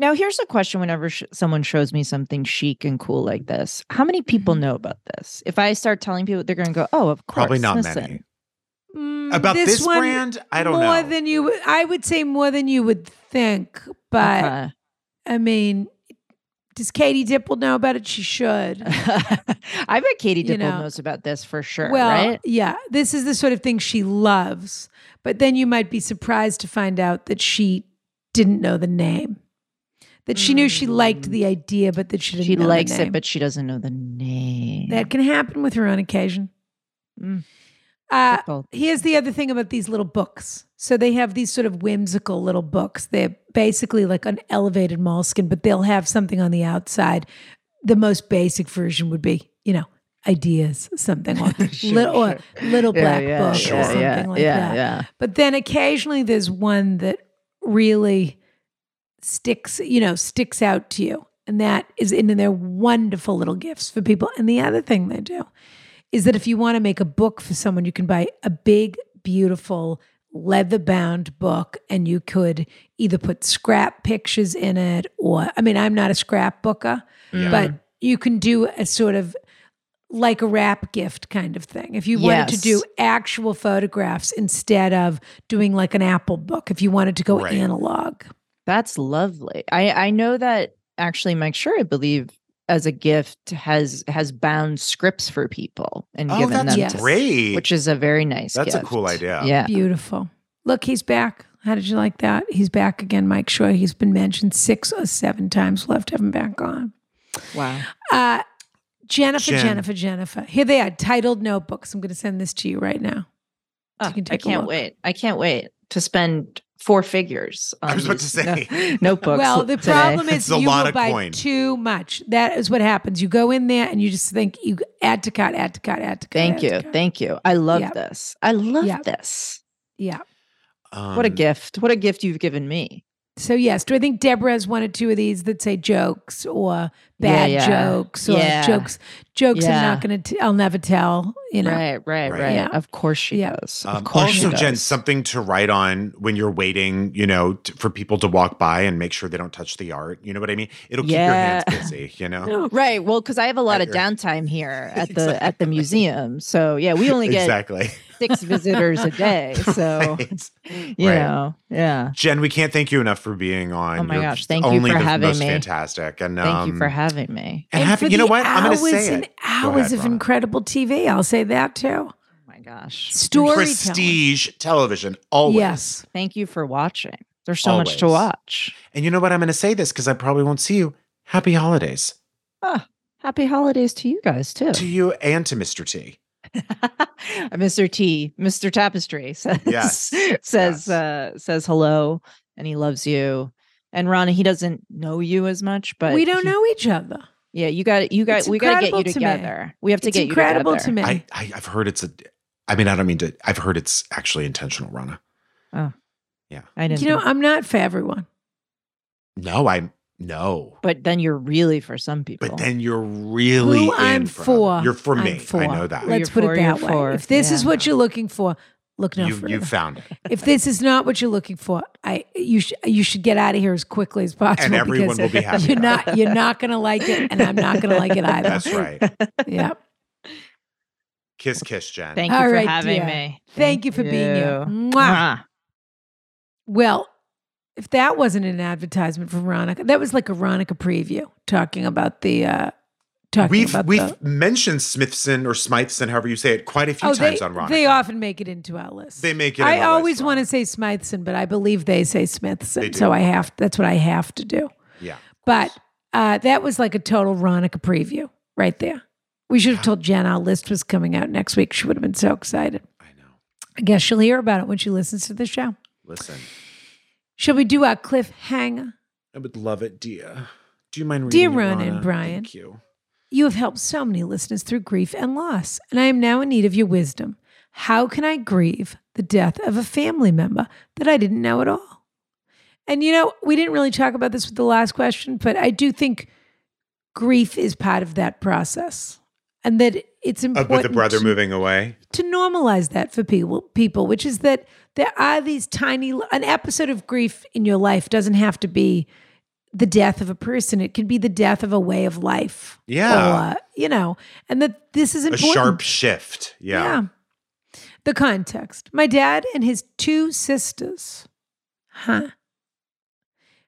Speaker 3: Now here's a question: Whenever sh- someone shows me something chic and cool like this, how many people know about this? If I start telling people, they're going to go, "Oh, of
Speaker 2: Mm-hmm.
Speaker 3: course."
Speaker 2: Probably not
Speaker 3: listen."
Speaker 2: many.
Speaker 1: Mm,
Speaker 2: About this,
Speaker 1: one,
Speaker 2: brand, I don't
Speaker 1: more
Speaker 2: know.
Speaker 1: than you. would- I would say more than you would think, but
Speaker 3: Okay.
Speaker 1: I mean, does Katie Dipple know about it? She should.
Speaker 3: I bet Katie Dipple
Speaker 1: Uh-huh. You know.
Speaker 3: knows about this for sure,
Speaker 1: Well,
Speaker 3: right?
Speaker 1: yeah, this is the sort of thing she loves. But then you might be surprised to find out that she didn't know the name. That she knew she liked
Speaker 3: Mm.
Speaker 1: the idea, but that she didn't
Speaker 3: She
Speaker 1: know the
Speaker 3: likes it,
Speaker 1: name.
Speaker 3: but she doesn't know the name.
Speaker 1: that can happen with her on occasion.
Speaker 3: Mm.
Speaker 1: Uh,
Speaker 3: Dipple.
Speaker 1: Here's the other thing about these little books. So they have these sort of whimsical little books. They're basically like an elevated moleskin, but they'll have something on the outside. The most basic version would be, you know, ideas, something like
Speaker 3: Sure,
Speaker 1: little, or
Speaker 3: sure.
Speaker 1: little black book
Speaker 2: Sure.
Speaker 1: or something
Speaker 3: yeah,
Speaker 1: like
Speaker 3: yeah,
Speaker 1: that.
Speaker 3: yeah.
Speaker 1: But then occasionally there's one that really sticks, you know, sticks out to you. And that is in their wonderful little gifts for people. And the other thing they do is that if you want to make a book for someone, you can buy a big, beautiful leather bound book and you could either put scrap pictures in it or, I mean, I'm not a scrapbooker,
Speaker 2: Yeah.
Speaker 1: but you can do a sort of like a wrap gift kind of thing. If you wanted to do
Speaker 3: Yes.
Speaker 1: actual photographs instead of doing like an Apple book, if you wanted to go
Speaker 2: Right.
Speaker 1: analog.
Speaker 3: That's lovely. I I know that actually Mike Sure I believe as a gift has has bound scripts for people and
Speaker 2: Oh,
Speaker 3: given
Speaker 2: that's
Speaker 3: them
Speaker 1: Yes.
Speaker 3: to,
Speaker 2: great.
Speaker 3: which is a very nice
Speaker 2: That's a
Speaker 3: gift.
Speaker 2: cool idea.
Speaker 3: Yeah.
Speaker 1: Beautiful. Look, he's back. How did you like that? He's back again, Mike Shaw. He's been mentioned six or seven times. We'll have to have him back on.
Speaker 3: Wow.
Speaker 1: Uh, Jennifer,
Speaker 2: Jen.
Speaker 1: Jennifer, Jennifer. Here they are, titled notebooks. I'm going to send this to you right now.
Speaker 3: Oh,
Speaker 1: can
Speaker 3: I
Speaker 1: take a
Speaker 3: can't
Speaker 1: look.
Speaker 3: wait. I can't wait to spend four figures on
Speaker 2: I was about to
Speaker 3: these
Speaker 2: say.
Speaker 3: no- notebooks.
Speaker 1: Well, the
Speaker 3: today.
Speaker 1: problem
Speaker 2: It's
Speaker 1: is
Speaker 2: a
Speaker 1: you
Speaker 2: lot
Speaker 1: will
Speaker 2: of
Speaker 1: buy
Speaker 2: coin.
Speaker 1: too much. That is what happens. You go in there and you just think you add to cart, add to cart, add to cart. add
Speaker 3: Thank
Speaker 1: to
Speaker 3: you.
Speaker 1: cart.
Speaker 3: Thank you. I love
Speaker 1: Yep.
Speaker 3: this. I love
Speaker 1: Yep.
Speaker 3: this.
Speaker 1: Yeah.
Speaker 3: What a
Speaker 2: Um,
Speaker 3: gift. What a gift you've given me.
Speaker 1: So yes, do I think Deborah has one or two of these that say jokes or bad
Speaker 3: yeah.
Speaker 1: jokes or
Speaker 3: Yeah.
Speaker 1: jokes? Jokes
Speaker 3: Yeah.
Speaker 1: I'm not going to. I'll never tell. You know.
Speaker 3: Right, right,
Speaker 2: Right.
Speaker 3: right.
Speaker 1: Yeah.
Speaker 3: Of course she
Speaker 1: Yeah.
Speaker 3: does. Of
Speaker 2: Um,
Speaker 3: course she
Speaker 2: also,
Speaker 3: does.
Speaker 2: Jen, something to write on when you're waiting, you know, t- for people to walk by and make sure they don't touch the art. You know what I mean? It'll keep your hands
Speaker 3: Yeah.
Speaker 2: busy, you know?
Speaker 3: Right. Well, because I have a lot of
Speaker 2: At your-
Speaker 3: downtime here at the at
Speaker 2: Exactly.
Speaker 3: the museum. So yeah, we only get
Speaker 2: exactly.
Speaker 3: six visitors a day. So
Speaker 2: Right.
Speaker 3: you
Speaker 2: Right.
Speaker 3: know, yeah.
Speaker 2: Jen, we can't thank you enough for being on.
Speaker 3: Oh my
Speaker 2: You're
Speaker 3: gosh, thank you
Speaker 2: only
Speaker 3: for
Speaker 2: the
Speaker 3: having
Speaker 2: most
Speaker 3: me.
Speaker 2: Fantastic, and
Speaker 3: Thank you
Speaker 2: um,
Speaker 3: for having me.
Speaker 2: and, having.
Speaker 1: for
Speaker 2: You know
Speaker 1: the
Speaker 2: what? I'm going to
Speaker 1: hours
Speaker 2: say
Speaker 1: and
Speaker 2: it. Go
Speaker 1: hours
Speaker 2: ahead,
Speaker 1: of
Speaker 2: Rana.
Speaker 1: incredible TV. I'll say that too.
Speaker 3: Oh my gosh.
Speaker 1: Storytelling.
Speaker 2: prestige television always.
Speaker 1: Yes.
Speaker 3: Thank you for watching. There's so much to
Speaker 2: Always.
Speaker 3: watch.
Speaker 2: And you know what? I'm going to say this because I probably won't see you. Happy holidays
Speaker 3: Happy holidays to you guys too.
Speaker 2: to you and to Mr. T.
Speaker 3: Mr. T, Mr. Tapestry says
Speaker 2: Yes, yes.
Speaker 3: says uh says hello and he loves you. And Rana, he doesn't know you as much, but
Speaker 1: we don't
Speaker 3: he-
Speaker 1: know each other.
Speaker 3: Yeah, you got you got
Speaker 1: It's
Speaker 3: we got to get you
Speaker 1: incredible to me.
Speaker 3: together. We have to
Speaker 1: It's
Speaker 3: get you
Speaker 1: incredible
Speaker 3: together.
Speaker 1: to me.
Speaker 2: I, I I've heard it's a. I mean, I don't mean to. I've heard it's actually intentional, Rana.
Speaker 3: I didn't.
Speaker 1: You know,
Speaker 3: think-
Speaker 1: I'm not for everyone.
Speaker 2: No, I'm no.
Speaker 3: but then you're really for some people.
Speaker 2: But then you're really
Speaker 1: Who
Speaker 2: in
Speaker 1: I'm
Speaker 2: for,
Speaker 1: for.
Speaker 2: You're for
Speaker 1: I'm
Speaker 2: me.
Speaker 1: for.
Speaker 2: I know that.
Speaker 1: Let's
Speaker 3: Like, You're
Speaker 1: put
Speaker 3: for,
Speaker 1: it
Speaker 3: you're
Speaker 1: that way.
Speaker 3: for.
Speaker 1: If this is
Speaker 3: Yeah.
Speaker 1: what you're looking for, look no
Speaker 2: you
Speaker 1: further.
Speaker 2: you found it.
Speaker 1: if this is not what you're looking for, I you should you should get out of here as quickly as possible.
Speaker 2: And everyone
Speaker 1: because
Speaker 2: will be happy
Speaker 1: You're
Speaker 2: about
Speaker 1: not you're not gonna like it, and I'm not gonna like it either.
Speaker 2: That's right.
Speaker 1: Yeah.
Speaker 2: Kiss, kiss, Jen.
Speaker 3: Thank you
Speaker 1: All
Speaker 3: for
Speaker 1: right,
Speaker 3: having
Speaker 1: dear.
Speaker 3: me.
Speaker 1: Thank you for being here. Mwah.
Speaker 3: Mwah.
Speaker 1: Well, if that wasn't an advertisement for Ronica, that was like a Ronica preview talking about the uh talking
Speaker 2: we've
Speaker 1: about
Speaker 2: we've
Speaker 1: the,
Speaker 2: mentioned Smithson or Smithson, however you say it, quite a few
Speaker 1: oh,
Speaker 2: times
Speaker 1: they,
Speaker 2: on Ron.
Speaker 1: they often make it into our list.
Speaker 2: They make it.
Speaker 1: I always want to say Smithson, but I believe they say Smithson,
Speaker 2: They do.
Speaker 1: so I have that's what I have to do.
Speaker 2: Yeah. of
Speaker 1: But
Speaker 2: course.
Speaker 1: uh, that was like a total Ronica preview right there. We should have told Jen our list was coming out next week. She would have been so excited.
Speaker 2: I know.
Speaker 1: I guess she'll hear about it when she listens to the show.
Speaker 2: Listen,
Speaker 1: Shall we do our cliffhanger?
Speaker 2: I would love it, dear. Do you mind reading?
Speaker 1: Dear
Speaker 2: it,
Speaker 1: Ron and
Speaker 2: Rana?
Speaker 1: Brian.
Speaker 2: Thank you.
Speaker 1: You have helped so many listeners through grief and loss, and I am now in need of your wisdom. How can I grieve the death of a family member that I didn't know at all? And you know, we didn't really talk about this with the last question, but I do think grief is part of that process, and that it's
Speaker 2: Uh,
Speaker 1: important
Speaker 2: with the brother
Speaker 1: to-
Speaker 2: moving away.
Speaker 1: to normalize that for people, people, which is that there are these tiny. An episode of grief in your life doesn't have to be the death of a person; it can be the death of a way of life
Speaker 2: Yeah.
Speaker 1: or, you know, and that this is
Speaker 2: a
Speaker 1: important.
Speaker 2: sharp shift. Yeah.
Speaker 1: The context. My dad and his two sisters, huh,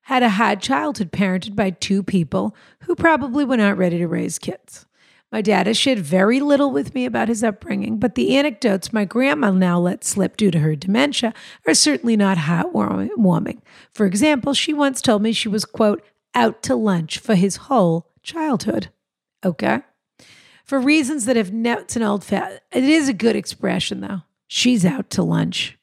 Speaker 1: had a hard childhood parented by two people who probably were not ready to raise kids. My dad has shared very little with me about his upbringing, but the anecdotes my grandma now lets slip due to her dementia are certainly not heartwarming. For example, she once told me she was, quote, out to lunch for his whole childhood. Okay for reasons that have never, it's an old, fa- it is a good expression though. She's out to lunch.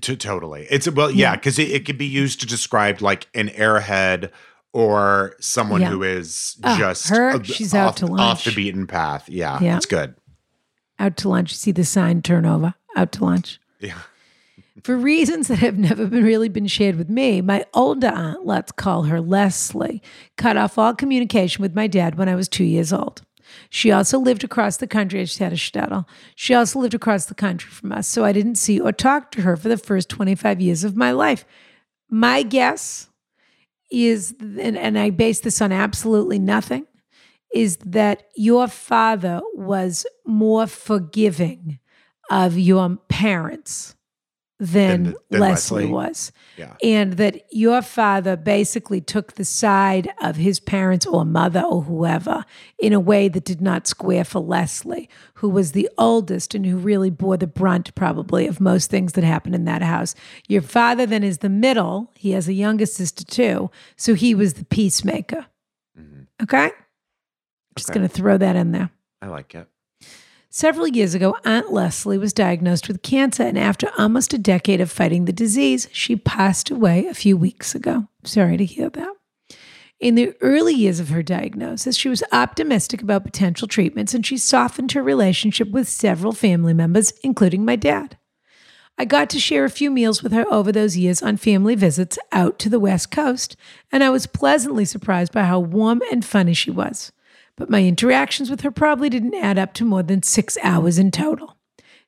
Speaker 2: To, totally. It's well, yeah, because it, it could be used to describe like an airhead or someone
Speaker 1: Yeah.
Speaker 2: who is
Speaker 1: Ah,
Speaker 2: just
Speaker 1: her,
Speaker 2: ab-
Speaker 1: she's out
Speaker 2: off,
Speaker 1: to
Speaker 2: off
Speaker 1: lunch.
Speaker 2: the beaten path. Yeah,
Speaker 1: Yeah.
Speaker 2: it's good.
Speaker 1: Out to lunch. You see the sign turn over, out to lunch.
Speaker 2: Yeah.
Speaker 1: For reasons that have never been really been shared with me, my older aunt, let's call her Leslie, cut off all communication with my dad when I was two years old. She also lived across the country. She had a shtetl. She also lived across the country from us, so I didn't see or talk to her for the first 25 years of my life. My guess is, and, and I base this on absolutely nothing, is that your father was more forgiving of your parents than,
Speaker 2: Than- than
Speaker 1: Leslie,
Speaker 2: Leslie.
Speaker 1: was.
Speaker 2: Yeah.
Speaker 1: And that your father basically took the side of his parents or mother or whoever in a way that did not square for Leslie, who was the oldest and who really bore the brunt probably of most things that happened in that house. Your father then is the middle. He has a younger sister too. So he was the peacemaker.
Speaker 2: Mhm.
Speaker 1: Okay. Just
Speaker 2: Okay.
Speaker 1: going to throw that in there.
Speaker 2: I like it.
Speaker 1: Several years ago, Aunt Leslie was diagnosed with cancer, and after almost a decade of fighting the disease, she passed away a few weeks ago. Sorry to hear that. In the early years of her diagnosis, she was optimistic about potential treatments and she softened her relationship with several family members, including my dad. I got to share a few meals with her over those years on family visits out to the West Coast, and I was pleasantly surprised by how warm and funny she was. But my interactions with her probably didn't add up to more than six hours in total.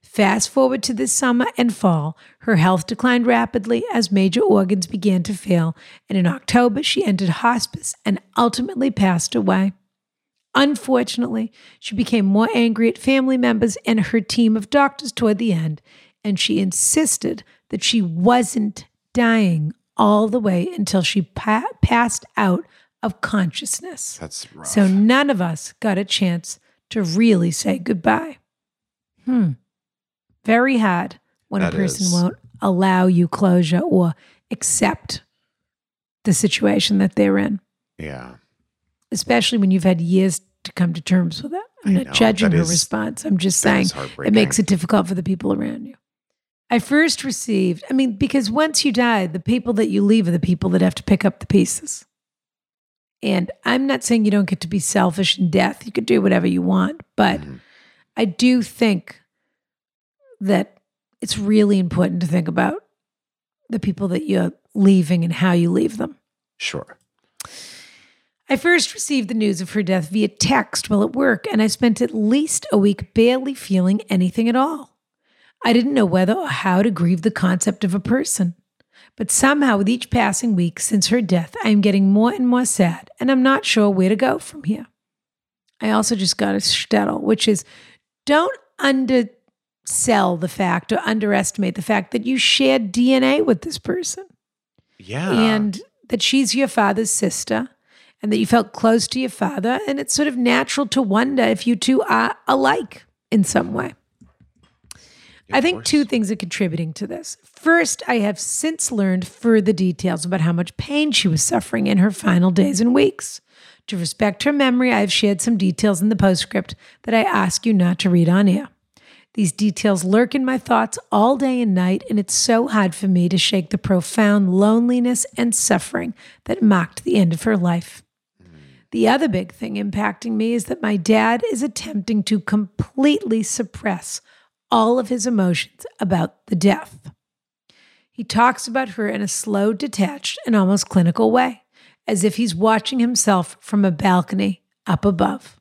Speaker 1: Fast forward to this summer and fall, her health declined rapidly as major organs began to fail, and in October she entered hospice and ultimately passed away. Unfortunately, she became more angry at family members and her team of doctors toward the end, and she insisted that she wasn't dying all the way until she pa- passed out of consciousness.
Speaker 2: That's rough.
Speaker 1: So none of us got a chance to really say goodbye. Hmm. Very hard when
Speaker 2: That
Speaker 1: a person
Speaker 2: is.
Speaker 1: won't allow you closure or accept the situation that they're in,
Speaker 2: yeah.
Speaker 1: especially when you've had years to come to terms with it. I'm
Speaker 2: I
Speaker 1: not
Speaker 2: know.
Speaker 1: judging
Speaker 2: That
Speaker 1: her
Speaker 2: is-
Speaker 1: response. I'm just
Speaker 2: That
Speaker 1: saying
Speaker 2: is
Speaker 1: it
Speaker 2: heartbreaking.
Speaker 1: makes it difficult for the people around you. I first received, I mean, because once you die, the people that you leave are the people that have to pick up the pieces. And I'm not saying you don't get to be selfish in death. You could do whatever you want. But
Speaker 2: Mhm.
Speaker 1: I do think that it's really important to think about the people that you're leaving and how you leave them.
Speaker 2: Sure.
Speaker 1: I first received the news of her death via text while at work, and I spent at least a week barely feeling anything at all. I didn't know whether or how to grieve the concept of a person. But somehow, with each passing week since her death, I am getting more and more sad, and I'm not sure where to go from here. I also just got a shtetl, which is don't undersell the fact or underestimate the fact that you shared DNA with this person
Speaker 2: Yeah.
Speaker 1: and that she's your father's sister and that you felt close to your father. And it's sort of natural to wonder if you two are alike in some way. I think two things are contributing to this. First, I have since learned further details about how much pain she was suffering in her final days and weeks. To respect her memory, I have shared some details in the postscript that I ask you not to read on air. These details lurk in my thoughts all day and night, and it's so hard for me to shake the profound loneliness and suffering that marked the end of her life. The other big thing impacting me is that my dad is attempting to completely suppress all of his emotions about the death. He talks about her in a slow, detached, and almost clinical way, as if he's watching himself from a balcony up above.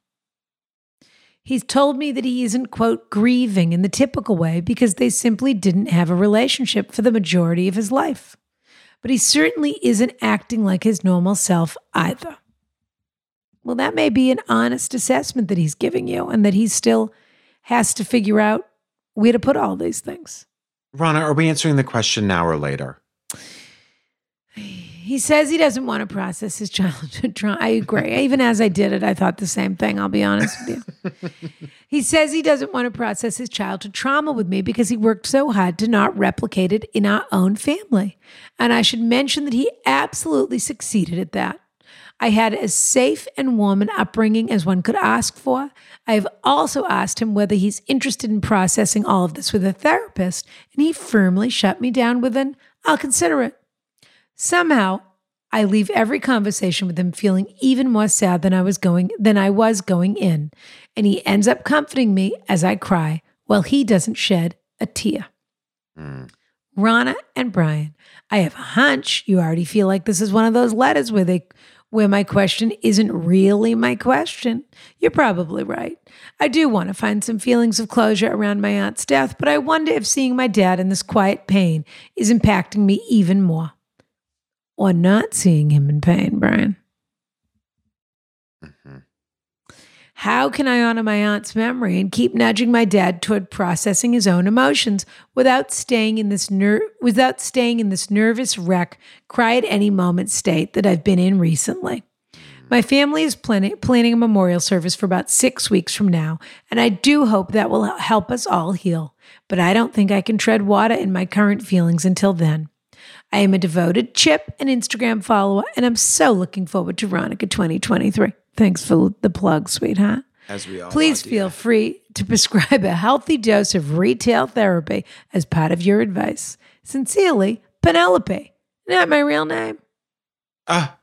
Speaker 1: He's told me that he isn't, quote, grieving in the typical way because they simply didn't have a relationship for the majority of his life. But he certainly isn't acting like his normal self either. Well, that may be an honest assessment that he's giving you and that he still has to figure out where to put all these things.
Speaker 2: Rana, are we answering the question now or later?
Speaker 1: He says he doesn't want to process his childhood trauma. I agree. Even as I did it, I thought the same thing. I'll be honest with you. he says he doesn't want to process his childhood trauma with me because he worked so hard to not replicate it in our own family. And I should mention that he absolutely succeeded at that. I had as safe and warm an upbringing as one could ask for. I have also asked him whether he's interested in processing all of this with a therapist, and he firmly shut me down with an I'll consider it. Somehow, I leave every conversation with him feeling even more sad than I was going than I was going in, and he ends up comforting me as I cry while he doesn't shed a tear. Rana and Brian, I have a hunch you already feel like this is one of those letters where they where my question isn't really my question. You're probably right. I do want to find some feelings of closure around my aunt's death, but I wonder if seeing my dad in this quiet pain is impacting me even more or not seeing him in pain, Brian? How can I honor my aunt's memory and keep nudging my dad toward processing his own emotions without staying in this ner- without staying in this nervous wreck, cry at any moment state that I've been in recently? My family is planning, planning a memorial service for about six weeks from now, and I do hope that will help us all heal. But I don't think I can tread water in my current feelings until then. I am a devoted Chip and Instagram follower, and I'm so looking forward to Ronica 2023. Thanks for the plug, sweetheart.
Speaker 2: As we all
Speaker 1: Please feel free to prescribe a healthy dose of retail therapy as part of your advice. Sincerely, Penelope. Not my real name.
Speaker 2: Ah,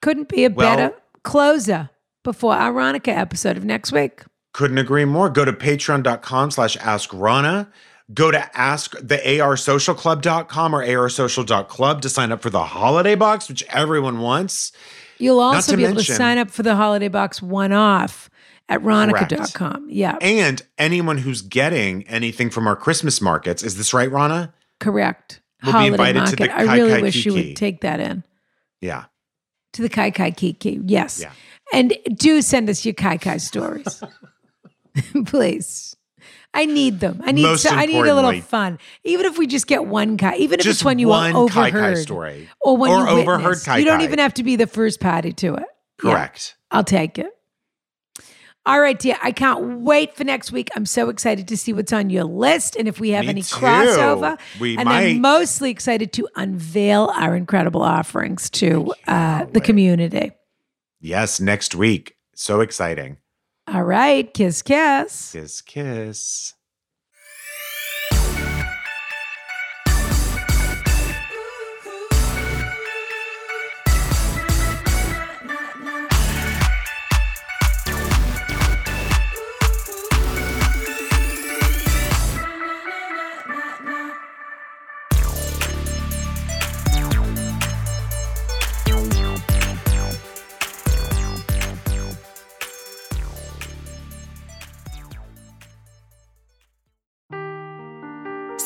Speaker 1: Couldn't be a
Speaker 2: Well-
Speaker 1: better closer before our Ronica episode of next week.
Speaker 2: Couldn't agree more. Go to patreon.com slash ask Rana. Go to ask the arsocialclub.com or arsocial.club to sign up for the holiday box, which everyone wants.
Speaker 1: You'll also
Speaker 2: to
Speaker 1: be able to
Speaker 2: mention-
Speaker 1: sign up for the holiday box one off at Ronica.com. Yeah,
Speaker 2: And anyone who's getting anything from our Christmas markets, is this right, Rana?
Speaker 1: correct.
Speaker 2: We'll be
Speaker 1: holiday
Speaker 2: invited to
Speaker 1: market.
Speaker 2: the
Speaker 1: I
Speaker 2: Kai
Speaker 1: really
Speaker 2: Kai
Speaker 1: wish you
Speaker 2: Kiki.
Speaker 1: would take that in.
Speaker 2: Yeah.
Speaker 1: To the Kai Kai Kiki. Yes.
Speaker 2: Yeah.
Speaker 1: And do send us your Kai Kai stories. Please. I need them. I need
Speaker 2: Most
Speaker 1: so, I need a little
Speaker 2: importantly-
Speaker 1: fun. Even if we just get one Kai, even if
Speaker 2: Just
Speaker 1: it's one you
Speaker 2: one
Speaker 1: all
Speaker 2: Kai
Speaker 1: overheard
Speaker 2: Kai story.
Speaker 1: or one
Speaker 2: Or
Speaker 1: you
Speaker 2: overheard
Speaker 1: witnessed.
Speaker 2: Kai
Speaker 1: You don't
Speaker 2: Kai.
Speaker 1: even have to be the first party to it. Yeah.
Speaker 2: Correct.
Speaker 1: I'll take it. All right, dear. I can't wait for next week. I'm so excited to see what's on your list and if we have
Speaker 2: Me
Speaker 1: any
Speaker 2: too.
Speaker 1: crossover.
Speaker 2: We
Speaker 1: and
Speaker 2: might.
Speaker 1: I'm mostly excited to unveil our incredible offerings to uh, the
Speaker 2: wait.
Speaker 1: community.
Speaker 2: Yes, next week. So exciting.
Speaker 1: All right. Kiss, kiss.
Speaker 2: Kiss, kiss.